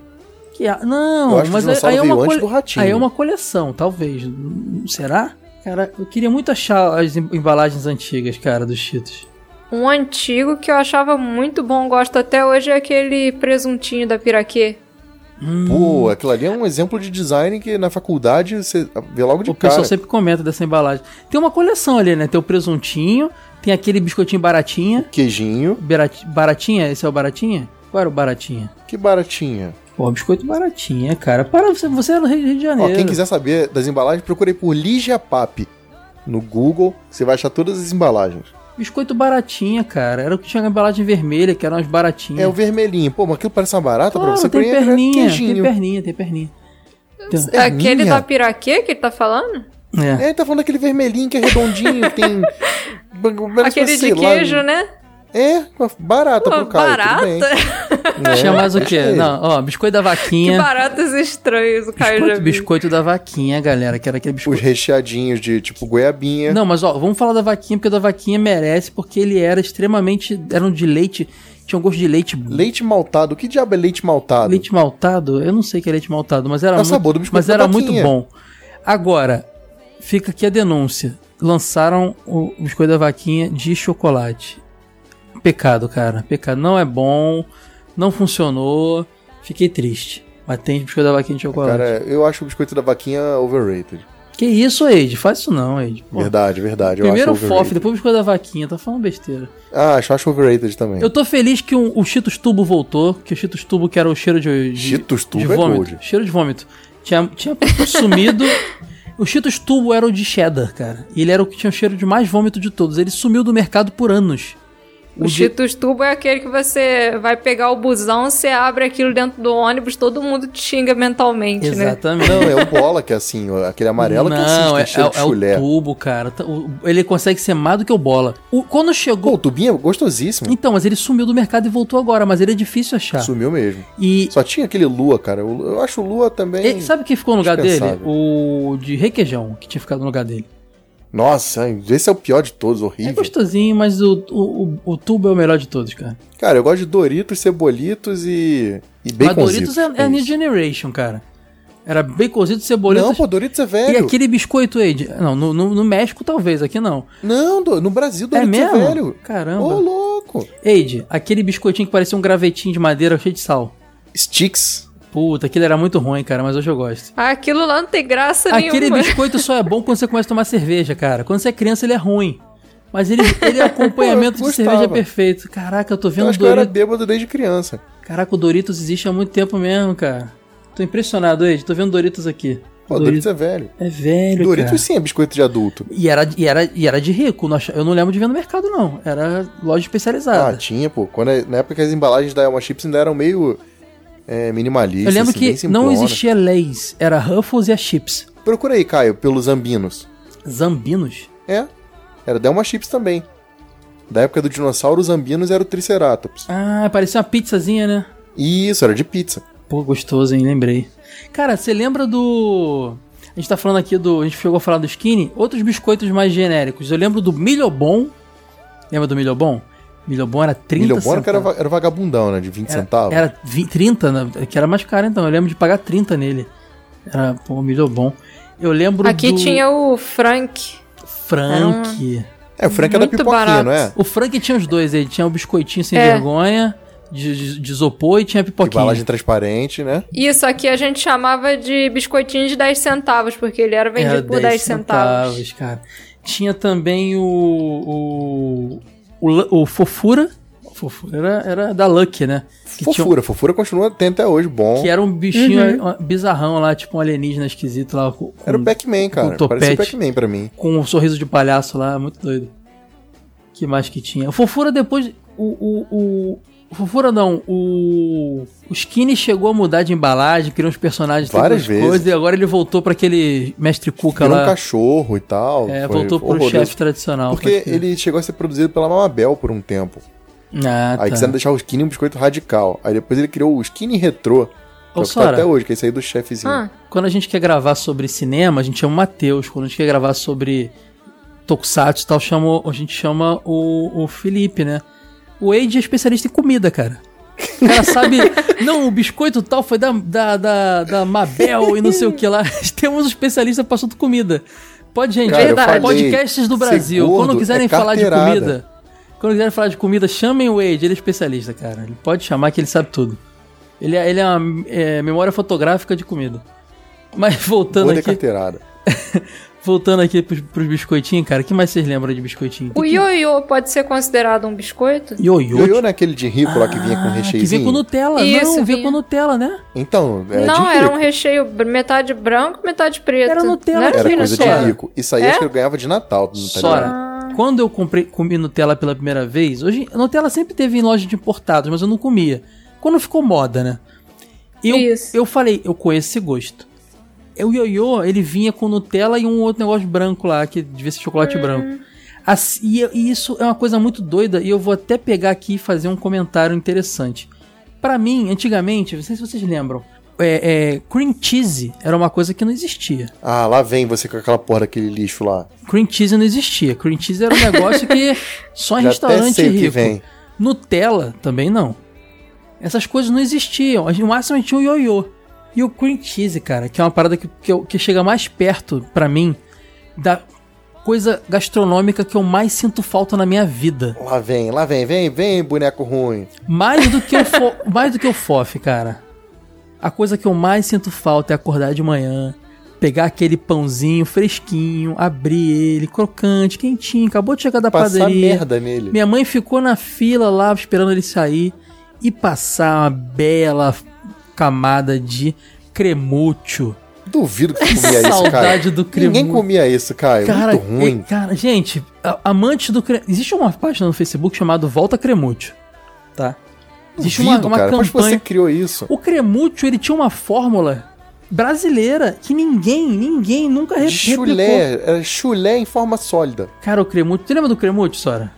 S2: Que a- Não,
S4: Eu acho que
S2: mas
S4: o
S2: aí-
S4: dinossauro
S2: aí, é
S4: veio
S2: uma
S4: antes
S2: cole-
S4: do ratinho.
S2: aí é uma coleção, talvez. Hum, Será? Cara, eu queria muito achar as em- embalagens antigas, cara, dos Cheetos.
S4: Tá
S3: Um antigo que eu achava muito bom, gosto até hoje, é aquele presuntinho da Piraquê.
S2: Hum.
S4: Pô, aquilo ali é um exemplo de design que na faculdade você vê logo de
S2: O
S4: cara.
S2: pessoal sempre comenta dessa embalagem. Tem uma coleção ali, né? Tem o presuntinho, tem aquele biscoitinho baratinha.
S4: Queijinho,
S2: Berati- Baratinha? Esse é o baratinha? Qual era o baratinha?
S4: que baratinha.
S2: Pô, biscoito baratinha, cara. Para, você, você é no Rio de
S4: Ó,
S2: Janeiro.
S4: quem quiser saber das embalagens, procurei por Ligia Pap no Google. Você vai achar todas as embalagens.
S2: Biscoito baratinha, cara. Era o que tinha na embalagem vermelha, que eram as baratinhas.
S4: É o vermelhinho. Pô, mas aquilo parece uma barata pra
S2: Claro,
S4: você.
S2: tem
S4: porém é
S2: perninha, tem
S4: queijinho.
S2: perninha, tem perninha. Tem-
S4: Perninha?
S3: Aquele da Piraquê que ele tá falando?
S2: É.
S4: É, ele tá falando daquele vermelhinho que é redondinho, tem...
S3: aquele de queijo, né?
S4: É, barata
S3: Pô,
S4: pro cara,
S3: barata.
S4: tudo bem. Né?
S2: Tinha mais o
S4: Gostei.
S2: quê? Não, ó, biscoito da
S3: Que
S2: vaquinha.
S3: baratas estranhas o Caio já
S2: Biscoito,
S3: viu.
S2: biscoito da vaquinha, galera, que era aquele
S4: Os
S2: biscoito.
S4: recheadinhos de, tipo, goiabinha.
S2: Não, mas ó, vamos falar da vaquinha, porque o da vaquinha merece, porque ele era extremamente. Era um de leite. Tinha um gosto de leite.
S4: Leite maltado. Que diabo é leite maltado?
S2: Leite maltado? Eu não sei que é leite maltado, mas era,
S4: É o
S2: muito,
S4: sabor do biscoito
S2: mas
S4: da
S2: era
S4: vaquinha.
S2: muito bom. Agora, fica aqui a denúncia. Lançaram o biscoito da vaquinha de chocolate. Pecado, cara. Pecado. Não é bom. Não funcionou. Fiquei triste. Mas tem biscoito da vaquinha de chocolate.
S4: Cara, é- eu acho o biscoito da vaquinha overrated.
S2: Que isso, Eide? Faz isso não, Eide. Pô,
S4: Verdade, verdade.
S2: Primeiro
S4: eu
S2: o
S4: acho
S2: FOF,
S4: overrated.
S2: depois o biscoito da vaquinha. Tá falando besteira.
S4: Ah, acho, acho overrated também.
S2: Eu tô feliz que um- o Cheetos Tubo voltou, que o Cheetos Tubo que era o cheiro de, de
S4: Cheetos Tubo
S2: de
S4: é
S2: vômito,
S4: gold.
S2: cheiro de vômito. Tinha, tinha sumido. O Cheetos Tubo era o de cheddar, cara. E ele era o que tinha o cheiro de mais vômito de todos. Ele sumiu do mercado por anos.
S3: O
S2: de-
S3: Cheetos Turbo é aquele que você vai pegar o busão, você abre aquilo dentro do ônibus, todo mundo te xinga mentalmente, né?
S2: Exatamente.
S4: Não, é o bola que é assim, ó, aquele amarelo que é assim, que
S2: Não,
S4: tem
S2: é,
S4: cheiro de
S2: é
S4: chulé.
S2: o tubo, cara. Tá- o- Ele consegue ser mais do que o bola. O- quando
S4: Pô,
S2: chegou.
S4: o tubinho é gostosíssimo.
S2: Então, mas ele sumiu do mercado e voltou agora, mas ele é difícil achar.
S4: Sumiu mesmo.
S2: E
S4: Só tinha aquele lua, cara. Eu, eu acho o lua também...
S2: Ele- sabe o que ficou no lugar dele?
S4: Dispensável.
S2: O de requeijão, que tinha ficado no lugar dele.
S4: Nossa, esse é o pior de todos,
S2: É
S4: horrível.
S2: gostosinho, mas o, o, o- o tubo é o melhor de todos, cara.
S4: Cara, eu gosto de Doritos, Cebolitos e. e
S2: Mas
S4: baconzitos.
S2: Doritos é, é
S4: isso.
S2: New Generation, cara. Era baconzito, cebolitos
S4: Não, pô, Doritos é
S2: e
S4: velho.
S2: aquele biscoito aí. de- Não, no, no- no México talvez, aqui não.
S4: Não, do- no Brasil
S2: É
S4: Doritos é,
S2: mesmo?
S4: velho.
S2: Caramba.
S4: Ô, louco.
S2: Eide, aquele biscoitinho que parecia um gravetinho de madeira cheio de sal.
S4: Sticks.
S2: Puta, aquilo era muito ruim, cara, mas hoje eu gosto.
S3: Ah, aquilo lá não tem graça
S2: Aquele
S3: nenhuma.
S2: biscoito só é bom quando você começa a tomar cerveja, cara. Quando você é criança, ele é ruim. Mas ele, ele é acompanhamento
S4: Pô, eu
S2: de cerveja
S4: gostava.
S2: perfeito. Caraca, eu tô
S4: Eu
S2: vendo
S4: acho que eu era
S2: Doritos.
S4: bêbado desde criança.
S2: Caraca, o Doritos existe há muito tempo mesmo, cara. Tô impressionado, Ed. Tô vendo Doritos aqui.
S4: Pô, Doritos, é velho.
S2: é... velho,
S4: Doritos
S2: cara.
S4: sim é biscoito de adulto.
S2: E era, e, era, e era de rico. Nós- Eu não lembro de ver no mercado, não. Era loja
S4: Ah,
S2: especializada.
S4: tinha, pô. Quando, é- na época que as embalagens da Elma Chips ainda eram meio é, minimalistas.
S2: eu lembro
S4: assim, bem
S2: que não
S4: simplona.
S2: existia Lays. Era Ruffles e a Chips.
S4: Procura aí, Caio, pelos Ambinos.
S2: Zambinos?
S4: É. Era da Elma Chips também. Da época do dinossauro, os Ambinos era o Triceratops.
S2: Ah, parecia uma pizzazinha, né?
S4: Isso, era de pizza.
S2: Pô, gostoso, hein? Lembrei. Cara, você lembra do. A gente tá falando aqui do. A gente chegou a falar do skinny. Outros biscoitos mais genéricos. Eu lembro do milho bom. Lembra do milho bom? Milho bom era 30
S4: Milho bom era,
S2: centavos.
S4: va- era vagabundão, né? De 20 centavos.
S2: Era vi- 30, né? que era mais caro então. Eu lembro de pagar 30 nele. Era, pô, milho bom. Eu lembro
S3: Aqui
S2: do
S3: tinha o Frank.
S2: Frank.
S4: É, o Frank era
S3: Muito
S4: pipoquinha,
S3: barato.
S4: não é?
S2: O Frank tinha os dois. Ele tinha o biscoitinho sem
S3: Ah. É.
S2: vergonha, de, de, de isopor e tinha a pipoquinha.
S4: Embalagem transparente, né?
S3: Isso aqui a gente chamava de biscoitinho de 10 centavos, porque ele era vendido
S2: Era
S3: por 10 centavos.
S2: cara. Tinha também o. O, o, Lu- o Fofura. O Fofura era, era da Lucky, né? Que, tinha um-
S4: Fofura. Fofura continua tem até hoje, bom.
S2: que era um
S3: Uhum.
S2: bichinho ó, bizarrão lá, tipo um alienígena esquisito lá. Com,
S4: Era o Pac-Man, cara.
S2: com
S4: Parecia o
S2: um topete.
S4: Pac-Man pra mim.
S2: com um sorriso de palhaço lá, muito doido. Que mais que tinha? O Fofura depois. O. o, o- o Fofura não, o. O Skinny chegou a mudar de embalagem, criou uns personagens, tem umas
S4: Várias vezes.
S2: e agora ele voltou pra aquele mestre Cuca
S4: Virou um
S2: lá.
S4: cachorro e tal.
S2: É,
S4: Foi
S2: voltou pro
S4: horroroso.
S2: chefe tradicional. assim.
S4: Porque
S2: pode crer.
S4: ele chegou a ser produzido pela Mamabel por um tempo.
S2: Ah, tá.
S4: Aí quiseram deixar o Skinny um biscoito radical. Aí depois ele criou o Skinny Retrô.
S2: Ô,
S4: Que é o que tá
S2: Sora.
S4: até hoje, que é esse aí do chefezinho.
S3: Ah,
S2: Quando a gente quer gravar sobre cinema, a gente chama o Matheus. Quando a gente quer gravar sobre Tokusatsu e tal, chama, a gente chama o, o Felipe, né? O Wade é especialista em comida, cara. O cara sabe. não, o biscoito tal foi da, da, da, da Mabel e não sei o que lá. Temos um especialista pra assunto comida. Pode, gente. tá,
S4: Cara, eu
S3: Verdade.
S4: falei,
S2: Podcasts do
S4: ser
S2: Brasil.
S4: gordo
S2: quando quiserem
S4: é
S2: falar de
S4: carteirada.
S2: comida. Quando quiserem falar de comida, chamem o Wade. Ele é especialista, cara. Ele pode chamar que ele sabe tudo. Ele é, ele é uma é, memória fotográfica de comida. Mas voltando
S4: Boa de
S2: aqui,
S4: carteirada.
S2: voltando aqui pros, pros biscoitinhos, cara. O que mais vocês lembram de biscoitinho?
S3: o ioiô pode ser considerado um biscoito?
S2: Ioiô.
S4: Yoyo não é aquele de rico lá que vinha com
S2: Ah,
S4: recheiozinho?
S2: que vem com Nutella.
S3: Isso,
S2: não, vem
S3: vinha.
S2: com Nutella, né?
S4: Então, era
S3: não,
S4: de
S3: era
S4: rico.
S3: um recheio br- metade branco, metade preto. Né?
S2: Era Nutella,
S3: Não
S2: era
S4: Era
S2: Sim,
S4: coisa
S2: Sora.
S4: de rico. Isso aí
S3: É?
S4: acho que eu ganhava de Natal. tá do Nutella.
S2: Sora, quando eu comprei, comi Nutella pela primeira vez, hoje a Nutella sempre teve em loja de importados, mas eu não comia. Quando ficou moda, né? Eu,
S3: Isso.
S2: eu falei, eu conheço esse gosto. É, O ioiô, ele vinha com Nutella e um outro negócio branco lá, que devia ser chocolate branco. Assim, e, eu- e isso é uma coisa muito doida, e eu vou até pegar aqui e fazer um comentário interessante. Pra mim, antigamente, não sei se vocês lembram, é, é, cream cheese era uma coisa que não existia.
S4: Ah, lá vem você com aquela porra daquele lixo lá.
S2: Cream cheese não existia. Cream cheese era um negócio que só em
S4: Já até
S2: restaurante
S4: sei o
S2: rico.
S4: que vem.
S2: Nutella também não. Essas coisas não existiam. A gente- No máximo a gente tinha o ioiô. E o cream cheese, cara, que é uma parada que, que, eu- que chega mais perto pra mim da coisa gastronômica que eu mais sinto falta na minha vida.
S4: Lá vem, lá vem, vem, vem, boneco ruim.
S2: Mais do que o fo- mais do que o fof, cara. A coisa que eu mais sinto falta é acordar de manhã, pegar aquele pãozinho fresquinho, abrir ele, crocante, quentinho, acabou de chegar da
S4: Passar
S2: padaria.
S4: merda nele.
S2: Minha mãe ficou na fila lá esperando ele sair e passar uma bela camada de cremúcio.
S4: Duvido que tu comia isso, cara.
S2: Saudade do
S4: Ninguém
S2: cremúcio.
S4: comia isso, Caio.
S2: Cara,
S4: Muito ruim.
S2: é- cara, gente, a- amante do cremúcio. Existe uma página no Facebook chamada Volta Cremúcio, tá? Existe uma,
S4: Duvido,
S2: uma
S4: cara. Mas você
S2: campanha.
S4: criou isso.
S2: O cremúcio, ele tinha uma fórmula brasileira que ninguém, ninguém nunca re
S4: De
S2: replicou.
S4: chulé, era chulé em forma sólida.
S2: Cara, o cremúcio, tu lembra do cremúcio, Sora?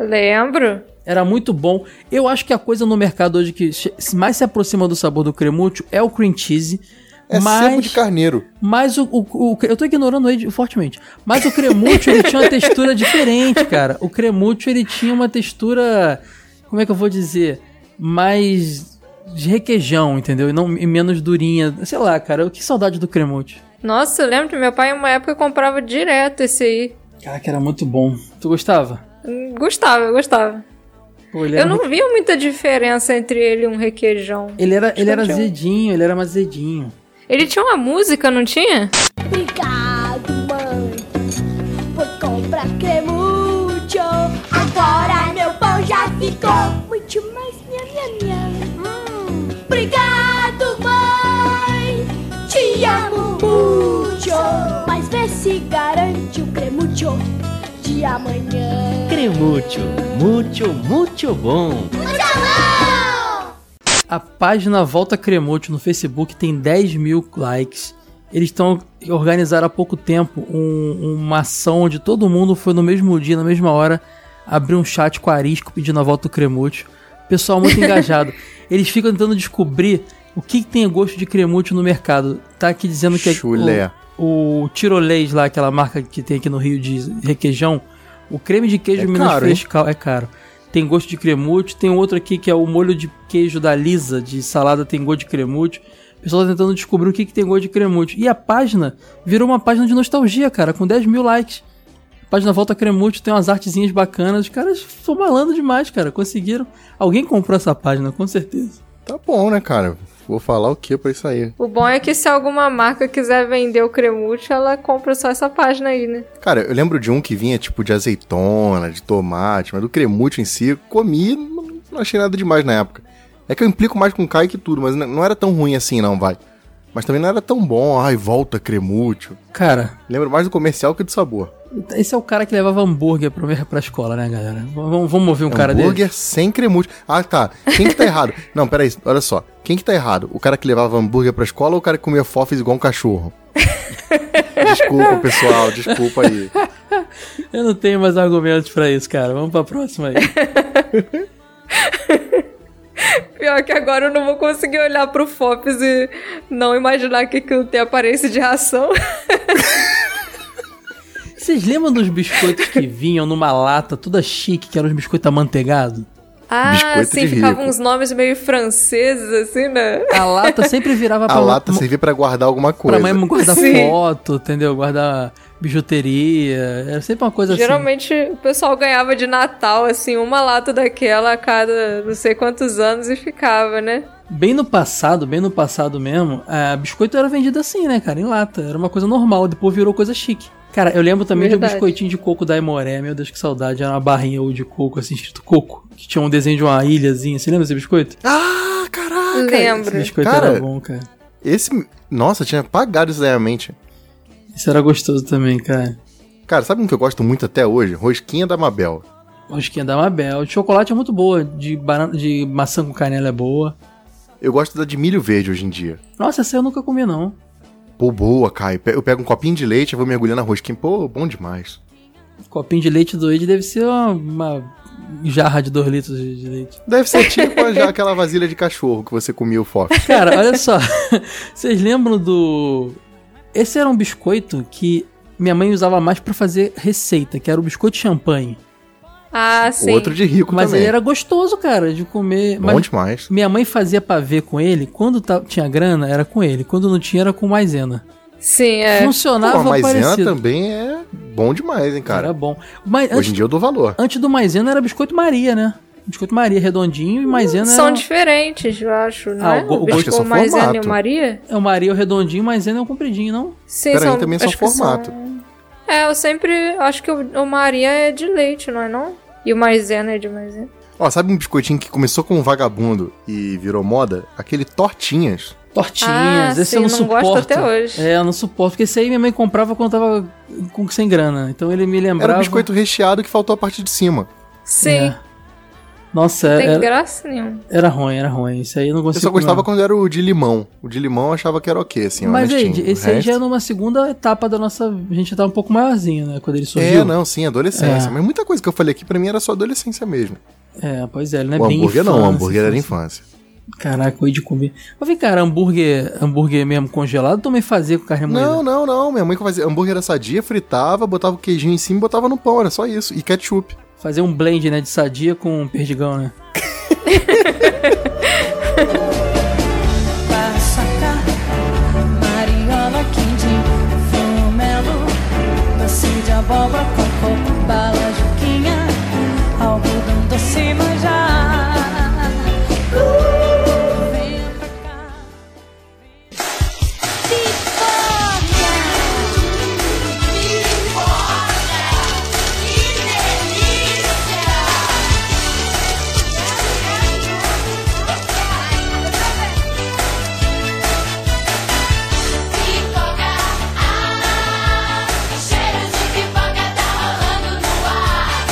S3: Lembro.
S2: Era muito bom. Eu acho que a coisa no mercado hoje que che- mais se aproxima do sabor do cremúcio é o cream cheese.
S4: É
S2: Mas-
S4: sebo de carneiro.
S2: Mas o, o- o- Eu tô ignorando ele fortemente. Mas o cremúcio, ele tinha uma textura diferente, cara. O cremúcio, ele tinha uma textura. Como é que eu vou dizer? Mais. de requeijão, entendeu? E, não, e menos durinha. Sei lá, cara. Que saudade do cremúcio.
S3: Nossa, eu lembro que meu pai, uma época, comprava direto esse aí.
S2: Caraca, era muito bom. Tu gostava?
S3: Hum, Gostava, eu gostava.
S2: Pô, ele
S3: Eu
S2: era
S3: não
S2: muito-
S3: via muita diferença entre ele e um requeijão.
S2: Ele era, ele era
S3: Gostava.
S2: azedinho, ele era mais azedinho.
S3: Ele tinha uma música, não tinha?
S7: Obrigado, mãe, por comprar cremúcio. Agora meu pão já ficou muito mais minha, minha, minha. Hum. Obrigado, mãe, te amo muito. Mas vê se garante o cremúcio de amanhã.
S10: Cremútil, mútil, mútil bom.
S2: A página Volta Cremote no Facebook tem 10 mil likes. Eles estão organizaram há pouco tempo um- uma ação onde todo mundo foi no mesmo dia, na mesma hora, abrir um chat com arisco pedindo a volta do Cremote. Pessoal muito engajado. Eles ficam tentando descobrir o que, que tem gosto de Cremote no mercado. Tá aqui dizendo que é
S4: Chulé.
S2: o, o tirolês lá, aquela marca que tem aqui no Rio de requeijão, o creme de queijo
S4: É
S2: Minas
S4: caro, hein?
S2: Fresco cal- é caro. Tem gosto de cremute, tem outro aqui que é o molho de queijo da Lisa, de salada tem gosto de cremute. O pessoal tá tentando descobrir o que, que tem gosto de cremute. E a página virou uma página de nostalgia, cara, com 10 mil likes. A página Volta Cremute tem umas artezinhas bacanas. Os caras são malandro demais, cara. Conseguiram. Alguém comprou essa página, com certeza.
S4: Tá bom, né, cara? Vou falar o que pra isso aí?
S3: O bom é que se alguma marca quiser vender o cremute, ela compra só essa página aí, né?
S4: Cara, eu lembro de um que vinha tipo de azeitona, de tomate, mas do cremute em si, eu comi, não não achei nada demais na época. É que eu implico mais com Kai que tudo, mas n- não era tão ruim assim, não, vai. Mas também não era tão bom, ai, volta cremútil.
S2: Cara,
S4: Lembro mais do comercial que do sabor.
S2: esse é o cara que levava hambúrguer pra, pra escola, né, galera? V- Vamos, vamos mover um cara dele.
S4: É hambúrguer sem cremútil. Ah, tá. Quem que tá errado? Não, peraí, olha só. Quem que tá errado? O cara que levava hambúrguer pra escola ou o cara que comia fofes igual um cachorro? desculpa, pessoal, desculpa aí.
S2: Eu não tenho mais argumentos pra isso, cara. Vamos pra próxima aí.
S3: Pior que agora eu não vou conseguir olhar pro Fops e não imaginar que aquilo tem aparência de ração.
S2: Vocês lembram dos biscoitos que vinham numa lata toda chique, que eram os biscoitos amantegados?
S3: Ah,
S4: Biscoito
S3: sim,
S4: de
S3: ficavam
S4: rico.
S3: uns nomes meio franceses, assim, né?
S2: A lata sempre virava pra,
S4: A lata
S2: mo-
S4: servia pra guardar alguma
S2: pra
S4: coisa.
S2: mãe é guardar
S3: Sim.
S2: foto, entendeu? Guardar bijuteria. Era sempre uma
S4: assim.
S2: coisa assim.
S3: Geralmente o pessoal ganhava de Natal, assim, uma lata daquela a cada não sei quantos anos e ficava, né?
S2: assim. Bem no passado, bem no passado mesmo, a biscoito era vendido assim, né, cara? Em lata. Era uma coisa normal, depois virou coisa chique. Cara, eu lembro também de um
S3: Verdade.
S2: biscoitinho de coco da Imoré, meu Deus, que saudade. Era uma barrinha ou de coco, assim, escrito coco. Que tinha um desenho de uma ilhazinha. Você lembra desse biscoito?
S4: Ah, caraca!
S2: Esse
S3: Lembro.
S2: biscoito
S4: Cara,
S2: era bom, cara.
S4: Esse. Nossa, tinha apagado isso daí a mente.
S2: Isso era gostoso também, cara.
S4: Cara, sabe um que eu gosto muito até hoje? Rosquinha da Mabel.
S2: Rosquinha da Mabel. De chocolate é muito boa. De, banana, de maçã com canela é boa.
S4: Eu gosto da de milho verde hoje em dia.
S2: Nossa, essa eu nunca comi, não.
S4: Pô, boa, Caio. Pe- Eu pego um copinho de leite e vou mergulhando na rosquinha. Pô, bom demais.
S2: Copinho de leite do Ed deve ser uma, uma jarra de 2 litros de, de leite.
S4: Deve ser tipo já aquela vasilha de cachorro que você comia o foco.
S2: Cara, olha só. Vocês lembram do. Esse era um biscoito que minha mãe usava mais pra fazer receita, que era o biscoito de champanhe.
S3: Ah,
S4: O
S3: sim.
S4: outro de rico
S2: Mas
S4: também.
S2: ele era gostoso, cara, de comer.
S4: Bom
S2: Mas
S4: demais.
S2: minha mãe fazia pavê com ele. Quando ta- tinha grana, era com ele. Quando não tinha, era com maisena.
S3: Sim, é.
S4: Pô,
S2: Funcionava
S4: a maisena
S2: parecido.
S4: também é bom demais,
S2: Era
S4: hein, cara.
S2: bom. Mas
S4: Hoje
S2: antes,
S4: em dia eu dou valor.
S2: antes do maisena era biscoito Maria, né? Biscoito Maria redondinho e maisena
S3: São
S2: era...
S3: diferentes, eu acho, não
S2: Ah,
S3: é?
S2: o go- o
S3: Biscoito
S4: gosto é só
S3: mais
S4: formato.
S3: Ana e Maria?
S2: é o Maria é o redondinho, maisena é o compridinho, não?
S3: Sim,
S4: Peraí, também é só
S3: acho que
S4: formato.
S3: É, eu sempre acho que o, o Maria é de leite, não é não? E o maisena é de maisena.
S4: Ó, sabe um biscoitinho que começou como vagabundo e virou moda? Aquele tortinhas.
S2: Tortinhas,
S3: Ah,
S2: esse
S3: sim,
S2: eu não,
S3: não
S2: suporto.
S3: gosto até hoje.
S2: É, eu não suporto, porque esse aí minha mãe comprava quando tava com, sem grana. Então ele me lembrava...
S4: Era um biscoito recheado que faltou a parte de cima.
S3: Sim,
S2: É. Nossa,
S3: não tem
S2: era,
S3: graça nenhuma.
S2: era ruim, era ruim. Isso aí eu não
S4: Eu
S2: consigo
S4: só gostava
S2: comer.
S4: quando era o de limão. O de limão eu achava que era ok, assim,
S2: Mas,
S4: honestinho.
S2: Ed,
S4: O
S2: esse aí
S4: resto-
S2: já é numa segunda etapa da nossa... A gente já tá um pouco maiorzinho, né? Quando ele surgiu.
S4: É, não, sim, adolescência.
S2: É.
S4: Mas muita coisa que eu falei aqui pra mim era só adolescência mesmo.
S2: É, pois é, ele não é
S4: o
S2: bem
S4: hambúrguer não, o
S2: infância,
S4: hambúrguer era
S2: assim.
S4: infância.
S2: Caraca, eu ia de comer. Mas vem, cara, hambúrguer, hambúrguer mesmo congelado, eu também fazia com carne moída.
S4: Não, não, não. Minha mãe que fazia hambúrguer assadia, fritava, botava o queijinho em cima e botava no pão, era só isso. E ketchup.
S2: Fazer um blend, né, de sadia com perdigão, né?
S11: Passaca, Mariola, Quindim, Flumelo, doce de abóbora, cocô, bala, juquinha, algodão doce manjar. Uh, vem pra cá.
S7: Cheiro de pipoca tá rolando no ar.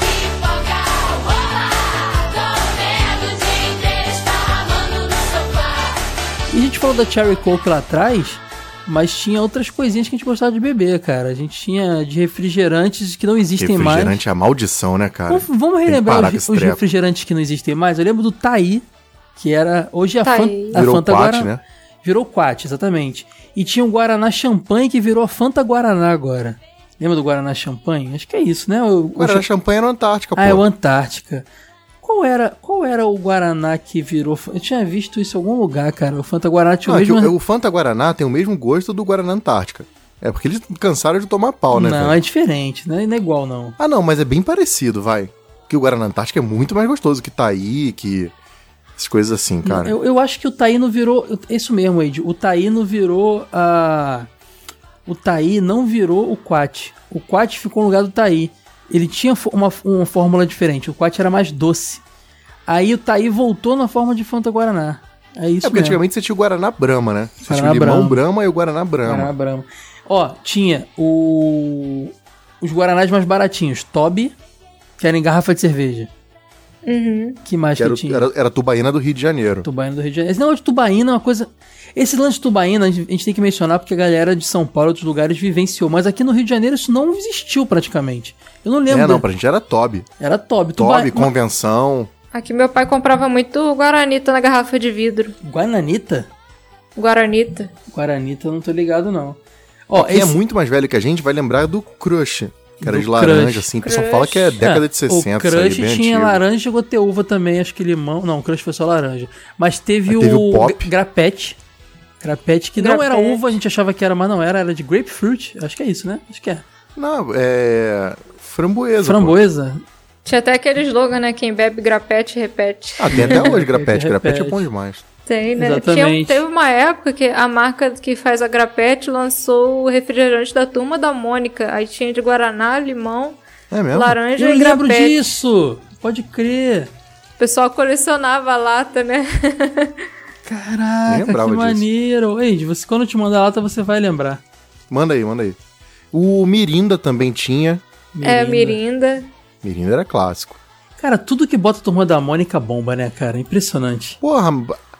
S7: Pipoca rola, comendo o dia inteiro, esparramando no sofá.
S2: E a gente falou da Cherry Coke lá atrás, mas tinha outras coisinhas que a gente gostava de beber, cara. A gente tinha de refrigerantes que não existem mais.
S4: Refrigerante é a maldição, né, cara?
S2: Vamos, vamos
S4: Tem que
S2: relembrar
S4: parar
S2: os,
S4: com esse
S2: os
S4: treco.
S2: refrigerantes que não existem mais. Eu lembro do Taí, que era. Hoje a, Fan,
S3: Taí.
S2: a
S4: Virou
S2: Fanta
S4: quate,
S2: agora.
S4: né?
S2: Virou Quat, exatamente. E tinha o Guaraná Champanhe que virou a Fanta Guaraná agora. Lembra do Guaraná Champanhe? Acho que é isso, né? O- o
S4: Cara,
S2: cha-
S4: era champanhe na Antártica, pô.
S2: ah, é o Antártica. Qual era, qual era o Guaraná que virou. fa- Eu tinha visto isso em algum lugar, cara. O Fanta Guaraná tinha
S4: Não,
S2: o
S4: é que
S2: mesmo. um né?
S4: o, o Fanta Guaraná tem o mesmo gosto do Guaraná Antártica. É porque eles cansaram de tomar pau, né,
S2: não,
S4: velho?
S2: é diferente, né? Não é igual, não.
S4: Ah, não, mas é bem parecido, vai. Porque o Guaraná Antártica é muito mais gostoso que Taí, que. Essas coisas assim, cara.
S2: Eu, eu acho que o Taíno virou. é Isso mesmo, Ed. O Taíno virou a. O Taí não virou o Quat. O Quat ficou no lugar do Taí. Ele tinha fo- uma, uma fórmula diferente. O Quat era mais doce. Aí o Taí voltou na forma de Fanta Guaraná. É
S4: É
S2: isso
S4: porque
S2: mesmo.
S4: antigamente você tinha o Guaraná Brahma, né? Você
S2: Guaraná
S4: tinha o Limão
S2: Brahma.
S4: Brahma. e o Guaraná Brahma.
S2: Guaraná Brahma. Ó, tinha o... os Guaranás mais baratinhos. Toby, que era em garrafa de cerveja. Uhum. Que mais
S4: Que
S2: que,
S4: era, o-
S2: tinha?
S4: era, era a Tubaína do Rio de Janeiro.
S2: Tubaína do Rio de Janeiro. Esse negócio de Tubaína é uma coisa. Esse lance de Tubaína a gente a gente tem que mencionar porque a galera de São Paulo e outros lugares vivenciou. Mas aqui no Rio de Janeiro isso não existiu praticamente. Eu não lembro.
S4: É, não, pra gente era Toby.
S2: Era Toby. Tuba...
S4: Toby, convenção.
S3: Aqui meu pai comprava muito Guaranita na garrafa de vidro.
S2: Guananita?
S3: Guaranita.
S2: Guaranita eu não tô ligado, não. Ó,
S4: Quem
S2: esse...
S4: é muito mais velho que a gente vai lembrar do Crush. Que era
S2: Do
S4: de laranja,
S2: Crush.
S4: assim. O pessoal fala que é década de 60,
S2: O
S4: isso aí,
S2: Crush
S4: bem
S2: tinha
S4: antigo.
S2: laranja, chegou a ter uva também, acho que limão. Não, o Crush foi só laranja. Mas teve,
S4: Aí
S2: o,
S4: teve o Pop.
S2: gra- grapete. Grapete, que não era
S3: Grapete.
S2: uva, a gente achava que era, mas não era, era de grapefruit. Acho que é isso, né? Acho que é.
S4: Não, é. Framboesa. pô.
S2: Framboesa?
S3: Tinha até aquele slogan, né? Quem bebe grapete, repete.
S4: Ah, tem até hoje grapete. grapete é
S2: Repete.
S4: bom demais.
S3: Tem, né?
S2: Exatamente.
S3: Tinha, teve uma época que a marca que faz a grapete lançou o refrigerante da turma da Mônica. Aí tinha de Guaraná, limão,
S4: É mesmo?
S3: laranja
S2: Eu
S3: e
S2: lembro
S3: um grapete.
S2: disso! Pode crer!
S3: O pessoal colecionava a lata, né?
S2: Caraca, que
S4: Lembrava disso.
S2: maneiro! Ei, você, quando eu te mandar a lata, você vai lembrar.
S4: Manda aí, manda aí. O Mirinda também tinha.
S3: É, mirinda.
S4: Mirinda era clássico.
S2: né? Cara, tudo que bota a turma da Mônica bomba, né, cara? Impressionante.
S4: Porra,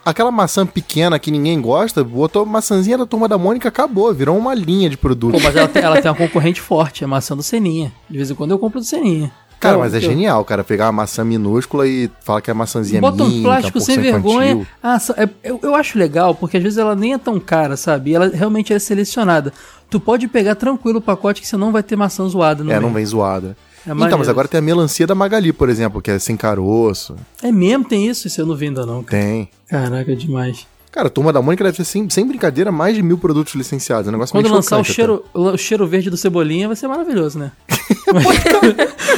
S4: aquela maçã pequena que ninguém gosta, botou maçãzinha da turma da Mônica, acabou, virou uma linha de produto.
S2: Pô, mas ela tem, ela tem uma concorrente forte, é a maçã do Seninha. De vez em quando eu compro do Seninha.
S4: Cara,
S2: Pô,
S4: mas é
S2: eu-
S4: genial, cara, pegar uma maçã minúscula e falar que a maçãzinha
S2: Bota
S4: minha,
S2: um plástico
S4: tá,
S2: sem
S4: porção infantil.
S2: vergonha. Ah, sa- é- eu, eu acho legal, porque às vezes ela nem é tão cara, sabe? E ela realmente é selecionada. Tu pode pegar tranquilo o pacote que você não vai ter maçã zoada. No
S4: É, não
S2: meio.
S4: vem zoada. então, mas
S2: maneiro.
S4: agora tem a melancia da Magali, por exemplo, que é sem caroço.
S2: É mesmo, tem isso? Isso eu não vi ainda não. cara.
S4: Tem.
S2: Caraca, demais.
S4: Cara, a turma da Mônica deve ter, sem, sem brincadeira, mais de mil produtos licenciados. É um negócio
S2: Quando
S4: meio
S2: lançar o
S4: chocante até.
S2: cheiro, o cheiro verde do Cebolinha vai ser maravilhoso, né?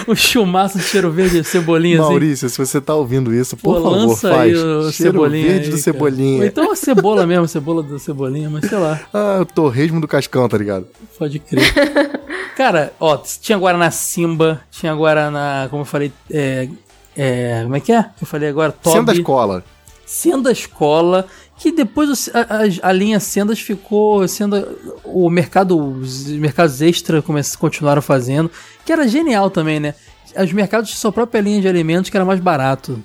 S2: o chumaço de cheiro verde de Cebolinha, assim.
S4: Maurício, se você tá ouvindo isso,
S2: Pô,
S4: por favor,
S2: lança
S4: faz.
S2: aí o
S4: cheiro
S2: Cebolinha
S4: verde
S2: aí,
S4: do
S2: cara. Ou
S4: Cebolinha.
S2: então a cebola mesmo, a cebola do Cebolinha, mas sei lá.
S4: Ah, o torresmo do Cascão, tá ligado?
S2: Pode crer. Cara, ó, tinha Guaraná Simba, tinha Guaraná, como eu falei, é, é, como é que é? Que Eu falei agora, Toby.
S4: Sendo da escola.
S2: Senda Escola, que depois o- a, a- a linha Sendas ficou sendo o mercado, os mercados extra come- continuaram fazendo, que era genial também, né? Os mercados tinham sua própria linha de alimentos que era mais barato.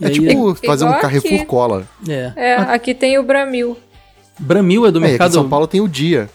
S2: E
S4: É
S2: aí,
S4: tipo fazer um
S3: igual
S4: Carrefour
S3: aqui.
S4: Cola.
S2: é.
S3: É, aqui tem o Bramil.
S2: Bramil é do
S4: É, e aqui em
S2: mercado.
S4: São Paulo tem o Dia,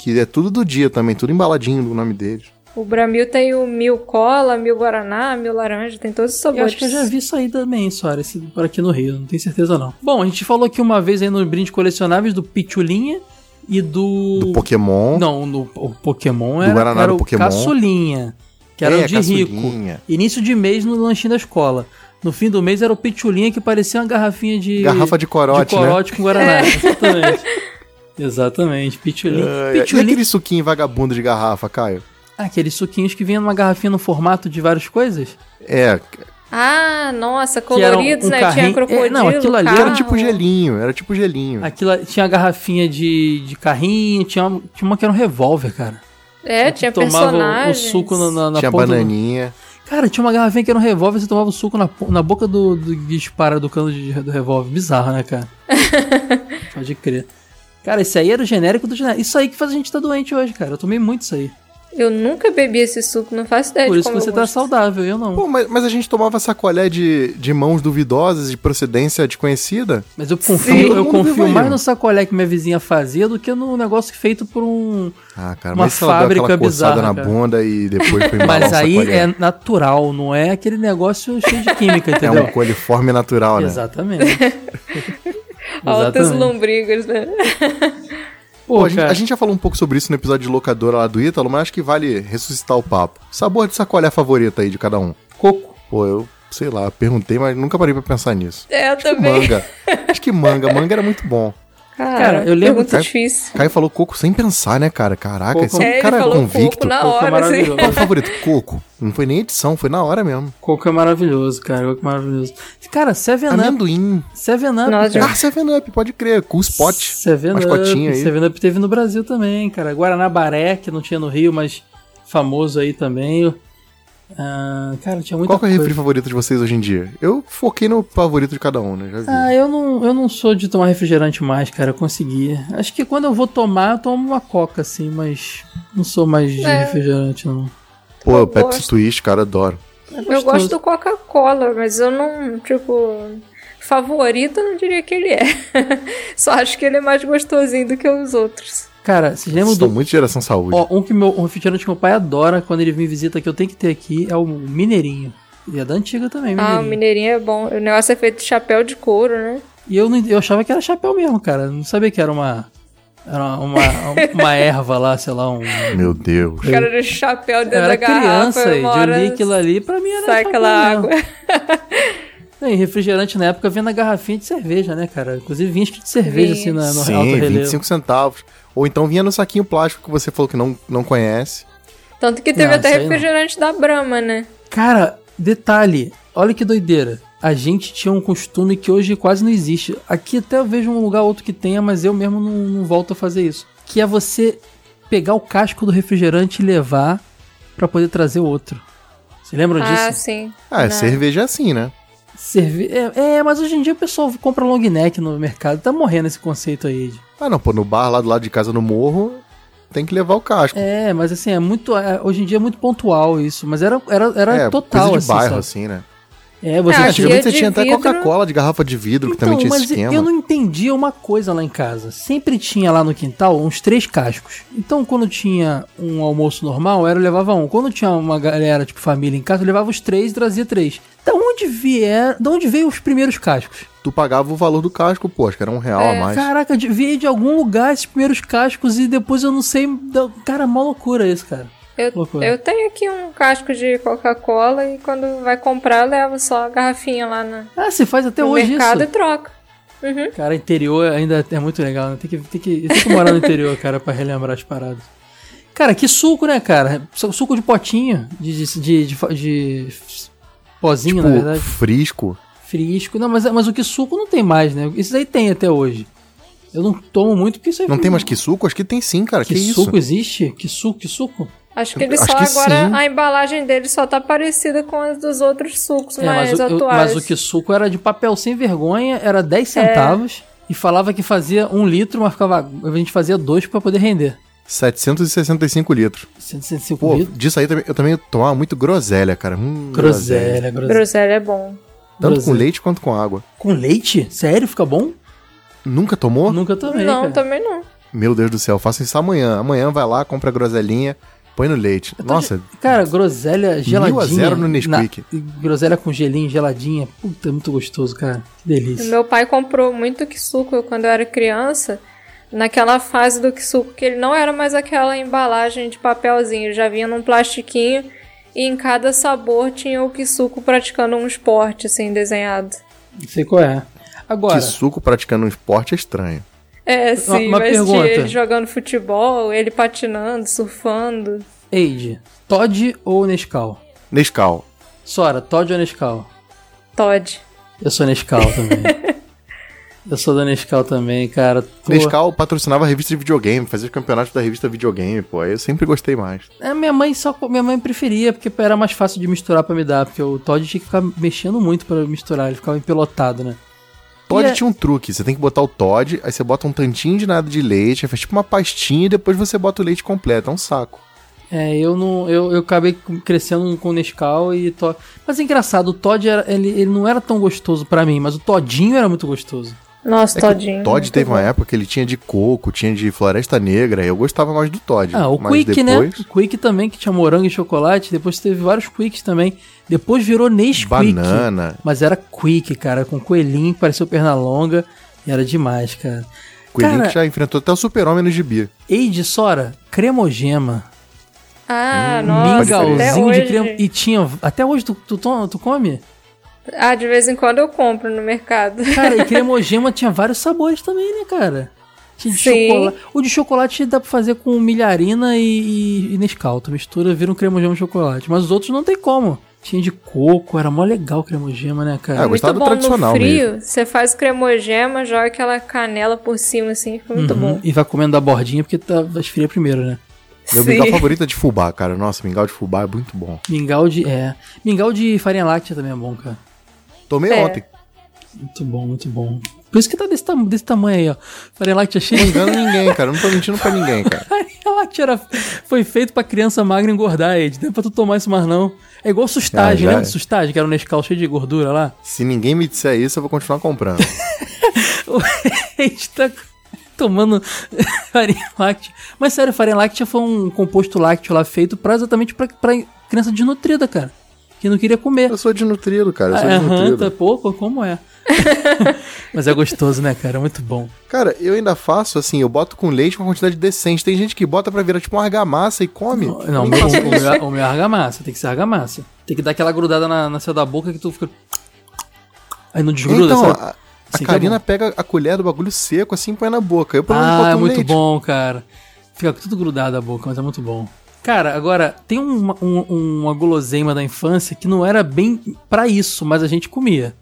S4: que é tudo do dia também, tudo embaladinho no nome deles.
S3: O Bramil tem o mil cola, mil guaraná, mil laranja, tem todos os
S2: Eu
S3: sabores.
S2: acho que eu já vi isso aí também, Sora, esse por aqui no Rio, não tenho certeza não. Bom, a gente falou aqui uma vez aí no brinde colecionáveis do Pitulinha e do.
S4: Do Pokémon.
S2: Não, no, o Pokémon
S4: Do
S2: era,
S4: Guaraná
S2: era
S4: do
S2: o
S4: Pokémon.
S2: Caçulinha, que era
S4: É,
S2: o de
S4: Caçulinha.
S2: rico. Início de mês no lanchinho da escola. No fim do mês era o Pitulinha que parecia uma garrafinha de.
S4: Garrafa de
S2: de
S4: corote,
S2: corote
S4: né?
S2: com Guaraná, exatamente. Exatamente, Pitulinha.
S4: Ah, e
S2: Pitulinha
S4: aquele suquinho vagabundo de garrafa, Caio?
S2: Aqueles suquinhos que vinham numa garrafinha no formato de várias coisas?
S4: É,
S3: Ah, nossa,
S2: Que era um-
S3: coloridos,
S2: um
S3: né?
S2: carrinho-
S3: Tinha crocodilo,
S2: É, não, aquilo ali
S3: carro.
S2: era
S4: tipo gelinho, era tipo gelinho.
S2: Aquilo, tinha a garrafinha de, de carrinho, tinha uma, tinha uma que era um revólver, cara.
S3: É, tinha
S2: tomava o- o
S3: personagens.
S2: suco na, na, na
S4: Tinha
S2: ponta do-
S4: bananinha.
S2: Cara, tinha uma garrafinha que era um revólver, você tomava o suco na, po- na boca do, do que dispara do cano de- do revólver. Bizarro, né, cara? Pode crer. Cara, esse aí era o genérico do genérico. Isso aí que faz a gente estar doente hoje, cara. Eu tomei muito isso aí.
S3: Eu nunca bebi esse suco, não faço ideia
S2: Por
S3: É, de
S2: isso que
S3: como
S2: você
S3: eu
S2: tá
S3: gosto.
S2: saudável, eu não.
S4: Pô, mas, mas a gente tomava sacolé de, de mãos duvidosas, de procedência desconhecida.
S2: Mas eu
S4: Sim.
S2: confio, eu
S4: Todo mundo viu
S2: confio
S4: aí,
S2: mais
S4: né?
S2: no sacolé que minha vizinha fazia do que no negócio feito por um,
S4: Ah, cara,
S2: Uma
S4: mas se ela deu aquela
S2: fábrica
S4: coçada
S2: bizarra,
S4: na
S2: cara.
S4: bunda e depois foi embalar
S2: Mas
S4: um
S2: aí
S4: sacolé.
S2: é natural, não é aquele negócio cheio de química,
S4: É
S2: entendeu?
S4: um coliforme natural, né?
S2: Exatamente.
S3: Altas
S2: Exatamente.
S3: lombrigas, né?
S4: Pô, a, gente,
S2: cara.
S4: a gente já falou um pouco sobre isso no episódio de locadora lá do Ítalo, mas acho que vale ressuscitar o papo. Sabor de sacolé favorito aí de cada um?
S2: Coco.
S4: Pô, eu sei lá, perguntei, mas nunca parei pra pensar nisso.
S3: É, eu também.
S4: Manga. acho que manga. Manga era muito bom.
S3: Cara,
S2: Cara, eu lembro-
S3: Pergunta
S4: Caio-
S3: difícil.
S4: Caio falou coco sem pensar, né, cara? Caraca,
S2: Coco.
S4: esse é
S3: É,
S4: um
S3: ele
S4: cara
S3: falou
S4: convicto.
S3: coco na
S2: Coco é
S3: hora, assim.
S2: maravilhoso.
S4: Qual o favorito? Coco. Não foi nem edição, foi na hora mesmo.
S2: Coco é maravilhoso, cara. Coco é maravilhoso. Cara, Seven Up.
S4: Amendoim.
S2: Seven Up.
S3: Nossa,
S2: cara.
S4: Ah, 7-Up, pode crer. Com os potes.
S2: Seven
S4: um umas
S2: Up.
S4: cotinhas aí.
S2: Seven Up teve no Brasil também, cara. Guaranabaré, que não tinha no Rio, mas famoso aí também. Ah, cara, tinha muita
S4: Qual que é o
S2: coisa.
S4: refri favorito de vocês hoje em dia? Eu foquei no favorito de cada um, né? Já vi.
S2: Ah, eu não, eu não sou de tomar refrigerante mais, cara. Eu consegui. Acho que quando eu vou tomar, eu tomo uma coca, assim, mas não sou mais de
S3: É.
S2: refrigerante, não. É
S4: Pô,
S3: eu
S4: Pepsi
S3: gosto.
S4: Twist, cara, adoro.
S3: Eu gosto do Coca-Cola, mas eu não, tipo, favorito eu não diria que ele é. Só acho que ele é mais gostosinho do que os outros.
S2: Cara, vocês lembram
S4: Vocês
S2: do.
S4: estão muito geração saúde.
S2: Ó, um que meu um refrigerante que meu pai adora quando ele me visita que eu tenho que ter aqui é o Mineirinho. E é da antiga também, Mineirinho.
S3: Ah, o mineirinho é bom. O negócio é feito de chapéu de couro, né?
S2: E eu, não- eu achava que era chapéu mesmo, cara. Eu Não sabia que era uma. Era uma, uma erva lá, sei lá, um.
S4: Meu Deus.
S3: O cara de chapéu dentro
S2: Eu
S3: da
S2: era
S3: garrafa.
S2: criança e
S3: uma hora
S2: de li aquilo ali, pra mim era.
S3: sai
S2: chapéu
S3: aquela
S2: mesmo.
S3: água.
S2: E refrigerante na época vinha na garrafinha de cerveja, né, cara? Inclusive vinha escrito cerveja
S3: Vinha.
S2: assim na, no alto
S4: Sim,
S2: relevo.
S4: 25 centavos. Ou então vinha no saquinho plástico que você falou que não, não conhece.
S3: Tanto que teve
S2: Não,
S3: até
S2: isso aí não.
S3: refrigerante da Brahma, né?
S2: Cara, detalhe, olha que doideira. A gente tinha um costume que hoje quase não existe. Aqui até eu vejo um lugar ou outro que tenha, mas eu mesmo não, não volto a fazer isso. Que é você pegar o casco do refrigerante e levar pra poder trazer o outro. Vocês lembram
S3: Ah,
S2: disso?
S3: sim.
S4: Ah,
S3: Não.
S4: cerveja é assim, né?
S2: Serve... É, é, mas hoje em dia o pessoal compra long neck no mercado. Tá morrendo esse conceito aí. de-
S4: Ah, não, pô, no bar lá do lado de casa no morro, tem que levar o casco.
S2: É, mas assim, é muito. é, hoje em dia é muito pontual isso. Mas era, era, era total,
S4: É, coisa de
S2: assim.
S4: bairro,
S2: sabe?
S4: assim, né?
S2: É, você
S3: Ah,
S2: tinha-
S3: aqui é
S4: Antigamente você
S3: de
S4: tinha até
S3: vidro.
S4: Coca-Cola de garrafa de vidro, que também tinha esse
S2: Então, mas
S4: esquema.
S2: eu não entendia uma coisa lá em casa. Sempre tinha lá no quintal uns três cascos. Então, quando tinha um almoço normal, era eu levava um. Quando tinha uma galera, tipo família em casa, eu levava os três e trazia três. Da onde vier, da onde veio os primeiros cascos?
S4: Tu pagava o valor do casco, pô, acho que era um real
S2: É,
S4: a mais.
S2: Caraca, de- veio de algum lugar esses primeiros cascos e depois eu não sei. da- Cara, mó loucura isso, cara.
S3: Eu,
S2: Loucura.
S3: eu tenho aqui um casco de Coca-Cola e quando vai comprar, eu levo só a garrafinha lá na,
S2: Ah, se faz até
S3: no
S2: hoje
S3: mercado
S2: isso.
S3: e troca.
S2: Cara, interior ainda é muito legal, né? Tem que, tem que, tem que morar no interior, cara, pra relembrar as paradas. Cara, que suco, né, cara? Su- Suco de potinho, de, de, de, de, fa- de f- pozinho, na
S4: Tipo,
S2: verdade.
S4: frisco.
S2: Frisco. Não, mas, mas o que suco não tem mais, né? Isso aí tem até hoje. Eu não tomo muito porque isso aí...
S4: Não tem mais que suco? Acho que tem sim, cara.
S2: Que,
S4: Que,
S2: suco
S4: isso?
S2: existe? Que suco, que suco?
S3: Acho que ele
S4: Acho
S3: só
S4: que
S3: agora.
S4: sim.
S3: A embalagem dele só tá parecida com as dos outros sucos
S2: É,
S3: mais
S2: mas, o, eu-
S3: atuais.
S2: mas o que suco era de papel sem vergonha, era 10 centavos. E falava que fazia um litro, mas ficava, a gente fazia dois pra poder render.
S4: 765 litros.
S2: 105
S4: Pô,
S2: litros.
S4: disso aí também, eu também tomava muito groselha, cara. Hum,
S2: Groselha, groselha.
S3: Groselha é bom.
S4: Tanto com
S2: Groselha.
S4: leite quanto com água.
S2: Com leite? Sério? Fica bom?
S4: Nunca tomou?
S2: Nunca tomei,
S3: não,
S2: cara.
S3: também não.
S4: Meu Deus do céu, faça isso amanhã. Amanhã vai lá, compra a groselinha, Põe no leite. Nossa,
S2: Cara, groselha geladinha.
S4: Mil a zero no Nesquik.
S2: Na- groselha com gelinho, geladinha. Puta, é muito gostoso, cara. Que delícia.
S3: O meu pai comprou muito suco quando eu era criança. Naquela fase do suco que ele não era mais aquela embalagem de papelzinho, ele já vinha num plastiquinho e em cada sabor tinha o suco praticando um esporte assim desenhado.
S2: Não sei qual é. Agora,
S4: que suco praticando um esporte é estranho.
S3: É, sim,
S2: uma
S3: mas
S2: pergunta.
S3: tinha ele jogando futebol, ele patinando, surfando.
S2: Eide, Todd ou Nescau?
S4: Nescau.
S2: Sora, Todd ou Nescau?
S3: Todd.
S2: Eu sou Nescau também. Eu sou da Nescau também, cara. Pô,
S4: Nescau patrocinava a revista de videogame, fazia os campeonatos da revista videogame, pô. Aí eu sempre gostei mais.
S2: É, minha mãe só minha mãe preferia, porque era mais fácil de misturar pra me dar, porque o Todd tinha que ficar mexendo muito pra misturar, ele ficava empelotado, né?
S4: Todd
S2: E é-
S4: tinha um truque. Você tem que botar o Todd, aí você bota um tantinho de nada de leite, aí faz tipo uma pastinha e depois você bota o leite completo. É um saco.
S2: É, eu não. Eu, eu acabei crescendo com Nescau e Todd. Mas é engraçado, o Todd era- ele, ele não era tão gostoso pra mim, mas o Todinho era muito gostoso.
S3: Nossa, todinho.
S2: Uhum.
S4: Todd
S2: Tá
S4: teve uma época que ele tinha de coco, tinha de floresta negra, e eu gostava mais do Todd.
S2: Ah, o
S4: Mas
S2: Quick, né?
S4: depois,
S2: O Quick também, que tinha morango e chocolate. Depois teve vários Quicks também. Depois virou Nesquik.
S4: Banana.
S2: Mas era Quick, cara, com coelhinho, pareceu perna longa. E era demais, cara.
S4: Coelhinho
S2: Cara,
S4: que já enfrentou até o super-homem no gibi.
S2: Eide, Sora, cremogema.
S3: Ah, nossa, até
S2: Mingauzinho
S3: hoje.
S2: de crema. E tinha. Até hoje tu, tu, to- tu come?
S3: Ah, de vez em quando eu compro no mercado.
S2: Cara, e cremogema tinha vários sabores também, né, cara? Tinha de
S3: Sim.
S2: chocolate. O de chocolate dá pra fazer com milharina e, e, e Nescau. Tu mistura, vira um cremogema de chocolate. Mas os outros não tem como. Tinha de coco, era mó legal o cremogema, né, cara?
S4: Ah, eu
S3: muito
S4: gostava do
S3: bom
S4: tradicional
S3: no frio, você faz cremogema, joga aquela canela por cima assim, fica muito
S2: Uhum.
S3: bom.
S2: E vai comendo da bordinha porque tá, esfria primeiro, né?
S4: Meu
S3: Sim.
S4: mingau favorito é de fubá, cara. Nossa, mingau de fubá é muito bom.
S2: Mingau de. É. Mingau de farinha láctea também é bom, cara.
S4: Tomei
S3: É.
S4: ontem.
S2: Muito bom, muito bom. Por isso que tá desse, tam- desse tamanho aí, ó. Farinha láctea cheia.
S4: Não engano ninguém, cara. Não tô mentindo pra ninguém, cara.
S2: Farinha láctea era, foi feito pra criança magra engordar, Ed. Não é pra tu tomar isso mais, não. É igual sustagem,
S4: Ah, já
S2: lembra
S4: é.
S2: do sustagem? Que era um Nescau cheio de gordura lá.
S4: Se ninguém me disser isso, eu vou continuar comprando.
S2: O Ed tá tomando farinha láctea. Mas sério, farinha láctea foi um composto lácteo lá feito pra, exatamente pra, pra criança desnutrida, cara. Que não queria comer.
S4: Eu sou desnutrido, cara. Eu sou
S2: Ah, aham, tá
S4: desnutrido.
S2: pouco, como é? Mas é gostoso, né, cara? É Muito bom.
S4: Cara, eu ainda faço assim, eu boto com leite uma quantidade decente. Tem gente que bota pra virar tipo uma argamassa e come. Um
S2: Não, o meu, o meu, o meu é argamassa, tem que ser argamassa. Tem que dar aquela grudada na, na céu da boca que tu fica. Aí não desgruda,
S4: então,
S2: sabe?
S4: a, a
S2: Assim que é
S4: Karina
S2: bom.
S4: pega a colher do bagulho seco assim e põe na boca. Eu pelo menos
S2: Ah,
S4: boto
S2: é
S4: um
S2: muito
S4: leite.
S2: bom, cara. Fica tudo grudado a boca, mas é muito bom. Cara, agora, tem uma, um- uma guloseima da infância que não era bem pra isso, mas a gente comia.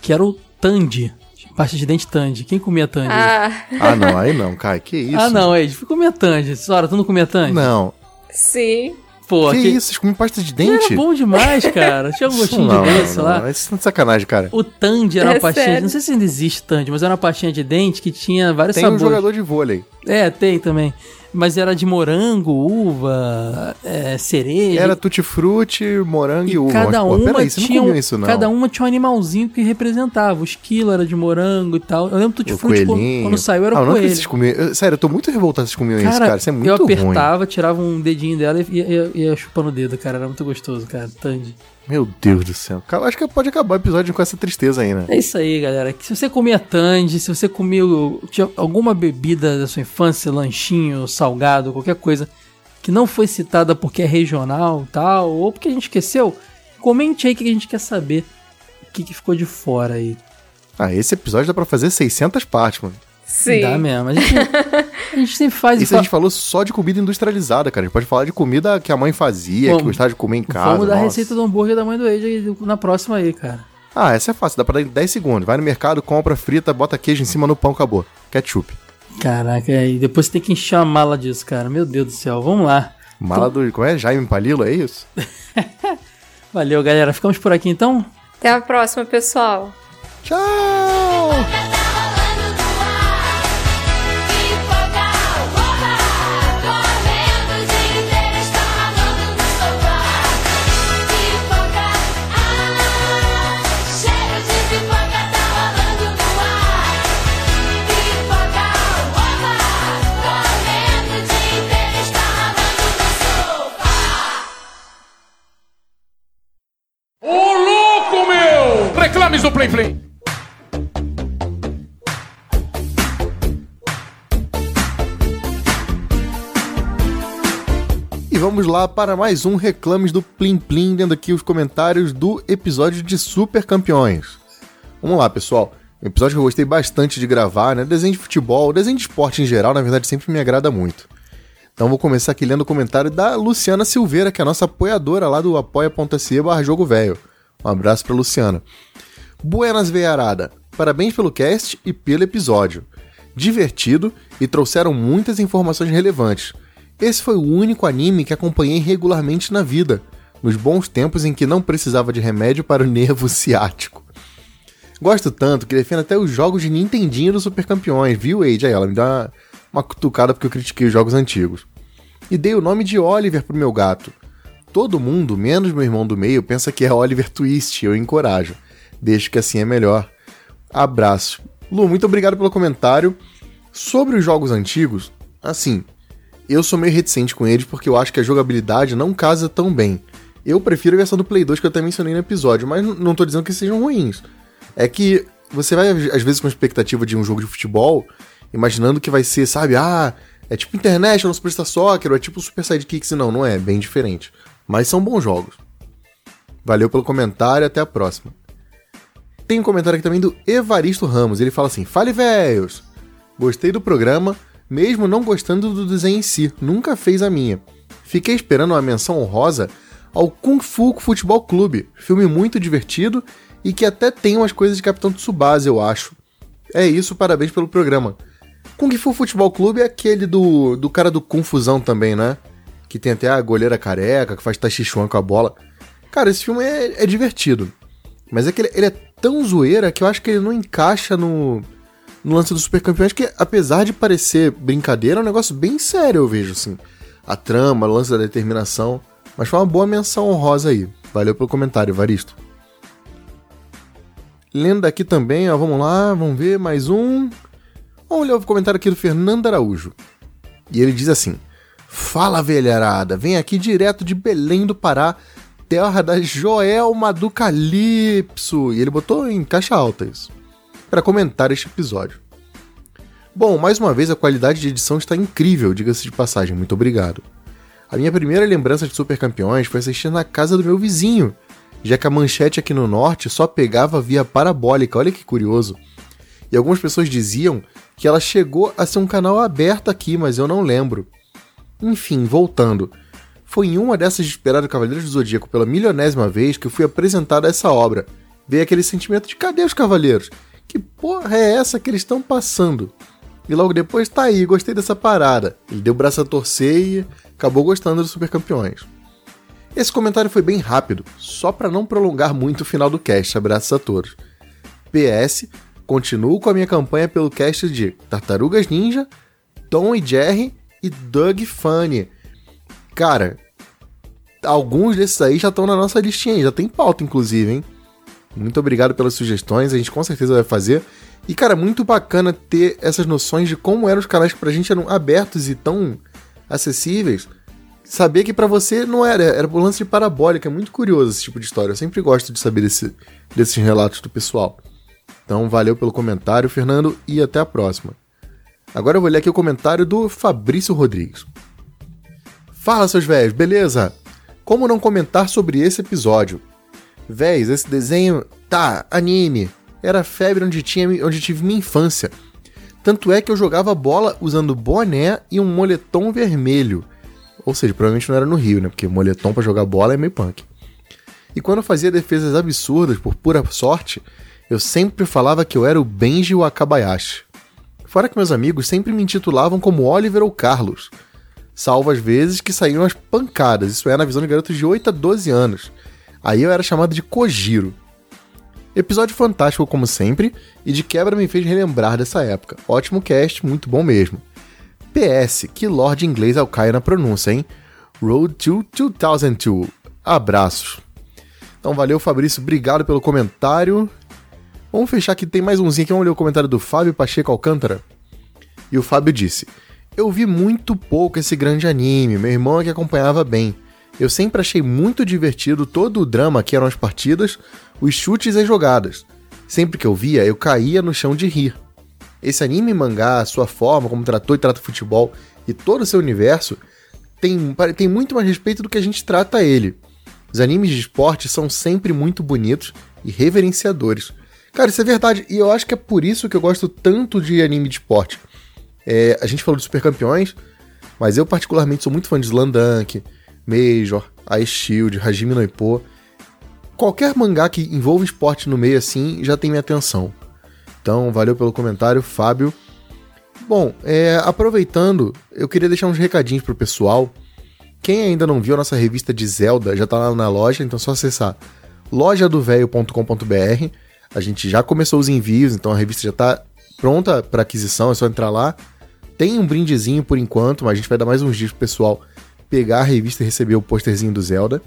S2: Que era o Tandy. Pasta de dente Tandy. Quem comia Tandy?
S3: Ah,
S4: Ah, não, aí não, cara. Que isso?
S2: Ah, não, Ed. Fui comer Tandy. Sora, tu não comia Tandy?
S4: Não.
S3: sim.
S2: Pô,
S4: que,
S2: que-
S4: isso? Vocês comem pasta de
S2: Era
S4: dente?
S2: bom demais, cara. Tinha um
S4: Isso
S2: gostinho
S4: não,
S2: de
S4: não,
S2: doce
S4: não,
S2: lá.
S4: não. Isso é de sacanagem, cara.
S2: O Tandy era uma
S3: É
S2: pastinha.
S3: sério.
S2: Não sei se ainda existe Tandy, mas era uma pastinha de dente que tinha vários
S4: Tem um
S2: sabores.
S4: jogador de vôlei.
S2: É, tem também. Mas era de morango, uva, é, cereja.
S4: Era tutti-frutti, morango e,
S2: e
S4: uva.
S2: cada
S4: Mas, pô,
S2: uma
S4: peraí, você
S2: tinha
S4: não
S2: um-
S4: comeu isso, não.
S2: cada uma tinha um animalzinho que representava. O esquilo era de morango e tal. Eu lembro do
S4: O
S2: Tutti
S4: coelhinho.
S2: tipo, quando, quando saiu era
S4: ah, eu
S2: o
S4: não acredito que
S2: coelho.
S4: vocês comiam. eu- Sério, eu tô muito revoltado que vocês comiam isso, cara. Isso é muito
S2: eu
S4: ruim.
S2: apertava, tirava um dedinho dela e ia, ia- ia chupando o dedo, cara. Era muito gostoso, cara. Tandy.
S4: Meu Deus do céu. Cara, acho que pode acabar o episódio com essa tristeza aí, né?
S2: É isso aí, galera. Que Se você comia Tandy, se você comia o- tinha alguma bebida da sua infância, lanchinho, salgado, qualquer coisa que não foi citada porque é regional tal, ou porque a gente esqueceu, comente aí que a gente quer saber o que, que ficou de fora aí.
S4: Ah, esse episódio dá pra fazer 600 partes, mano.
S3: Sim.
S2: Dá mesmo. A gente, a gente sempre faz e
S4: Isso é
S2: fala-
S4: a gente falou só de comida industrializada, cara. A gente pode falar de comida que a mãe fazia,
S2: Vamos-
S4: que gostava de comer em casa.
S2: Vamos dar a
S4: nossa.
S2: receita do hambúrguer da mãe do Age na próxima aí, cara.
S4: Ah, essa é fácil. Dá pra dar em 10 segundos. Vai no mercado, compra, frita, bota queijo em cima no pão, acabou. Ketchup.
S2: Caraca, e depois tem que encher a mala disso, cara. Meu Deus do céu, vamos lá.
S4: Mala
S2: Então-
S4: do... Como é? Jaime Palilo, é isso?
S2: Valeu, galera. Ficamos por aqui então.
S3: Até a próxima, pessoal.
S4: Tchau!
S7: Pipoca, oba, comendo o dia inteiro, está rolando no sofá.
S5: do Plim Plim.
S4: E vamos lá para mais um Reclames do Plim Plim, lendo aqui os comentários do episódio de Super Campeões. Vamos lá, pessoal. Um episódio que eu gostei bastante de gravar, né? Desenho de futebol, desenho de esporte em geral, na verdade, sempre me agrada muito. Então vou começar aqui lendo o comentário da Luciana Silveira, que é a nossa apoiadora lá do apoia.se barra jogo velho. Um abraço pra Luciana. Buenas veiarada, parabéns pelo cast e pelo episódio. Divertido e trouxeram muitas informações relevantes. Esse foi o único anime que acompanhei regularmente na vida, nos bons tempos em que não precisava de remédio para o nervo ciático. Gosto tanto que defendo até os jogos de Nintendinho dos Super Campeões, viu, Age? Aí ela me dá uma, uma cutucada porque eu critiquei os jogos antigos. E dei o nome de Oliver pro meu gato. Todo mundo, menos meu irmão do meio, pensa que é Oliver Twist, eu encorajo. Deixo que assim é melhor. Abraço. Lu, muito obrigado pelo comentário. Sobre os jogos antigos, assim, eu sou meio reticente com eles porque eu acho que a jogabilidade não casa tão bem. Eu prefiro a versão do Play 2 que eu até mencionei no episódio, mas n- não tô dizendo que sejam ruins. É que você vai, às vezes, com a expectativa de um jogo de futebol, imaginando que vai ser, sabe, ah, é tipo Internet, ou Superstar Soccer, ou é tipo Super Sidekicks, e não, não é, é bem diferente. Mas são bons jogos. Valeu pelo comentário, até a próxima. Tem um comentário aqui também do Evaristo Ramos, ele fala assim, fale véios, gostei do programa, mesmo não gostando do desenho em si, nunca fez a minha. Fiquei esperando uma menção honrosa ao Kung Fu Futebol Clube, filme muito divertido e que até tem umas coisas de Capitão Tsubasa, eu acho. É isso, parabéns pelo programa. Kung Fu Futebol Clube é aquele do, do cara do Confusão também, né? Que tem até a goleira careca, que faz tachichuan com a bola. Cara, esse filme é, é divertido. Mas é que ele, ele é tão zoeira que eu acho que ele não encaixa no, no lance dos Super Campeões, que apesar de parecer brincadeira, é um negócio bem sério, eu vejo, assim. A trama, o lance da determinação. Mas foi uma boa menção honrosa aí. Valeu pelo comentário, Varisto. Lendo aqui também, ó, vamos lá, vamos ver mais um. Vamos ler o comentário aqui do Fernando Araújo. E ele diz assim: Fala velharada, vem aqui direto de Belém do Pará, terra da Joelma do Calypso. E ele botou em caixa alta isso, para comentar este episódio. Bom, mais uma vez a qualidade de edição está incrível, diga-se de passagem, muito obrigado. A minha primeira lembrança de Super Campeões foi assistir na casa do meu vizinho, já que a manchete aqui no norte só pegava via parabólica, olha que curioso. E algumas pessoas diziam que ela chegou a ser um canal aberto aqui, mas eu não lembro. Enfim, voltando. Foi em uma dessas de esperar o Cavaleiros do Zodíaco pela milionésima vez que eu fui apresentado a essa obra. Veio aquele sentimento de cadê os cavaleiros? Que porra é essa que eles estão passando? E logo depois, tá aí, gostei dessa parada. Ele deu o braço a torcer e acabou gostando dos Super Campeões. Esse comentário foi bem rápido, só pra não prolongar muito o final do cast. Abraços a todos. PS, continuo com a minha campanha pelo cast de Tartarugas Ninja, Tom e Jerry e Doug Funny. Cara, alguns desses aí já estão na nossa listinha, aí, já tem pauta inclusive, hein? Muito obrigado pelas sugestões, a gente com certeza vai fazer. E cara, muito bacana ter essas noções de como eram os canais que pra gente eram abertos e tão acessíveis. Saber que pra você não era, era por lance de parabólica, é muito curioso esse tipo de história. Eu sempre gosto de saber desse- desses relatos do pessoal. Então, valeu pelo comentário, Fernando, e até a próxima. Agora eu vou ler aqui o comentário do Fabrício Rodrigues. Fala, seus velhos, beleza? Como não comentar sobre esse episódio? Véis, esse desenho, tá, anime, era febre onde, tinha, onde tive minha infância. Tanto é que eu jogava bola usando boné e um moletom vermelho. Ou seja, provavelmente não era no Rio, né? Porque moletom pra jogar bola é meio punk. E quando eu fazia defesas absurdas por pura sorte, eu sempre falava que eu era o Benji Wakabayashi. Fora que meus amigos sempre me intitulavam como Oliver ou Carlos. Salvo às vezes que saíam as pancadas, isso é na visão de garotos de 8 a 12 anos. Aí eu era chamado de Kojiro. Episódio fantástico como sempre, e de quebra me fez relembrar dessa época. Ótimo cast, muito bom mesmo. PS, que Lorde inglês ao caio na pronúncia, hein? Road to 2002. Abraços. Então valeu, Fabrício, obrigado pelo comentário. Vamos fechar que tem mais umzinho aqui, vamos ler o comentário do Fábio Pacheco Alcântara. E o Fábio disse: Eu vi muito pouco esse grande anime, meu irmão é que acompanhava bem. Eu sempre achei muito divertido todo o drama que eram as partidas, os chutes e as jogadas. Sempre que eu via, eu caía no chão de rir. Esse anime e mangá, sua forma, como tratou e trata o futebol e todo o seu universo, tem, pare- tem muito mais respeito do que a gente trata ele. Os animes de esporte são sempre muito bonitos e reverenciadores. Cara, isso é verdade, e eu acho que é por isso que eu gosto tanto de anime de esporte. É, a gente falou de super campeões, mas eu particularmente sou muito fã de Slandunk, Major, Ice Shield, Hajime no Ippo. Qualquer mangá que envolva esporte no meio assim já tem minha atenção. Então, valeu pelo comentário, Fábio. Bom, é, aproveitando, eu queria deixar uns recadinhos pro pessoal. Quem ainda não viu a nossa revista de Zelda já tá lá na loja, então é só acessar lojadoveio.com.br. A gente já começou os envios, então a revista já tá pronta para aquisição, é só entrar lá. Tem um brindezinho por enquanto, mas a gente vai dar mais uns dias pro pessoal pegar a revista e receber o posterzinho do Zelda,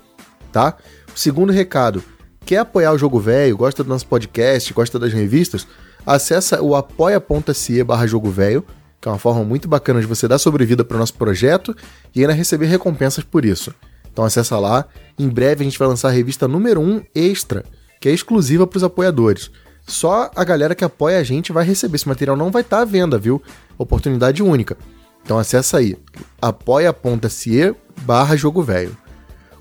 S4: tá? Segundo recado, quer apoiar o Jogo Velho, gosta do nosso podcast, gosta das revistas? Acessa o apoia.se barra Jogo Velho, que é uma forma muito bacana de você dar sobrevida para o nosso projeto e ainda receber recompensas por isso. Então acessa lá, em breve a gente vai lançar a revista número 1 extra, que é exclusiva para os apoiadores. Só a galera que apoia a gente vai receber, esse material não vai estar à venda, viu? Oportunidade única. Então acessa aí, apoia.se barra Jogo Velho.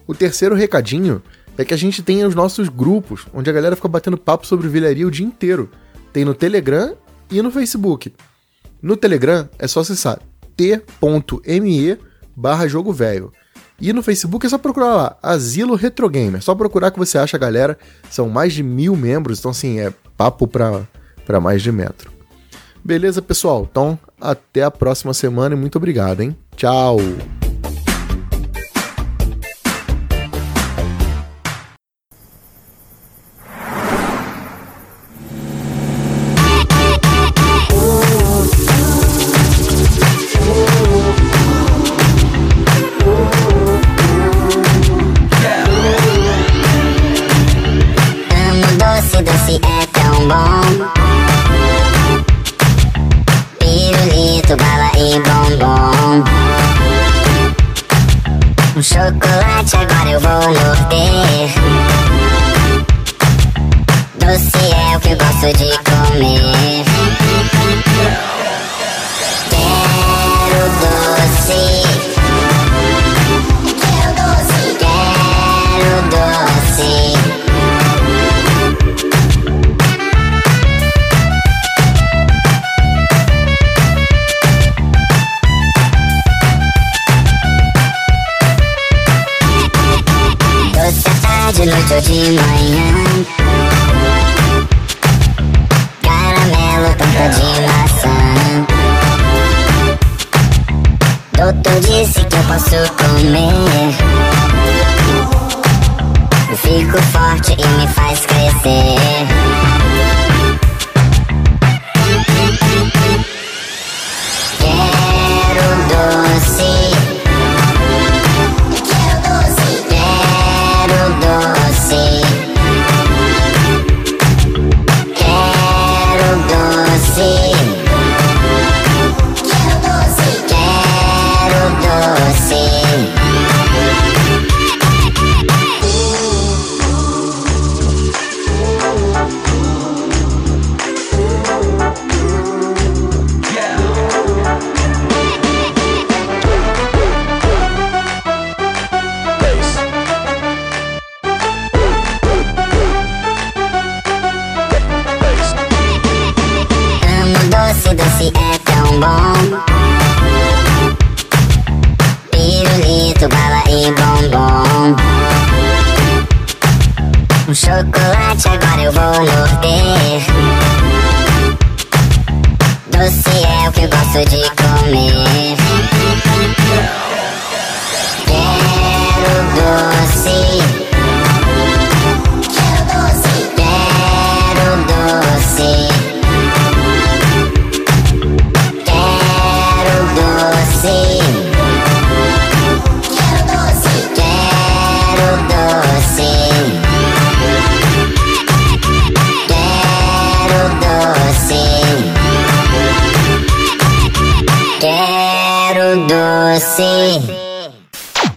S4: O terceiro recadinho é que a gente tem os nossos grupos, onde a galera fica batendo papo sobre vilharia o dia inteiro. Tem no Telegram e no Facebook. No Telegram é só acessar t.me barra jogo velho. E no Facebook é só procurar lá, Asilo Retro Gamer. Só procurar que você acha a galera. São mais de mil membros, então assim, é papo pra, pra mais de metro. Beleza, pessoal? Então, até a próxima semana e muito obrigado, hein? Tchau!
S7: Amo doce, doce é tão bom. Pirulito, bala e bombom. Um chocolate agora eu vou morder. Doce é o que eu gosto de comer. Quero doce. Quero doce. Quero doce. Doce à tarde, noite ou de manhã Caramelo, tampa de maçã Doutor disse que eu posso comer Eu fico forte e me faz crescer Quero doce Quero doce Quero doce Quero doce Quero doce Quero Amo doce, doce é tão bom. Pirulito, bala e bombom. Um chocolate agora eu vou morder. Doce é o que eu gosto de comer. Quero doce. Quero doce. Quero doce. Quero doce. Quero doce. Quero doce. Quero doce. Quero doce.